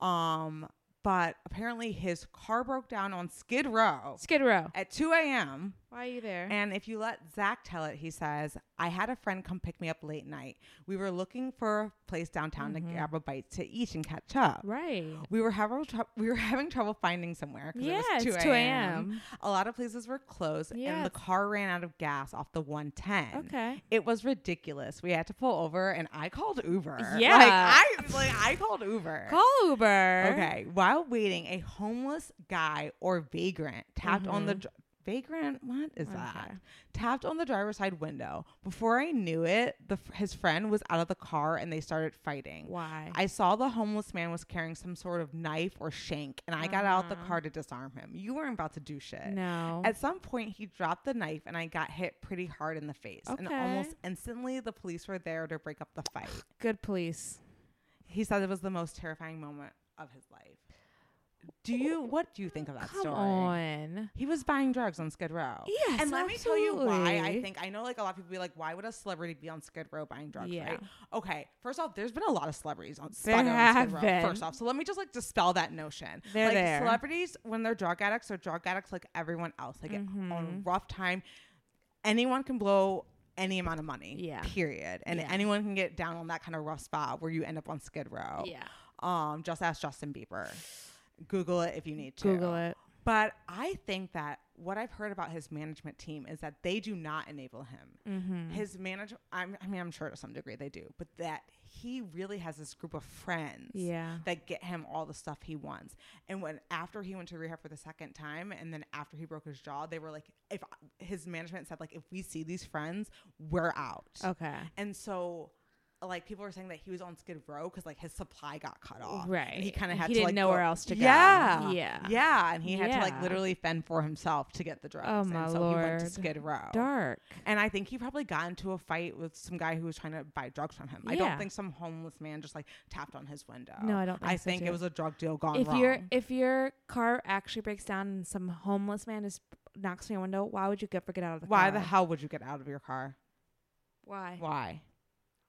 [SPEAKER 7] Um, but apparently his car broke down on Skid Row.
[SPEAKER 8] Skid Row.
[SPEAKER 7] At 2 a.m.
[SPEAKER 8] why are you there?
[SPEAKER 7] And if you let Zach tell it, he says, I had a friend come pick me up late night. We were looking for a place downtown to
[SPEAKER 8] Mm-hmm.
[SPEAKER 7] grab a bite to eat and catch up.
[SPEAKER 8] Right.
[SPEAKER 7] We were having trou- we were having trouble finding somewhere because
[SPEAKER 8] Yeah,
[SPEAKER 7] it was 2
[SPEAKER 8] it's 2
[SPEAKER 7] a.m.
[SPEAKER 8] a.m..
[SPEAKER 7] A lot of places were closed and
[SPEAKER 8] Yes.
[SPEAKER 7] the car ran out of gas off the 110.
[SPEAKER 8] Okay.
[SPEAKER 7] It was ridiculous. We had to pull over and I called Uber.
[SPEAKER 8] Yeah.
[SPEAKER 7] Like I like I called Uber.
[SPEAKER 8] Call Uber.
[SPEAKER 7] Okay. While waiting, a homeless guy or vagrant tapped on the
[SPEAKER 8] Mhm.
[SPEAKER 7] dr- vagrant. What is that? Tapped on the driver's side window. Before I knew it, the f- his friend was out of the car and they started fighting.
[SPEAKER 8] Why?
[SPEAKER 7] I saw the homeless man was carrying some sort of knife or shank, and I got out the
[SPEAKER 8] Uh-huh.
[SPEAKER 7] car to disarm him. You weren't about to do shit.
[SPEAKER 8] No.
[SPEAKER 7] At some point, he dropped the knife, and I got hit pretty hard in the face. And almost
[SPEAKER 8] Okay.
[SPEAKER 7] instantly, the police were there to break up the fight.
[SPEAKER 8] Good police.
[SPEAKER 7] He said it was the most terrifying moment of his life. Do you? What do you think of that
[SPEAKER 8] Come
[SPEAKER 7] story?
[SPEAKER 8] on.
[SPEAKER 7] He was buying drugs on Skid Row.
[SPEAKER 8] Yes,
[SPEAKER 7] and let me tell you why. I
[SPEAKER 8] absolutely.
[SPEAKER 7] think I know, like a lot of people be like, why would a celebrity be on Skid Row buying drugs?
[SPEAKER 8] Yeah.
[SPEAKER 7] Right? Okay. First off, there's been a lot of celebrities on,
[SPEAKER 8] There
[SPEAKER 7] stuck on Skid
[SPEAKER 8] have
[SPEAKER 7] Row.
[SPEAKER 8] been.
[SPEAKER 7] First off, so let me just like dispel that notion.
[SPEAKER 8] They're
[SPEAKER 7] like
[SPEAKER 8] there.
[SPEAKER 7] celebrities, when they're drug addicts, they're drug addicts like everyone else. Like on
[SPEAKER 8] Mhm.
[SPEAKER 7] rough time, anyone can blow any amount of money.
[SPEAKER 8] Yeah.
[SPEAKER 7] Period. And
[SPEAKER 8] Yeah.
[SPEAKER 7] anyone can get down on that kind of rough spot where you end up on Skid Row.
[SPEAKER 8] Yeah.
[SPEAKER 7] Um, just ask Justin Bieber. Google it if you need to.
[SPEAKER 8] Google it.
[SPEAKER 7] But I think that what I've heard about his management team is that they do not enable him.
[SPEAKER 8] Mhm.
[SPEAKER 7] His manager, I'm, I mean, I'm sure to some degree they do, but that he really has this group of friends
[SPEAKER 8] Yeah.
[SPEAKER 7] that get him all the stuff he wants. And when after he went to rehab for the second time, and then after he broke his jaw, they were like, if his management said like, if we see these friends, we're out.
[SPEAKER 8] Okay.
[SPEAKER 7] And so, like people were saying that he was on Skid Row because like his supply got cut off.
[SPEAKER 8] Right.
[SPEAKER 7] And he kind of had
[SPEAKER 8] He
[SPEAKER 7] to
[SPEAKER 8] didn't
[SPEAKER 7] like
[SPEAKER 8] know
[SPEAKER 7] go-
[SPEAKER 8] where else to go.
[SPEAKER 7] Yeah.
[SPEAKER 8] Yeah.
[SPEAKER 7] Yeah. And he had to like
[SPEAKER 8] Yeah.
[SPEAKER 7] literally fend for himself to get the drugs.
[SPEAKER 8] Oh my
[SPEAKER 7] and so he went to
[SPEAKER 8] lord.
[SPEAKER 7] Skid Row.
[SPEAKER 8] Dark.
[SPEAKER 7] And I think he probably got into a fight with some guy who was trying to buy drugs from him. I
[SPEAKER 8] Yeah.
[SPEAKER 7] don't think some homeless man just like tapped on his window.
[SPEAKER 8] No, I don't think
[SPEAKER 7] I
[SPEAKER 8] so,
[SPEAKER 7] think
[SPEAKER 8] too.
[SPEAKER 7] it was a drug deal gone
[SPEAKER 8] if
[SPEAKER 7] wrong.
[SPEAKER 8] your if your car actually breaks down and some homeless man is knocks on your window, why would you ever get out of the
[SPEAKER 7] Why
[SPEAKER 8] car?
[SPEAKER 7] the hell would you get out of your car?
[SPEAKER 8] Why?
[SPEAKER 7] Why?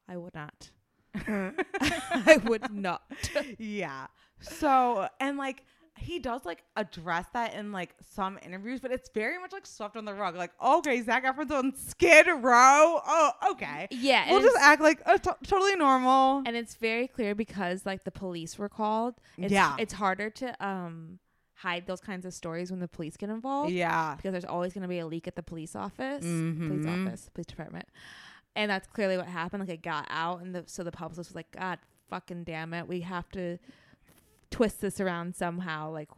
[SPEAKER 8] I would not. I would not.
[SPEAKER 7] yeah. So and like he does like address that in like some interviews, but it's very much like swept on the rug. Like, okay, Zach Efron's on Skid Row. Oh, okay.
[SPEAKER 8] Yeah, and
[SPEAKER 7] we'll just
[SPEAKER 8] it's-
[SPEAKER 7] act like uh, to- totally normal.
[SPEAKER 8] And it's very clear because like the police were called. It's,
[SPEAKER 7] Yeah.
[SPEAKER 8] It's harder to um hide those kinds of stories when the police get involved.
[SPEAKER 7] yeah,
[SPEAKER 8] Because there's always going to be a leak at the police office, police
[SPEAKER 7] Mhm.
[SPEAKER 8] office, police department, and that's clearly what happened. Like it got out, and the, so the publicist was like, "God, fucking damn it, we have to twist this around somehow." Like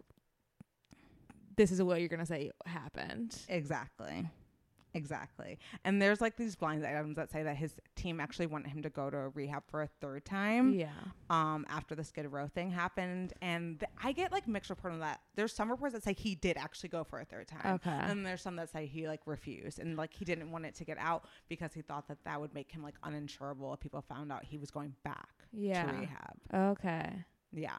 [SPEAKER 8] this is what you're going to say happened.
[SPEAKER 7] exactly. Exactly. And there's like these blind items that say that his team actually wanted him to go to rehab for a third time.
[SPEAKER 8] Yeah.
[SPEAKER 7] um, after the Skid Row thing happened. And th- I get like mixed report on that. There's some reports that say he did actually go for a third time.
[SPEAKER 8] Okay.
[SPEAKER 7] And there's some that say he like refused and like he didn't want it to get out because he thought that that would make him like uninsurable if people found out he was going back
[SPEAKER 8] Yeah.
[SPEAKER 7] to rehab.
[SPEAKER 8] Okay.
[SPEAKER 7] Yeah.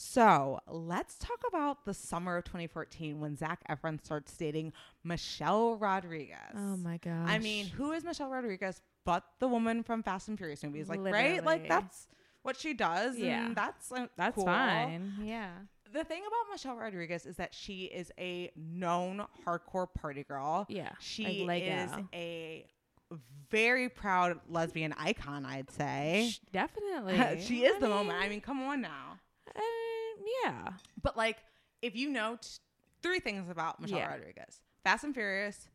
[SPEAKER 7] So let's talk about the summer of 2014 when Zach Efron starts dating Michelle Rodriguez.
[SPEAKER 8] Oh my god.
[SPEAKER 7] I mean, who is Michelle Rodriguez but the woman from Fast and Furious movies? Like, right?
[SPEAKER 8] Literally.
[SPEAKER 7] Like that's what she does.
[SPEAKER 8] Yeah.
[SPEAKER 7] and that's uh,
[SPEAKER 8] that's
[SPEAKER 7] cool.
[SPEAKER 8] fine. Yeah.
[SPEAKER 7] The thing about Michelle Rodriguez is that she is a known hardcore party girl.
[SPEAKER 8] Yeah, a
[SPEAKER 7] she is
[SPEAKER 8] Lego.
[SPEAKER 7] a very proud lesbian icon. I'd say
[SPEAKER 8] Sh- Definitely.
[SPEAKER 7] Eh. she is
[SPEAKER 8] I
[SPEAKER 7] the moment.
[SPEAKER 8] mean,
[SPEAKER 7] I mean, come on now.
[SPEAKER 8] Uh, yeah.
[SPEAKER 7] But like, if you know t- three things about Michelle
[SPEAKER 8] Yeah.
[SPEAKER 7] Rodriguez: Fast and Furious,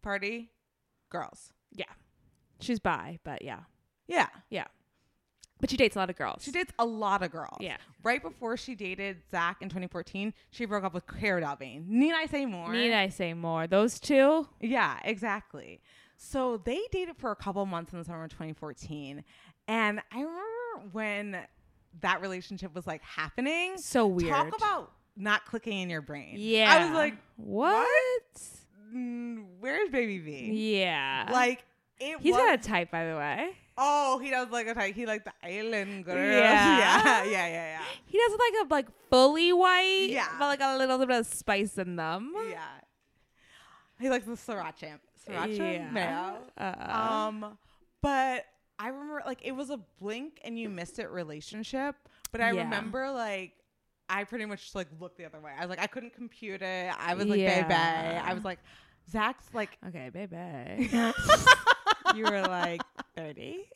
[SPEAKER 7] party, girls.
[SPEAKER 8] Yeah. She's bi, but yeah.
[SPEAKER 7] Yeah.
[SPEAKER 8] Yeah. But she dates a lot of girls.
[SPEAKER 7] She dates a lot of girls.
[SPEAKER 8] Yeah.
[SPEAKER 7] Right before she dated Zach in 2014, she broke up with Cara Delevingne. Need I say more?
[SPEAKER 8] Need I say more? Those two?
[SPEAKER 7] Yeah, exactly. So they dated for a couple months in the summer of 2014, and I remember when that relationship was like happening.
[SPEAKER 8] So weird.
[SPEAKER 7] Talk about not clicking in your brain.
[SPEAKER 8] Yeah.
[SPEAKER 7] I was like,
[SPEAKER 8] what?
[SPEAKER 7] mm, "Where's Baby V?"
[SPEAKER 8] Yeah.
[SPEAKER 7] Like It
[SPEAKER 8] He's
[SPEAKER 7] was-
[SPEAKER 8] got a type, by the way.
[SPEAKER 7] Oh, he does like a type. He like the island girl.
[SPEAKER 8] Yeah.
[SPEAKER 7] yeah, yeah, yeah,
[SPEAKER 8] He doesn't like a like fully white,
[SPEAKER 7] Yeah.
[SPEAKER 8] but like a little bit of spice in them.
[SPEAKER 7] yeah. yeah. He likes the sriracha, sriracha
[SPEAKER 8] Yeah.
[SPEAKER 7] mayo.
[SPEAKER 8] Uh-uh.
[SPEAKER 7] Um, but I remember like it was a blink and you missed it relationship. But I
[SPEAKER 8] Yeah.
[SPEAKER 7] remember like I pretty much just like looked the other way. I was like I couldn't compute it. I was like
[SPEAKER 8] Yeah.
[SPEAKER 7] babe. I was like Zach's like
[SPEAKER 8] Okay, baby. you were like 30.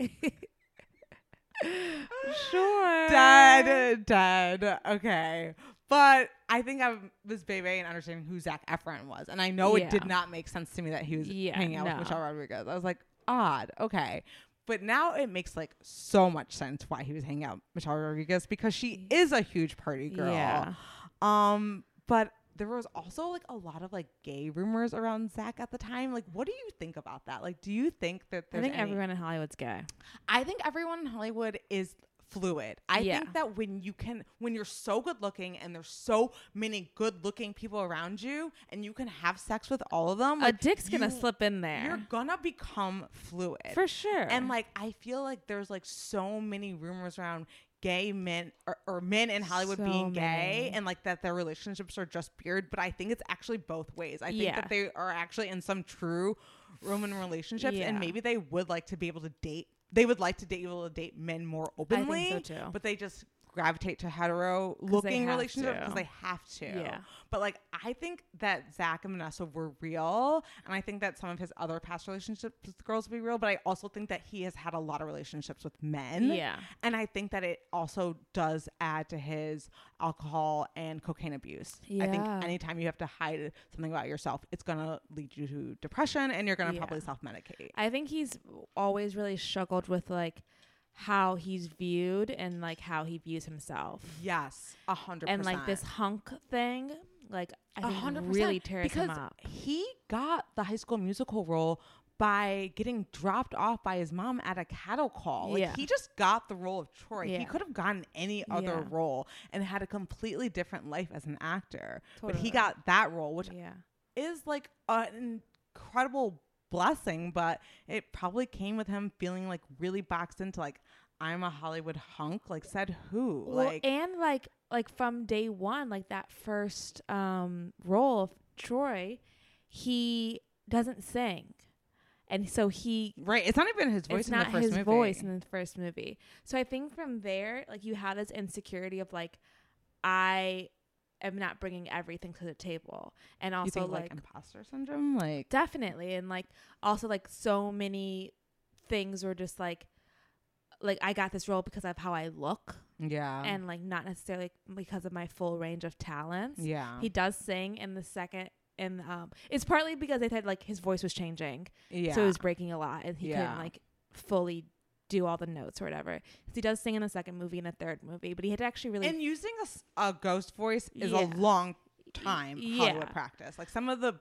[SPEAKER 8] sure.
[SPEAKER 7] dead, dead. Okay. But I think I was baby and understanding who Zach Efron was. And I know it did
[SPEAKER 8] Yeah.
[SPEAKER 7] not make sense to me that he was
[SPEAKER 8] Yeah,
[SPEAKER 7] hanging out
[SPEAKER 8] no.
[SPEAKER 7] with Michelle Rodriguez. I was like, odd. Okay. But now it makes like so much sense why he was hanging out with Michelle Rodriguez because she is a huge party girl.
[SPEAKER 8] Yeah.
[SPEAKER 7] Um, but there was also like a lot of like gay rumors around Zach at the time. Like, what do you think about that? Like, do you think that
[SPEAKER 8] I
[SPEAKER 7] there's
[SPEAKER 8] think
[SPEAKER 7] any-
[SPEAKER 8] everyone in Hollywood's gay.
[SPEAKER 7] I think everyone in Hollywood is fluid. I
[SPEAKER 8] Yeah.
[SPEAKER 7] think that when you can when you're so good looking and there's so many good looking people around you and you can have sex with all of them,
[SPEAKER 8] a
[SPEAKER 7] like,
[SPEAKER 8] dick's gonna
[SPEAKER 7] you-
[SPEAKER 8] slip in
[SPEAKER 7] You're
[SPEAKER 8] there
[SPEAKER 7] gonna become fluid.
[SPEAKER 8] for sure.
[SPEAKER 7] And like I feel like there's like so many rumors around gay men or, or men in Hollywood
[SPEAKER 8] So
[SPEAKER 7] being gay
[SPEAKER 8] many.
[SPEAKER 7] and like that their relationships are just weird, but I think it's actually both ways. I think
[SPEAKER 8] Yeah.
[SPEAKER 7] that they are actually in some true Roman relationships and
[SPEAKER 8] Yeah.
[SPEAKER 7] maybe they would like to be able to date they would like to be able to date men more openly.
[SPEAKER 8] too.
[SPEAKER 7] But they just gravitate to hetero
[SPEAKER 8] they
[SPEAKER 7] looking
[SPEAKER 8] have
[SPEAKER 7] relationships
[SPEAKER 8] to.
[SPEAKER 7] because they have to.
[SPEAKER 8] Yeah.
[SPEAKER 7] But like I think that Zach and Vanessa were real, and I think that some of his other past relationships with girls will be real. But I also think that he has had a lot of relationships with men.
[SPEAKER 8] Yeah.
[SPEAKER 7] And I think that it also does add to his alcohol and cocaine abuse. I think
[SPEAKER 8] Yeah.
[SPEAKER 7] anytime you have to hide something about yourself, it's gonna lead you to depression, and you're gonna
[SPEAKER 8] Yeah.
[SPEAKER 7] probably self medicate.
[SPEAKER 8] I think he's always really struggled with like how he's viewed and like how he views himself.
[SPEAKER 7] Yes, a hundred
[SPEAKER 8] And like this
[SPEAKER 7] percent.
[SPEAKER 8] hunk thing, like I
[SPEAKER 7] A
[SPEAKER 8] think
[SPEAKER 7] hundred
[SPEAKER 8] really
[SPEAKER 7] percent,
[SPEAKER 8] tears
[SPEAKER 7] because
[SPEAKER 8] him up.
[SPEAKER 7] He got the High School Musical role by getting dropped off by his mom at a cattle call. Like
[SPEAKER 8] Yeah.
[SPEAKER 7] he just got the role of Troy.
[SPEAKER 8] Yeah.
[SPEAKER 7] He could have gotten any other
[SPEAKER 8] Yeah.
[SPEAKER 7] role and had a completely different life as an actor. But
[SPEAKER 8] Totally.
[SPEAKER 7] he got that role, which
[SPEAKER 8] Yeah.
[SPEAKER 7] is like an incredible blessing, but it probably came with him feeling like really boxed into like I'm a Hollywood hunk. Like said who?
[SPEAKER 8] Well,
[SPEAKER 7] like
[SPEAKER 8] and like like from day one, like that first um role of Troy, he doesn't sing. And so he
[SPEAKER 7] right. It's not even his voice
[SPEAKER 8] it's
[SPEAKER 7] in
[SPEAKER 8] not
[SPEAKER 7] the first
[SPEAKER 8] his
[SPEAKER 7] movie.
[SPEAKER 8] voice in the first movie. So I think from there, like you had this insecurity of like, I am not bringing everything to the table, and also
[SPEAKER 7] you think
[SPEAKER 8] like,
[SPEAKER 7] like imposter syndrome? Like
[SPEAKER 8] definitely, and like also like so many things were just like, like I got this role because of how I look,
[SPEAKER 7] Yeah.
[SPEAKER 8] and like not necessarily because of my full range of talents.
[SPEAKER 7] yeah.
[SPEAKER 8] He does sing in the second. And um, it's partly because they said like his voice was changing,
[SPEAKER 7] yeah.
[SPEAKER 8] so it was breaking a lot, and he
[SPEAKER 7] Yeah.
[SPEAKER 8] couldn't like fully do all the notes or whatever. 'Cause he does sing in the second movie and the third movie, but he had to actually really
[SPEAKER 7] and using a s- a, ghost voice is
[SPEAKER 8] Yeah.
[SPEAKER 7] a long time
[SPEAKER 8] Y-
[SPEAKER 7] Hollywood
[SPEAKER 8] yeah.
[SPEAKER 7] practice. Like some of the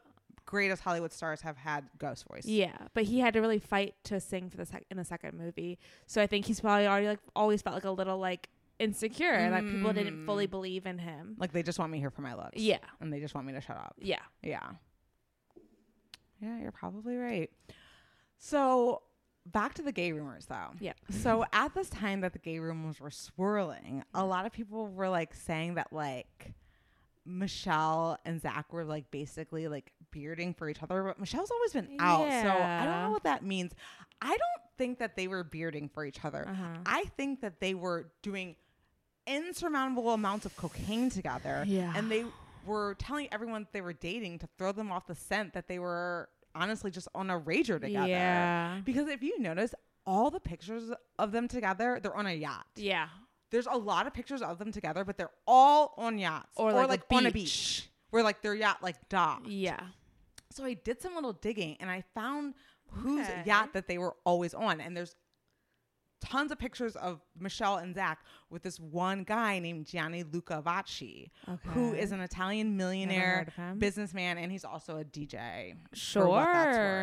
[SPEAKER 7] greatest Hollywood stars have had ghost voice.
[SPEAKER 8] yeah, but he had to really fight to sing for the sec- in the second movie. So I think he's probably already like always felt like a little like insecure and like people didn't
[SPEAKER 7] Mm.
[SPEAKER 8] fully believe in him.
[SPEAKER 7] Like they just want me here for my looks.
[SPEAKER 8] Yeah.
[SPEAKER 7] And they just want me to shut up.
[SPEAKER 8] Yeah,
[SPEAKER 7] Yeah. Yeah, you're probably right. So back to the gay rumors though.
[SPEAKER 8] yeah,
[SPEAKER 7] So at this time that the gay rumors were swirling, a lot of people were like saying that like Michelle and Zach were like basically like bearding for each other, but Michelle's always been out, so I don't
[SPEAKER 8] Yeah.
[SPEAKER 7] know what that means. I don't think that they were bearding for each other.
[SPEAKER 8] Uh-huh.
[SPEAKER 7] I think that they were doing insurmountable amounts of cocaine together,
[SPEAKER 8] Yeah.
[SPEAKER 7] and they were telling everyone that they were dating to throw them off the scent that they were honestly just on a rager together.
[SPEAKER 8] yeah,
[SPEAKER 7] Because if you notice, all the pictures of them together, they're on a yacht.
[SPEAKER 8] yeah.
[SPEAKER 7] There's a lot of pictures of them together, but they're all on yachts
[SPEAKER 8] Or, like, a
[SPEAKER 7] on a
[SPEAKER 8] beach.
[SPEAKER 7] beach where like their yacht like docked.
[SPEAKER 8] Yeah.
[SPEAKER 7] So I did some little digging and I found whose
[SPEAKER 8] Okay.
[SPEAKER 7] yacht that they were always on, and there's tons of pictures of Michelle and Zach with this one guy named Gianni Luca Vacci, who
[SPEAKER 8] Okay.
[SPEAKER 7] is an Italian millionaire
[SPEAKER 8] heard of him.
[SPEAKER 7] businessman, and he's also a DJ. for what that's
[SPEAKER 8] Sure.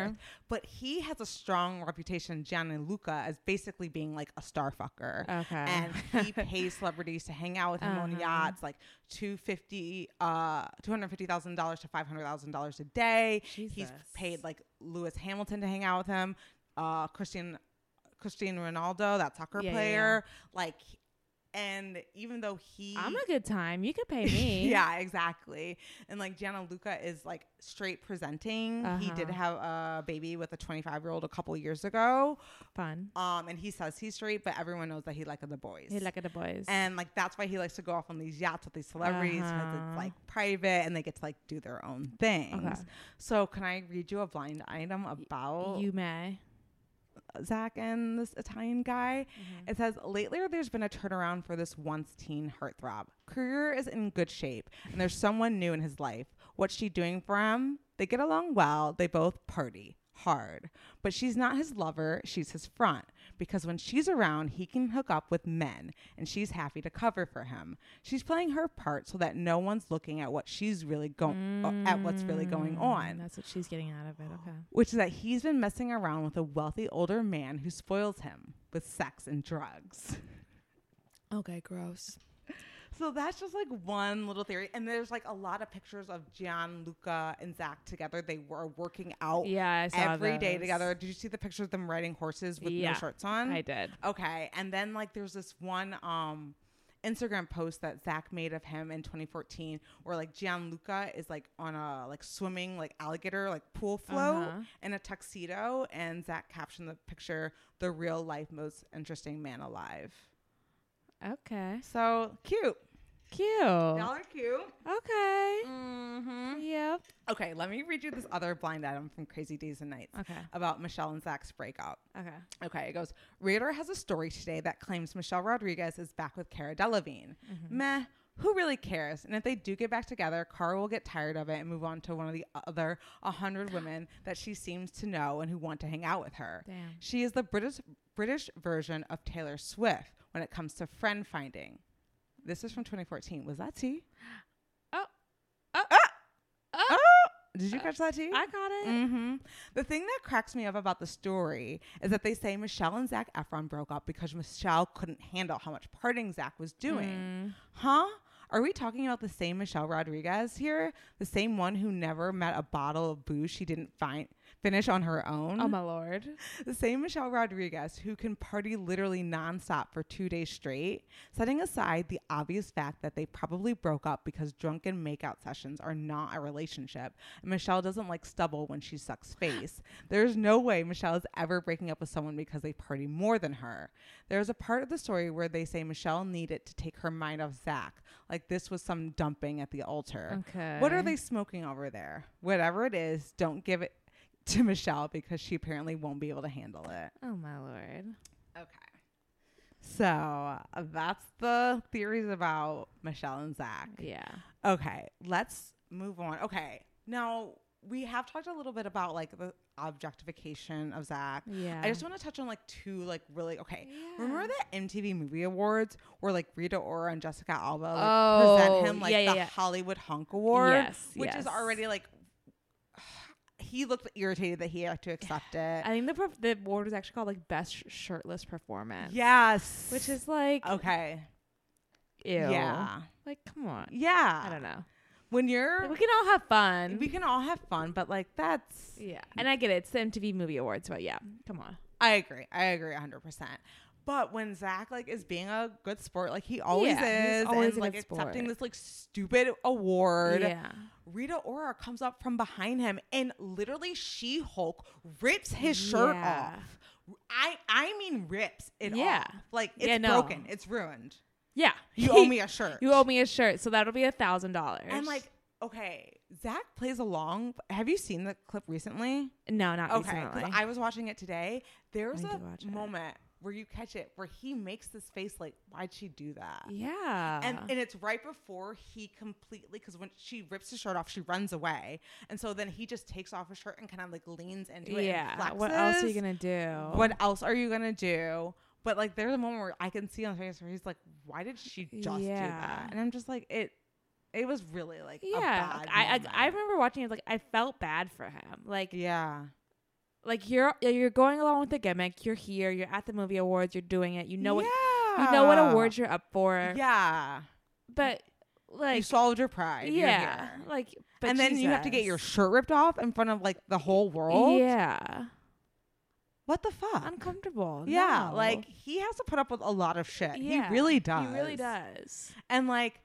[SPEAKER 7] worth. But he has a strong reputation, Gianni Luca, as basically being like a star fucker.
[SPEAKER 8] Okay.
[SPEAKER 7] And he pays celebrities to hang out with him on
[SPEAKER 8] Uh. Uh-huh.
[SPEAKER 7] yachts, like two fifty, uh, two hundred fifty thousand dollars to five hundred thousand dollars a day. He's
[SPEAKER 8] Jesus.
[SPEAKER 7] paid like Lewis Hamilton to hang out with him. uh, Christian Christian Ronaldo, that soccer
[SPEAKER 8] Yeah, yeah,
[SPEAKER 7] player. Like, and even though he,
[SPEAKER 8] I'm a good time. You could pay me.
[SPEAKER 7] yeah, exactly. And like Gianluca is like straight presenting. He did
[SPEAKER 8] Uh-huh.
[SPEAKER 7] have a baby with a 25 year old a couple years ago.
[SPEAKER 8] Fun.
[SPEAKER 7] Um, and he says he's straight, but everyone knows that he liked the boys.
[SPEAKER 8] He liked the boys.
[SPEAKER 7] and like that's why he likes to go off on these yachts with these celebrities because
[SPEAKER 8] Uh-huh.
[SPEAKER 7] it's like private and they get to like do their own things. So can I read you a blind item about
[SPEAKER 8] you may
[SPEAKER 7] Zach and this Italian guy? It says lately there's been a turnaround for this once teen heartthrob. Career is in good shape and there's someone new in his life. What's she doing for him? They get along well. They both party hard. But she's not his lover, she's his front. Because when she's around, he can hook up with men, and she's happy to cover for him. She's playing her part so that no one's looking at what she's really going at what's really going on.
[SPEAKER 8] That's what she's getting out of it. Okay.
[SPEAKER 7] Which is that he's been messing around with a wealthy older man who spoils him with sex and drugs.
[SPEAKER 8] Okay, gross.
[SPEAKER 7] So that's just like one little theory. And there's like a lot of pictures of Gianluca and Zach together. They were working out
[SPEAKER 8] Yeah, I saw
[SPEAKER 7] every day
[SPEAKER 8] those.
[SPEAKER 7] together. Did you see the picture of them riding horses with
[SPEAKER 8] Yeah,
[SPEAKER 7] no shirts on?
[SPEAKER 8] I did.
[SPEAKER 7] Okay. And then like there's this one um Instagram post that Zach made of him in 2014 where like Gianluca is like on a like swimming like alligator like pool float
[SPEAKER 8] Uh-huh.
[SPEAKER 7] in a tuxedo and Zach captioned the picture the real life most interesting man alive.
[SPEAKER 8] Okay.
[SPEAKER 7] So cute.
[SPEAKER 8] Cute.
[SPEAKER 7] Y'all are cute.
[SPEAKER 8] Okay.
[SPEAKER 7] Mm-hmm.
[SPEAKER 8] Yep.
[SPEAKER 7] Okay, let me read you this other blind item from Crazy Days and Nights
[SPEAKER 8] Okay.
[SPEAKER 7] about Michelle and Zach's breakup.
[SPEAKER 8] Okay.
[SPEAKER 7] Okay, it goes. Reader has a story today that claims Michelle Rodriguez is back with Cara Delevingne.
[SPEAKER 8] Mm-hmm.
[SPEAKER 7] Meh, who really cares? And if they do get back together, Cara will get tired of it and move on to one of the other 100 women that she seems to know and who want to hang out with her.
[SPEAKER 8] Damn.
[SPEAKER 7] She is the British British version of Taylor Swift when it comes to friend finding. This is from 2014. Was that tea? Ah!
[SPEAKER 8] Oh. Oh. Oh.
[SPEAKER 7] Did you catch that too?
[SPEAKER 8] I got it.
[SPEAKER 7] hmm The thing that cracks me up about the story is that they say Michelle and Zach Efron broke up because Michelle couldn't handle how much partying Zach was
[SPEAKER 8] Mm. Mm-hmm.
[SPEAKER 7] doing. Huh? Are we talking about the same Michelle Rodriguez here? The same one who never met a bottle of booze she didn't find finish on her own?
[SPEAKER 8] Oh my lord.
[SPEAKER 7] The same Michelle Rodriguez, who can party literally nonstop for two days straight, setting aside the obvious fact that they probably broke up because drunken makeout sessions are not a relationship, and Michelle doesn't like stubble when she sucks face. There's no way Michelle is ever breaking up with someone because they party more than her. There's a part of the story where they say Michelle needed to take her mind off Zach, like this was some dumping at the altar. What are
[SPEAKER 8] Okay.
[SPEAKER 7] they smoking over there? Whatever it is, don't give it to Michelle because she apparently won't be able to handle it.
[SPEAKER 8] Oh my lord.
[SPEAKER 7] Okay. So uh, that's the theories about Michelle and Zach.
[SPEAKER 8] Yeah.
[SPEAKER 7] Okay, let's move on. Okay, now we have talked a little bit about like the objectification of Zach.
[SPEAKER 8] Yeah.
[SPEAKER 7] I just want to touch on like two like really okay. Remember the MTV Movie Awards where like Rita Ora and Jessica Alba like,
[SPEAKER 8] Oh,
[SPEAKER 7] present him like
[SPEAKER 8] yeah, yeah,
[SPEAKER 7] the
[SPEAKER 8] yeah.
[SPEAKER 7] Hollywood Hunk Award,
[SPEAKER 8] Yes,
[SPEAKER 7] which
[SPEAKER 8] yes.
[SPEAKER 7] is already like he looked irritated that he had to accept it.
[SPEAKER 8] I think the perf- the award was actually called like best sh- shirtless performance.
[SPEAKER 7] yes,
[SPEAKER 8] Which is like
[SPEAKER 7] okay.
[SPEAKER 8] ew.
[SPEAKER 7] Yeah,
[SPEAKER 8] Like come on.
[SPEAKER 7] yeah.
[SPEAKER 8] I don't know.
[SPEAKER 7] When you're
[SPEAKER 8] Like, we can all have fun.
[SPEAKER 7] we can all have fun, but like that's
[SPEAKER 8] yeah. And I get it. It's the MTV Movie Awards, but yeah. Come on.
[SPEAKER 7] I agree. I agree 100%. But when Zach like is being a good sport, like he always
[SPEAKER 8] Yeah, he's
[SPEAKER 7] is,
[SPEAKER 8] always
[SPEAKER 7] and
[SPEAKER 8] a
[SPEAKER 7] like
[SPEAKER 8] good
[SPEAKER 7] accepting
[SPEAKER 8] sport.
[SPEAKER 7] this like stupid award,
[SPEAKER 8] Yeah.
[SPEAKER 7] Rita Ora comes up from behind him and literally She Hulk rips his shirt
[SPEAKER 8] Yeah.
[SPEAKER 7] off. I I mean rips it
[SPEAKER 8] Yeah.
[SPEAKER 7] off. Like it's
[SPEAKER 8] Yeah, no.
[SPEAKER 7] broken. It's ruined.
[SPEAKER 8] Yeah.
[SPEAKER 7] You owe me a shirt.
[SPEAKER 8] You owe me a shirt, so that'll be a thousand dollars.
[SPEAKER 7] And like okay, Zach plays along. Have you seen the clip recently?
[SPEAKER 8] no, not
[SPEAKER 7] Okay,
[SPEAKER 8] recently.
[SPEAKER 7] because I was watching it today. There's
[SPEAKER 8] need
[SPEAKER 7] a
[SPEAKER 8] to watch it.
[SPEAKER 7] moment where you catch it where he makes this face like, "Why'd she do that?"
[SPEAKER 8] yeah.
[SPEAKER 7] And, and it's right before he completely because when she rips his shirt off, she runs away, and so then he just takes off his shirt and kind of like leans into it.
[SPEAKER 8] yeah.
[SPEAKER 7] and flexes.
[SPEAKER 8] What else are you gonna do?
[SPEAKER 7] What else are you gonna do? But like, there's a moment where I can see on his face where he's like, "Why did she just do
[SPEAKER 8] Yeah.
[SPEAKER 7] that?" And I'm just like, it. It was really like A
[SPEAKER 8] yeah,
[SPEAKER 7] bad
[SPEAKER 8] like, I,
[SPEAKER 7] moment.
[SPEAKER 8] I I remember watching it. Like I felt bad for him. Like
[SPEAKER 7] yeah.
[SPEAKER 8] like you're you're going along with the gimmick. You're here. You're at the movie awards. You're doing it. You know what
[SPEAKER 7] yeah.
[SPEAKER 8] you know what awards you're up for.
[SPEAKER 7] Yeah.
[SPEAKER 8] but like
[SPEAKER 7] you solved your pride. You're
[SPEAKER 8] yeah,
[SPEAKER 7] here.
[SPEAKER 8] like but
[SPEAKER 7] and then you have to get your
[SPEAKER 8] Jesus.
[SPEAKER 7] shirt ripped off in front of like the whole world.
[SPEAKER 8] yeah.
[SPEAKER 7] What the fuck?
[SPEAKER 8] Uncomfortable.
[SPEAKER 7] Yeah,
[SPEAKER 8] No.
[SPEAKER 7] like he has to put up with a lot of shit.
[SPEAKER 8] Yeah,
[SPEAKER 7] He really does.
[SPEAKER 8] He really does.
[SPEAKER 7] And like,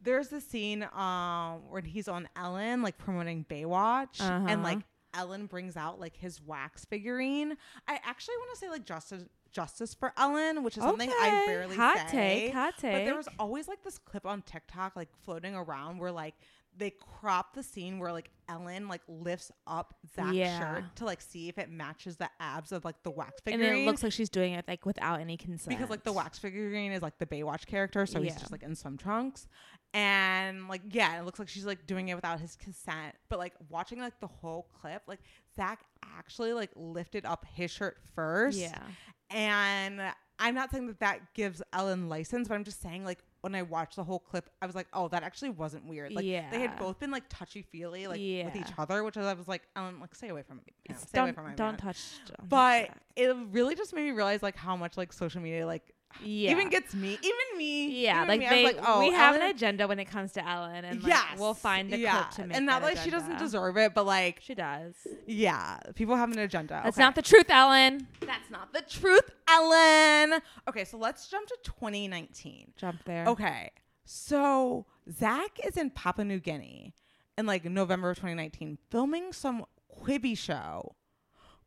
[SPEAKER 7] there's this scene um when he's on Ellen like promoting Baywatch,
[SPEAKER 8] Uh-huh.
[SPEAKER 7] and like Ellen brings out like his wax figurine. I actually want to say like justice justice for Ellen, which is something I
[SPEAKER 8] Okay.
[SPEAKER 7] rarely
[SPEAKER 8] Hot
[SPEAKER 7] say.
[SPEAKER 8] take, hot
[SPEAKER 7] But there
[SPEAKER 8] take.
[SPEAKER 7] was always like this clip on TikTok like floating around where like they crop the scene where like Ellen like lifts up Zach's
[SPEAKER 8] Yeah.
[SPEAKER 7] shirt to like see if it matches the abs of like the wax
[SPEAKER 8] And
[SPEAKER 7] figurine.
[SPEAKER 8] then it looks like she's doing it like without any consent.
[SPEAKER 7] because like the wax figurine is like the Baywatch character, so he's
[SPEAKER 8] Yeah.
[SPEAKER 7] just like in swim trunks, and like yeah, it looks like she's like doing it without his consent. But like watching like the whole clip, like Zach actually like lifted up his shirt first,
[SPEAKER 8] Yeah.
[SPEAKER 7] And I'm not saying that that gives Ellen license, but I'm just saying like when I watched the whole clip, I was like, oh, that actually wasn't weird. Like they had
[SPEAKER 8] Yeah.
[SPEAKER 7] both been like touchy feely like with
[SPEAKER 8] Yeah.
[SPEAKER 7] each other, which I was like, Ellen, like stay away from me, you know,
[SPEAKER 8] It's-
[SPEAKER 7] stay away
[SPEAKER 8] don't-
[SPEAKER 7] from my
[SPEAKER 8] don't
[SPEAKER 7] man."
[SPEAKER 8] touch- don't touch
[SPEAKER 7] But it really just made me realize like how much like social media like
[SPEAKER 8] Yeah.
[SPEAKER 7] even gets me even me
[SPEAKER 8] Yeah,
[SPEAKER 7] even
[SPEAKER 8] like
[SPEAKER 7] me, I
[SPEAKER 8] they,
[SPEAKER 7] was like oh
[SPEAKER 8] we have
[SPEAKER 7] Ellen-
[SPEAKER 8] an agenda when it comes to Ellen, and like,
[SPEAKER 7] yes
[SPEAKER 8] we'll find a
[SPEAKER 7] yeah.
[SPEAKER 8] clip to make.
[SPEAKER 7] and not
[SPEAKER 8] that
[SPEAKER 7] like she doesn't
[SPEAKER 8] agenda.
[SPEAKER 7] deserve it but like
[SPEAKER 8] she does
[SPEAKER 7] yeah people have an agenda
[SPEAKER 8] That's
[SPEAKER 7] Okay.
[SPEAKER 8] not the truth, Ellen.
[SPEAKER 7] that's not the truth Ellen okay so let's jump to 2019
[SPEAKER 8] Jump there.
[SPEAKER 7] Okay. So Zach is in Papua New Guinea in like November of 2019 filming some Quibi show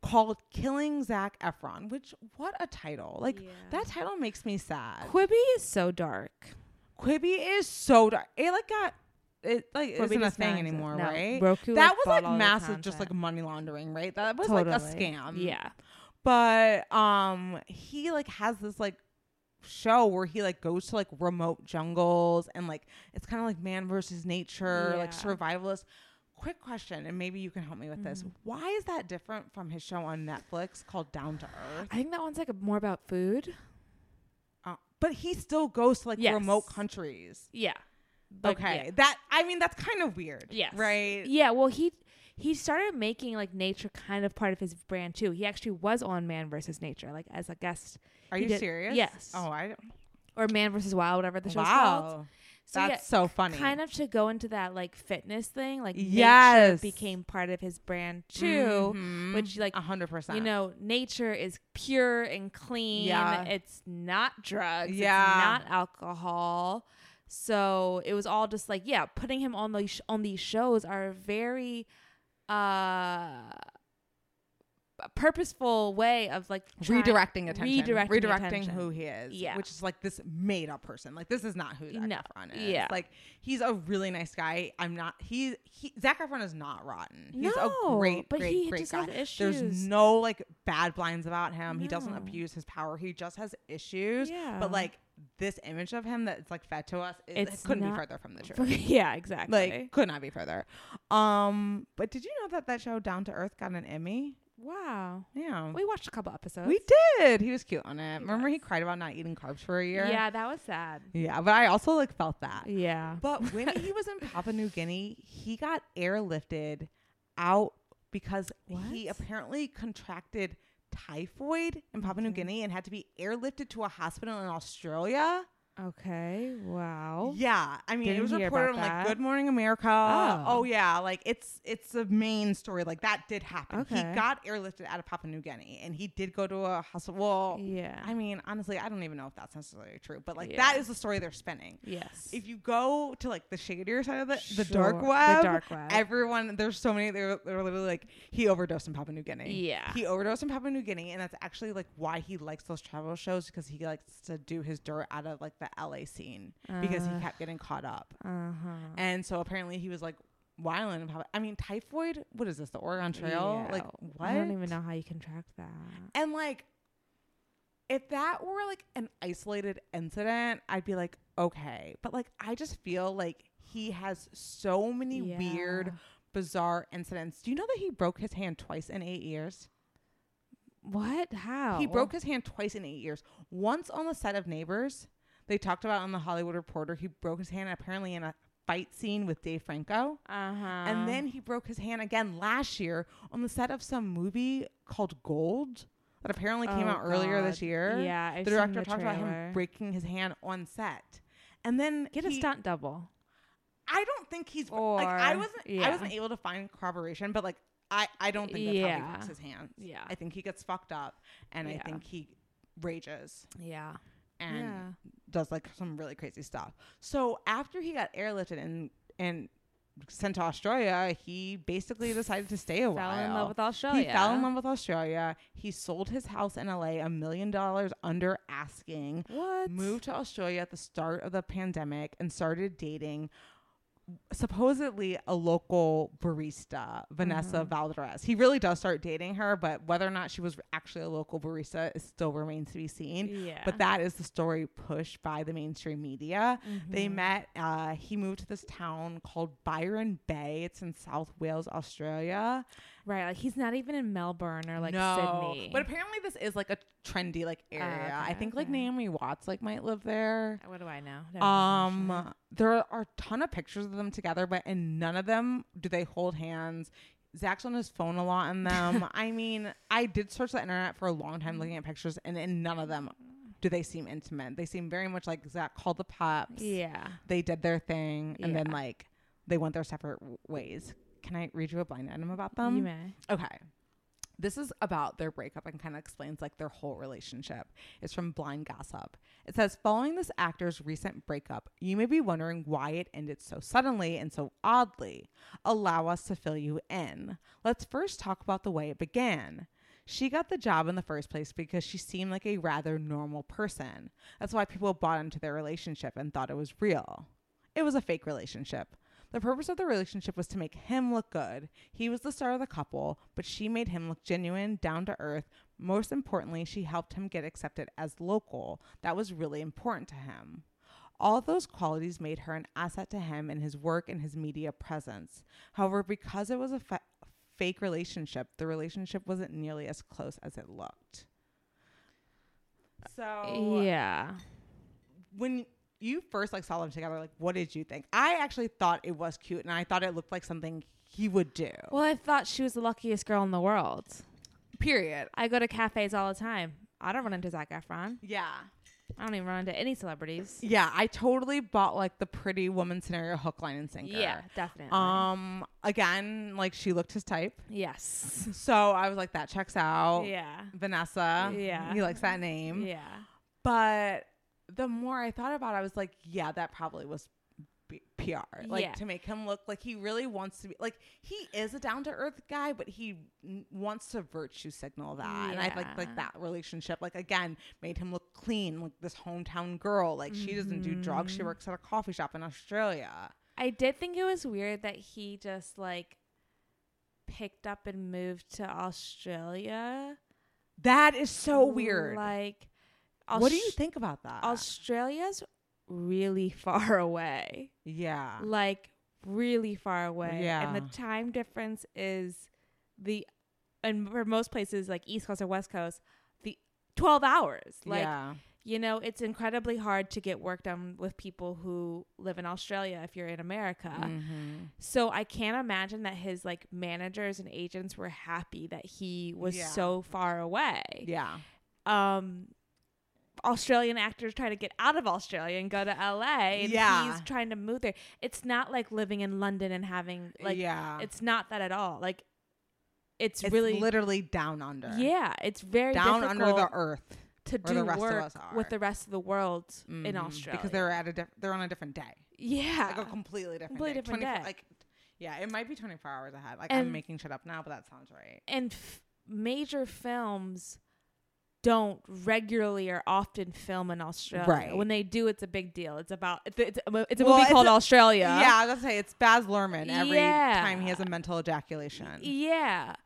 [SPEAKER 7] called Killing Zach Efron, which what a title. Like that title makes me sad.
[SPEAKER 8] Quibi is so dark.
[SPEAKER 7] Quibi is so dark. It like got it like
[SPEAKER 8] Quibi
[SPEAKER 7] isn't a
[SPEAKER 8] does
[SPEAKER 7] thing
[SPEAKER 8] not exist.
[SPEAKER 7] anymore,
[SPEAKER 8] No.
[SPEAKER 7] right?
[SPEAKER 8] Roku,
[SPEAKER 7] that
[SPEAKER 8] like,
[SPEAKER 7] was
[SPEAKER 8] bought
[SPEAKER 7] like
[SPEAKER 8] all their
[SPEAKER 7] massive just like
[SPEAKER 8] content.
[SPEAKER 7] money laundering, right? That was like a
[SPEAKER 8] Totally.
[SPEAKER 7] scam.
[SPEAKER 8] Yeah.
[SPEAKER 7] But um he like has this like show where he like goes to like remote jungles and like it's kind of like man versus nature, like
[SPEAKER 8] Yeah.
[SPEAKER 7] survivalist. Quick question, and maybe you can help me with this.
[SPEAKER 8] Mhm.
[SPEAKER 7] Why is that different from his show on Netflix called Down to Earth?
[SPEAKER 8] I think that one's like a, more about food.
[SPEAKER 7] Uh, but he still goes to like
[SPEAKER 8] Yes.
[SPEAKER 7] remote countries.
[SPEAKER 8] Yeah. Like,
[SPEAKER 7] okay.
[SPEAKER 8] yeah.
[SPEAKER 7] That I mean that's kind of weird.
[SPEAKER 8] Yes.
[SPEAKER 7] Right?
[SPEAKER 8] Yeah. Well, he he started making like nature kind of part of his brand too. He actually was on Man versus Nature, like as a guest.
[SPEAKER 7] Are
[SPEAKER 8] He
[SPEAKER 7] you
[SPEAKER 8] did-
[SPEAKER 7] serious?
[SPEAKER 8] Yes.
[SPEAKER 7] Oh, I don't
[SPEAKER 8] Or Man versus Wild, whatever the show's
[SPEAKER 7] Wow.
[SPEAKER 8] called. yeah,
[SPEAKER 7] That's so funny.
[SPEAKER 8] Kind of to go into that like fitness thing, like
[SPEAKER 7] Yes.
[SPEAKER 8] nature became part of his brand too,
[SPEAKER 7] Mhm.
[SPEAKER 8] which like
[SPEAKER 7] A hundred percent.
[SPEAKER 8] You know, nature is pure and clean.
[SPEAKER 7] Yeah.
[SPEAKER 8] It's not drugs.
[SPEAKER 7] Yeah.
[SPEAKER 8] It's not alcohol. So it was all just like, yeah, putting him on these on these shows are very uh purposeful way of like trying-
[SPEAKER 7] redirecting attention.
[SPEAKER 8] Redirecting,
[SPEAKER 7] Redirecting
[SPEAKER 8] attention.
[SPEAKER 7] who he is.
[SPEAKER 8] Yeah.
[SPEAKER 7] Which is like this made up person. Like this is not who Zac
[SPEAKER 8] No.
[SPEAKER 7] Efron is.
[SPEAKER 8] Yeah.
[SPEAKER 7] Like he's a really nice guy. I'm not he he Zac Efron is not rotten. He's a
[SPEAKER 8] No,
[SPEAKER 7] great,
[SPEAKER 8] but
[SPEAKER 7] great,
[SPEAKER 8] he
[SPEAKER 7] great
[SPEAKER 8] just
[SPEAKER 7] guy.
[SPEAKER 8] has
[SPEAKER 7] There's
[SPEAKER 8] issues.
[SPEAKER 7] no like bad blinds about him. He doesn't
[SPEAKER 8] No.
[SPEAKER 7] abuse his power. He just has issues.
[SPEAKER 8] Yeah.
[SPEAKER 7] But like this image of him that's like fed to us, it, it
[SPEAKER 8] It's
[SPEAKER 7] couldn't be
[SPEAKER 8] not-
[SPEAKER 7] further from the truth.
[SPEAKER 8] yeah, exactly.
[SPEAKER 7] Like could not be further. Um, but did you know that that show Down to Earth got an Emmy?
[SPEAKER 8] wow.
[SPEAKER 7] Yeah.
[SPEAKER 8] We watched a couple episodes.
[SPEAKER 7] mm. We did. He was cute on it. Remember he cried about not eating carbs for a year?
[SPEAKER 8] Yeah, that was sad.
[SPEAKER 7] Yeah, but I also like felt that.
[SPEAKER 8] Yeah.
[SPEAKER 7] But when he was in Papua New Guinea, he got airlifted out because he apparently contracted typhoid in Papua New Guinea and had to be airlifted to a hospital in Australia.
[SPEAKER 8] Okay. Wow.
[SPEAKER 7] Yeah, I mean, it
[SPEAKER 8] Oh. Didn't
[SPEAKER 7] was
[SPEAKER 8] hear
[SPEAKER 7] reported on
[SPEAKER 8] about
[SPEAKER 7] like
[SPEAKER 8] that.
[SPEAKER 7] Good Morning America.
[SPEAKER 8] Oh.
[SPEAKER 7] Oh. yeah, like it's it's a main story. Like that did happen.
[SPEAKER 8] Okay.
[SPEAKER 7] He got airlifted out of Papua New Guinea, and he did go to a hospital.
[SPEAKER 8] Yeah.
[SPEAKER 7] I mean, honestly, I don't even know if that's necessarily true, but like
[SPEAKER 8] Yeah.
[SPEAKER 7] that is the story they're spinning.
[SPEAKER 8] Yes.
[SPEAKER 7] If you go to like the shadier side of the, the dark
[SPEAKER 8] Sure, the
[SPEAKER 7] web,
[SPEAKER 8] dark web.
[SPEAKER 7] everyone there's so many they're, they're literally like he overdosed in Papua New Guinea.
[SPEAKER 8] Yeah.
[SPEAKER 7] he overdosed in Papua New Guinea, and that's actually like why he likes those travel shows because he likes to do his dirt out of like the LA scene because he
[SPEAKER 8] Uh.
[SPEAKER 7] kept getting caught up.
[SPEAKER 8] Uh-huh.
[SPEAKER 7] And so apparently he was like wilding. about- I mean, typhoid. What is this? The Oregon Trail? Like
[SPEAKER 8] Ew.
[SPEAKER 7] what?
[SPEAKER 8] I don't even know how you contract that.
[SPEAKER 7] And like, if that were like an isolated incident, I'd be like, okay. But like, I just feel like he has so many weird,
[SPEAKER 8] Yeah.
[SPEAKER 7] bizarre incidents. Do you know that he broke his hand twice in eight years?
[SPEAKER 8] What? How?
[SPEAKER 7] He broke his hand twice in eight years. Once on the set of Neighbors, they talked about on the Hollywood Reporter. He broke his hand apparently in a fight scene with Dave Franco.
[SPEAKER 8] Uh-huh.
[SPEAKER 7] And then he broke his hand again last year on the set of some movie called Gold that apparently came
[SPEAKER 8] Oh,
[SPEAKER 7] out earlier this
[SPEAKER 8] God.
[SPEAKER 7] year.
[SPEAKER 8] Yeah, I've
[SPEAKER 7] the
[SPEAKER 8] seen
[SPEAKER 7] director
[SPEAKER 8] the
[SPEAKER 7] talked about him
[SPEAKER 8] trailer.
[SPEAKER 7] breaking his hand on set. And then
[SPEAKER 8] Get a
[SPEAKER 7] he-
[SPEAKER 8] stunt double.
[SPEAKER 7] I don't think he's like I
[SPEAKER 8] Or-
[SPEAKER 7] wasn't I
[SPEAKER 8] yeah.
[SPEAKER 7] wasn't able to find corroboration, but like I, I don't think that's how he
[SPEAKER 8] Yeah.
[SPEAKER 7] works his hands.
[SPEAKER 8] Yeah.
[SPEAKER 7] I think he gets fucked up and I
[SPEAKER 8] Yeah.
[SPEAKER 7] think he rages.
[SPEAKER 8] Yeah.
[SPEAKER 7] And
[SPEAKER 8] Yeah.
[SPEAKER 7] does like some really crazy stuff. So after he got airlifted and and sent to Australia, he basically decided to stay a
[SPEAKER 8] Fell in
[SPEAKER 7] while.
[SPEAKER 8] love
[SPEAKER 7] He
[SPEAKER 8] with
[SPEAKER 7] fell in
[SPEAKER 8] Australia.
[SPEAKER 7] love with Australia. He sold his house in LA a million dollars under asking.
[SPEAKER 8] What?
[SPEAKER 7] Moved to Australia at the start of the pandemic and started dating supposedly a local barista, Vanessa
[SPEAKER 8] Mm-hmm.
[SPEAKER 7] Valderez. He really does start dating her, but whether or not she was actually a local barista is still remains to be seen.
[SPEAKER 8] Yeah.
[SPEAKER 7] But that is the story pushed by the mainstream media. They
[SPEAKER 8] Mhm.
[SPEAKER 7] met, uh, he moved to this town called Byron Bay. It's in South Wales, Australia.
[SPEAKER 8] Right. Like he's not even in Melbourne or like Sydney. Oh,
[SPEAKER 7] But apparently this is like a trendy like area. I
[SPEAKER 8] okay,
[SPEAKER 7] think like Naomi Watts like might live there.
[SPEAKER 8] what do I know? Never mind, sure.
[SPEAKER 7] Um, there are a ton of pictures of them together, but in none of them do they hold hands. Zach's on his phone a lot in them. I mean, I did search the internet for a long time looking at pictures, and in none of them do they seem intimate. They seem very much like Zach called the pops.
[SPEAKER 8] Yeah.
[SPEAKER 7] They did their thing, and then
[SPEAKER 8] Yeah.
[SPEAKER 7] like they went their separate w- ways. Can I read you a blind item about them?
[SPEAKER 8] you may.
[SPEAKER 7] Okay. This is about their breakup and kind of explains like their whole relationship. It's from Blind Gossip. It says Following this actor's recent breakup, you may be wondering why it ended so suddenly and so oddly. Allow us to fill you in. Let's first talk about the way it began. She got the job in the first place because she seemed like a rather normal person. That's why people bought into their relationship and thought it was real. It was a fake relationship. The purpose of the relationship was to make him look good. He was the star of the couple, but she made him look genuine, down to earth. Most importantly, she helped him get accepted as local. That was really important to him. All those qualities made her an asset to him in his work and his media presence. However, because it was a fa- fake relationship, the relationship wasn't nearly as close as it looked. So,
[SPEAKER 8] Yeah.
[SPEAKER 7] when you first like saw them together, like what did you think? I actually thought it was cute, and I thought it looked like something he would do.
[SPEAKER 8] Well, I thought she was the luckiest girl in the world.
[SPEAKER 7] Period.
[SPEAKER 8] I go to cafes all the time. I don't run into Zac Efron.
[SPEAKER 7] Yeah.
[SPEAKER 8] I don't even run into any celebrities.
[SPEAKER 7] Yeah, I totally bought like the pretty woman scenario hook, line, and sinker.
[SPEAKER 8] Yeah, definitely.
[SPEAKER 7] Um. Again, like she looked his type,
[SPEAKER 8] yes.
[SPEAKER 7] so I was like, that checks out.
[SPEAKER 8] Yeah.
[SPEAKER 7] Vanessa.
[SPEAKER 8] Yeah.
[SPEAKER 7] He likes that name.
[SPEAKER 8] Yeah.
[SPEAKER 7] But the more I thought about it, I was like, yeah, that probably was b- PR. Like
[SPEAKER 8] Yeah.
[SPEAKER 7] to make him look like he really wants to be like he is a down to earth guy, but he n- wants to virtue signal that. And I like like
[SPEAKER 8] Yeah.
[SPEAKER 7] that relationship like again made him look clean, like this hometown girl. Like she doesn't do drugs.
[SPEAKER 8] Mm-hmm.
[SPEAKER 7] She works at a coffee shop in Australia.
[SPEAKER 8] I did think it was weird that he just like picked up and moved to Australia.
[SPEAKER 7] That is so weird.
[SPEAKER 8] Like,
[SPEAKER 7] what do you
[SPEAKER 8] Aus-
[SPEAKER 7] think about that?
[SPEAKER 8] Australia's really far away.
[SPEAKER 7] yeah.
[SPEAKER 8] like really far away. And
[SPEAKER 7] Yeah.
[SPEAKER 8] the time difference is the and for most places like East Coast or West Coast, the twelve hours. Like
[SPEAKER 7] yeah.
[SPEAKER 8] you know, it's incredibly hard to get work done with people who live in Australia if you're in America.
[SPEAKER 7] Mhm.
[SPEAKER 8] So I can't imagine that his like managers and agents were happy that he was
[SPEAKER 7] Yeah.
[SPEAKER 8] so far away.
[SPEAKER 7] Yeah.
[SPEAKER 8] Um Australian actors trying to get out of Australia and go to LA and
[SPEAKER 7] Yeah.
[SPEAKER 8] he's trying to move there. It's not like living in London and having like
[SPEAKER 7] yeah.
[SPEAKER 8] it's not that at all. Like it's,
[SPEAKER 7] It's
[SPEAKER 8] really
[SPEAKER 7] literally down under.
[SPEAKER 8] yeah, it's very
[SPEAKER 7] down
[SPEAKER 8] difficult
[SPEAKER 7] under the earth.
[SPEAKER 8] to
[SPEAKER 7] where
[SPEAKER 8] do
[SPEAKER 7] the rest of
[SPEAKER 8] work
[SPEAKER 7] us are.
[SPEAKER 8] with the rest of the world in
[SPEAKER 7] Mhm.
[SPEAKER 8] Australia
[SPEAKER 7] because they're at a diff- they're on a different day,
[SPEAKER 8] yeah
[SPEAKER 7] like oh, a completely different
[SPEAKER 8] Completely
[SPEAKER 7] day.
[SPEAKER 8] different
[SPEAKER 7] 24
[SPEAKER 8] day.
[SPEAKER 7] Like, yeah, it might be twenty four hours ahead. Like I'm
[SPEAKER 8] And-
[SPEAKER 7] making shit up now, but that sounds right.
[SPEAKER 8] and f- major films don't regularly or often film in Australia.
[SPEAKER 7] Right.
[SPEAKER 8] When they do, it's a big deal. It's about it's it's a, mo- it's a
[SPEAKER 7] Well,
[SPEAKER 8] movie
[SPEAKER 7] it's
[SPEAKER 8] called
[SPEAKER 7] a-
[SPEAKER 8] Australia.
[SPEAKER 7] Yeah, I was gonna say it's Baz Luhrmann every
[SPEAKER 8] Yeah.
[SPEAKER 7] time he has a mental ejaculation.
[SPEAKER 8] Yeah.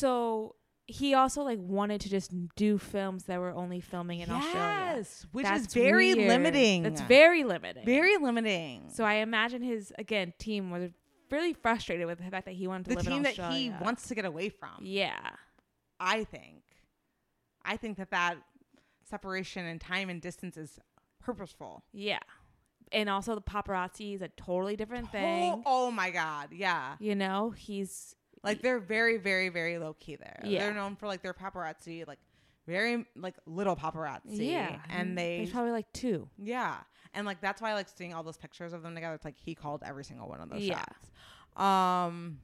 [SPEAKER 8] So he also like wanted to just do films that were only filming in Australia.
[SPEAKER 7] Yes, which is
[SPEAKER 8] That's
[SPEAKER 7] very
[SPEAKER 8] weird.
[SPEAKER 7] limiting.
[SPEAKER 8] That's very limiting.
[SPEAKER 7] very limiting.
[SPEAKER 8] So I imagine his again team was really frustrated with the fact that he wanted to
[SPEAKER 7] the
[SPEAKER 8] live
[SPEAKER 7] team
[SPEAKER 8] in
[SPEAKER 7] that
[SPEAKER 8] Australia.
[SPEAKER 7] he wants to get away from.
[SPEAKER 8] Yeah.
[SPEAKER 7] I think, I think that that separation and time and distance is purposeful.
[SPEAKER 8] Yeah. And also the paparazzi is a totally different
[SPEAKER 7] Oh,
[SPEAKER 8] thing.
[SPEAKER 7] oh my god, yeah.
[SPEAKER 8] You know, he's
[SPEAKER 7] Like they're very, very, very low key there.
[SPEAKER 8] Yeah.
[SPEAKER 7] They're known for like their paparazzi, like very like little paparazzi.
[SPEAKER 8] yeah,
[SPEAKER 7] And they
[SPEAKER 8] there's probably like two.
[SPEAKER 7] Yeah. And like that's why I like seeing all those pictures of them together. It's like he called every single one of those
[SPEAKER 8] Yeah.
[SPEAKER 7] shots. Um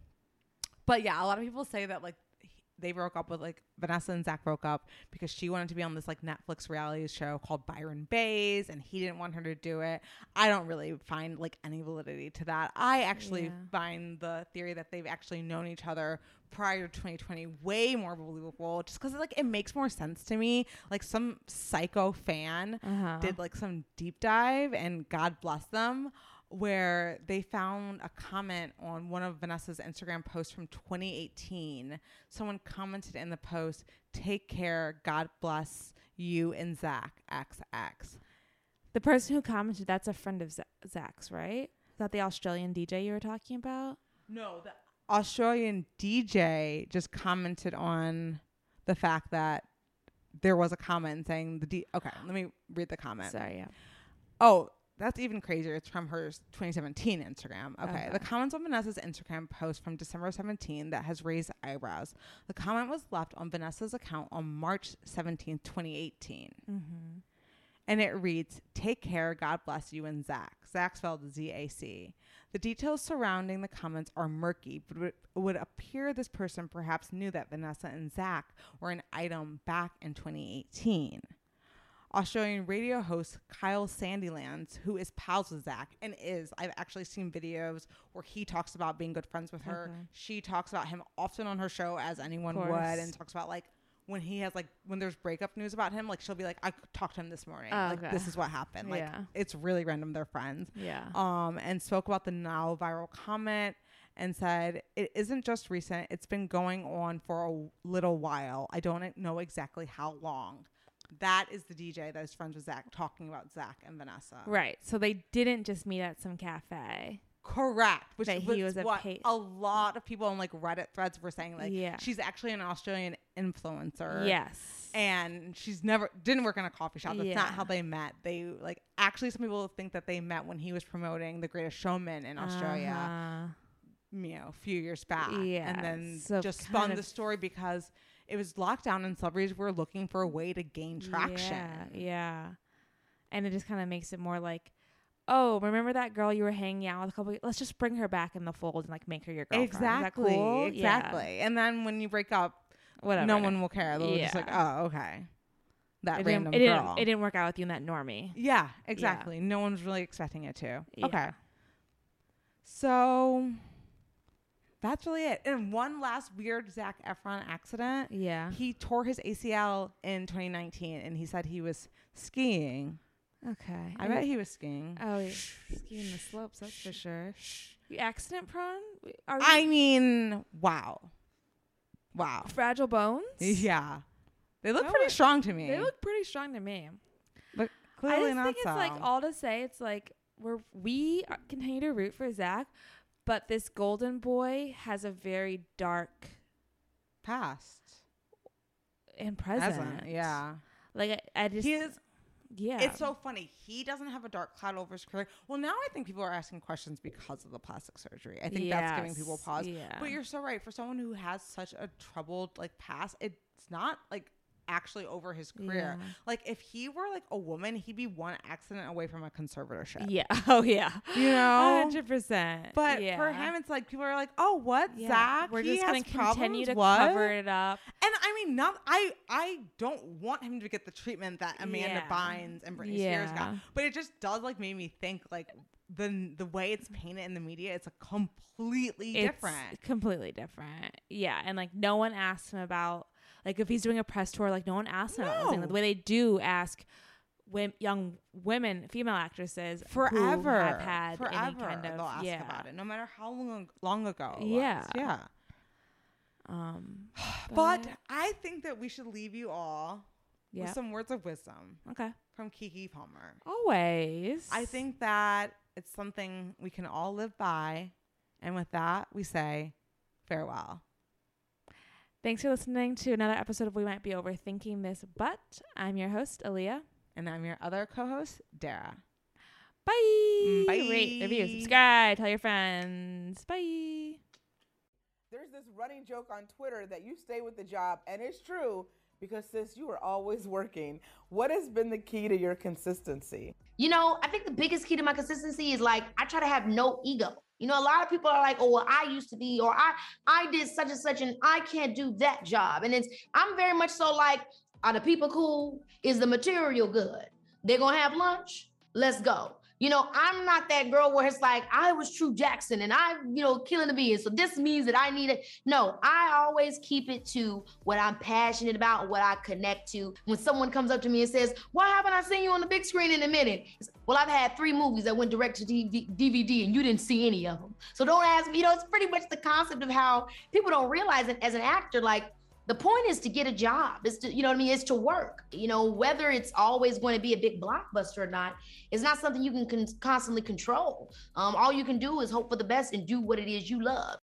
[SPEAKER 7] But yeah, a lot of people say that like he- they broke up with like Vanessa and Zach broke up because she wanted to be on this like Netflix reality show called Byron Bays and he didn't want her to do it. I don't really find like any validity to that. I actually
[SPEAKER 8] Yeah.
[SPEAKER 7] find the theory that they've actually known each other prior to 2020 way more believable just because like it makes more sense to me like some psycho fan
[SPEAKER 8] Uh-huh.
[SPEAKER 7] did like some deep dive and god bless them where they found a comment on one of vanessa's instagram posts from 2018 someone commented in the post take care god bless you and zach xx
[SPEAKER 8] The person who commented, that's a friend of Z- Zach's, right? Is that the Australian DJ you were talking about?
[SPEAKER 7] No, the Australian DJ just commented on the fact that there was a comment saying the D. Okay, let me read the comment.
[SPEAKER 8] Sorry, yeah.
[SPEAKER 7] Oh, that's even crazier. It's from her 2017 Instagram. Okay.
[SPEAKER 8] Okay.
[SPEAKER 7] The comments on Vanessa's Instagram post from December 17 that has raised eyebrows. The comment was left on Vanessa's account on March 17, 2018. And it reads, Take care, God bless you, and Zach. Zach spelled Z A C. The details surrounding the comments are murky, but it would appear this person perhaps knew that Vanessa and Zach were an item back in 2018. Australian radio host Kyle Sandilands, who is pals with Zach and is, I've actually seen videos where he talks about being good friends with her.
[SPEAKER 8] Okay.
[SPEAKER 7] She talks about him often on her show, as anyone would,
[SPEAKER 8] Course.
[SPEAKER 7] and talks about like when he has like when there's breakup news about him, like she'll be like, I talked to him this morning.
[SPEAKER 8] Oh,
[SPEAKER 7] like
[SPEAKER 8] okay.
[SPEAKER 7] this is what happened. Like
[SPEAKER 8] Yeah.
[SPEAKER 7] it's really random. They're friends.
[SPEAKER 8] Yeah.
[SPEAKER 7] Um, and spoke about the now viral comment and said it isn't just recent. It's been going on for a little while. I don't e, know exactly how long. That is the DJ that is friends with Zach talking about Zach and Vanessa.
[SPEAKER 8] Right. So they didn't just meet at some cafe.
[SPEAKER 7] Correct. Which
[SPEAKER 8] That
[SPEAKER 7] was
[SPEAKER 8] he was a
[SPEAKER 7] what
[SPEAKER 8] pa-
[SPEAKER 7] a lot of people on like Reddit threads were saying like
[SPEAKER 8] Yeah.
[SPEAKER 7] she's actually an Australian influencer.
[SPEAKER 8] Yes.
[SPEAKER 7] And she's never didn't work in a coffee shop. That's not
[SPEAKER 8] Yeah.
[SPEAKER 7] how they met. They like actually some people think that they met when he was promoting The Greatest Showman in Australia
[SPEAKER 8] Uh-huh.
[SPEAKER 7] you know, a few years back.
[SPEAKER 8] Yeah,
[SPEAKER 7] And then
[SPEAKER 8] so
[SPEAKER 7] just
[SPEAKER 8] kind
[SPEAKER 7] spun
[SPEAKER 8] of-
[SPEAKER 7] the story because it was lockdown and celebrities were looking for a way to gain traction.
[SPEAKER 8] Yeah, yeah. And it just kind of makes it more like, oh, remember that girl you were hanging out with a couple? Let's just bring her back in the fold and like make her your girlfriend. Is that
[SPEAKER 7] Exactly.
[SPEAKER 8] cool? Yeah.
[SPEAKER 7] Exactly. And then when you break up,
[SPEAKER 8] Whatever.
[SPEAKER 7] no one will care. They'll just like,
[SPEAKER 8] Yeah.
[SPEAKER 7] oh, okay. That
[SPEAKER 8] it
[SPEAKER 7] random
[SPEAKER 8] didn't, it
[SPEAKER 7] girl.
[SPEAKER 8] Didn't, it didn't work out with you and that normie.
[SPEAKER 7] yeah, exactly. No one's really expecting it to.
[SPEAKER 8] Yeah.
[SPEAKER 7] Okay. So that's really it. And one last weird Zach Efron accident.
[SPEAKER 8] Yeah.
[SPEAKER 7] He tore his ACL in 2019 and he said he was skiing.
[SPEAKER 8] Okay.
[SPEAKER 7] I bet he was skiing.
[SPEAKER 8] Mm. Oh, yeah. skiing the slopes, that's for sure. You accident prone? Are you
[SPEAKER 7] I mean, wow. Wow.
[SPEAKER 8] fragile bones?
[SPEAKER 7] Yeah. They look
[SPEAKER 8] That
[SPEAKER 7] pretty
[SPEAKER 8] would-
[SPEAKER 7] strong to me.
[SPEAKER 8] They look pretty strong to me.
[SPEAKER 7] but
[SPEAKER 8] I
[SPEAKER 7] clearly
[SPEAKER 8] just
[SPEAKER 7] not
[SPEAKER 8] think
[SPEAKER 7] so.
[SPEAKER 8] it's like all to say it's like we're we are- continue to root for Zach, but this golden boy has a very dark
[SPEAKER 7] past.
[SPEAKER 8] and
[SPEAKER 7] Hasn't,
[SPEAKER 8] present.
[SPEAKER 7] Yeah.
[SPEAKER 8] like I, I just
[SPEAKER 7] He is
[SPEAKER 8] yeah.
[SPEAKER 7] It's so funny. He doesn't have a dark cloud over his career. Well, now I think people are asking questions because of the plastic surgery. I think that's giving people
[SPEAKER 8] Yes,
[SPEAKER 7] pause.
[SPEAKER 8] yeah.
[SPEAKER 7] But you're so right. For someone who has such a troubled like past, it's not like actually over his career.
[SPEAKER 8] Yeah.
[SPEAKER 7] Like if he were like a woman, he'd be one accident away from a conservatorship.
[SPEAKER 8] yeah. Oh yeah.
[SPEAKER 7] You know?
[SPEAKER 8] hundred percent.
[SPEAKER 7] But for him, it's like people are like, "Oh, what, Zach?
[SPEAKER 8] We're
[SPEAKER 7] He
[SPEAKER 8] just
[SPEAKER 7] has
[SPEAKER 8] gonna continue
[SPEAKER 7] problems?
[SPEAKER 8] to
[SPEAKER 7] What?"
[SPEAKER 8] cover it up.
[SPEAKER 7] And I mean, not I. I don't want him to get the treatment that Amanda
[SPEAKER 8] Yeah.
[SPEAKER 7] Bynes and Britney Spears got,
[SPEAKER 8] Yeah.
[SPEAKER 7] but it just does like make me think like the the way it's painted in the media, it's a completely
[SPEAKER 8] It's
[SPEAKER 7] different.
[SPEAKER 8] Completely different. Yeah. And like no one asked him about like if he's doing a press tour, like no one asked him about
[SPEAKER 7] No.
[SPEAKER 8] anything. Like, the way they do ask wom- young women, female actresses who
[SPEAKER 7] Forever,
[SPEAKER 8] have had
[SPEAKER 7] forever,
[SPEAKER 8] any kind of
[SPEAKER 7] they'll ask
[SPEAKER 8] yeah.
[SPEAKER 7] about it, no matter how long long ago. it was.
[SPEAKER 8] Yeah.
[SPEAKER 7] yeah.
[SPEAKER 8] Um
[SPEAKER 7] But I think that we should leave you all
[SPEAKER 8] Yeah.
[SPEAKER 7] with some words of wisdom
[SPEAKER 8] okay.
[SPEAKER 7] from Kiki Palmer.
[SPEAKER 8] Always.
[SPEAKER 7] I think that it's something we can all live by. And with that, we say farewell.
[SPEAKER 8] Thanks for listening to another episode of We Might Be Overthinking This, but I'm your host, Aaliyah.
[SPEAKER 7] And I'm your other co host, Dara.
[SPEAKER 8] Bye.
[SPEAKER 7] Mm, Bye.
[SPEAKER 8] Rate, review, subscribe, tell your friends. Bye.
[SPEAKER 13] There's this running joke on Twitter that you stay with the job, and it's true Because sis, you are always working. What has been the key to your consistency?
[SPEAKER 6] You know, I think the biggest key to my consistency is like I try to have no ego. You know, a lot of people are like, "Oh, well, I used to be," or "I, I did such and such, and I can't do that job." And it's I'm very much so like, are the people cool? Is the material good? They're gonna have lunch. Let's go. You know, I'm not that girl where it's like I was True Jackson and I, you know, killing the bees. So this means that I need it. No, I always keep it to what I'm passionate about, what I connect to. When someone comes up to me and says, "Why haven't I seen you on the big screen in a minute?" It's, well, I've had three movies that went direct to DV- DVD, and you didn't see any of them. So don't ask me. You know, it's pretty much the concept of how people don't realize it as an actor, like the point is to get a job is to you know what i mean is to work you know whether it's always going to be a big blockbuster or not it's not something you can con- constantly control um, all you can do is hope for the best and do what it is you love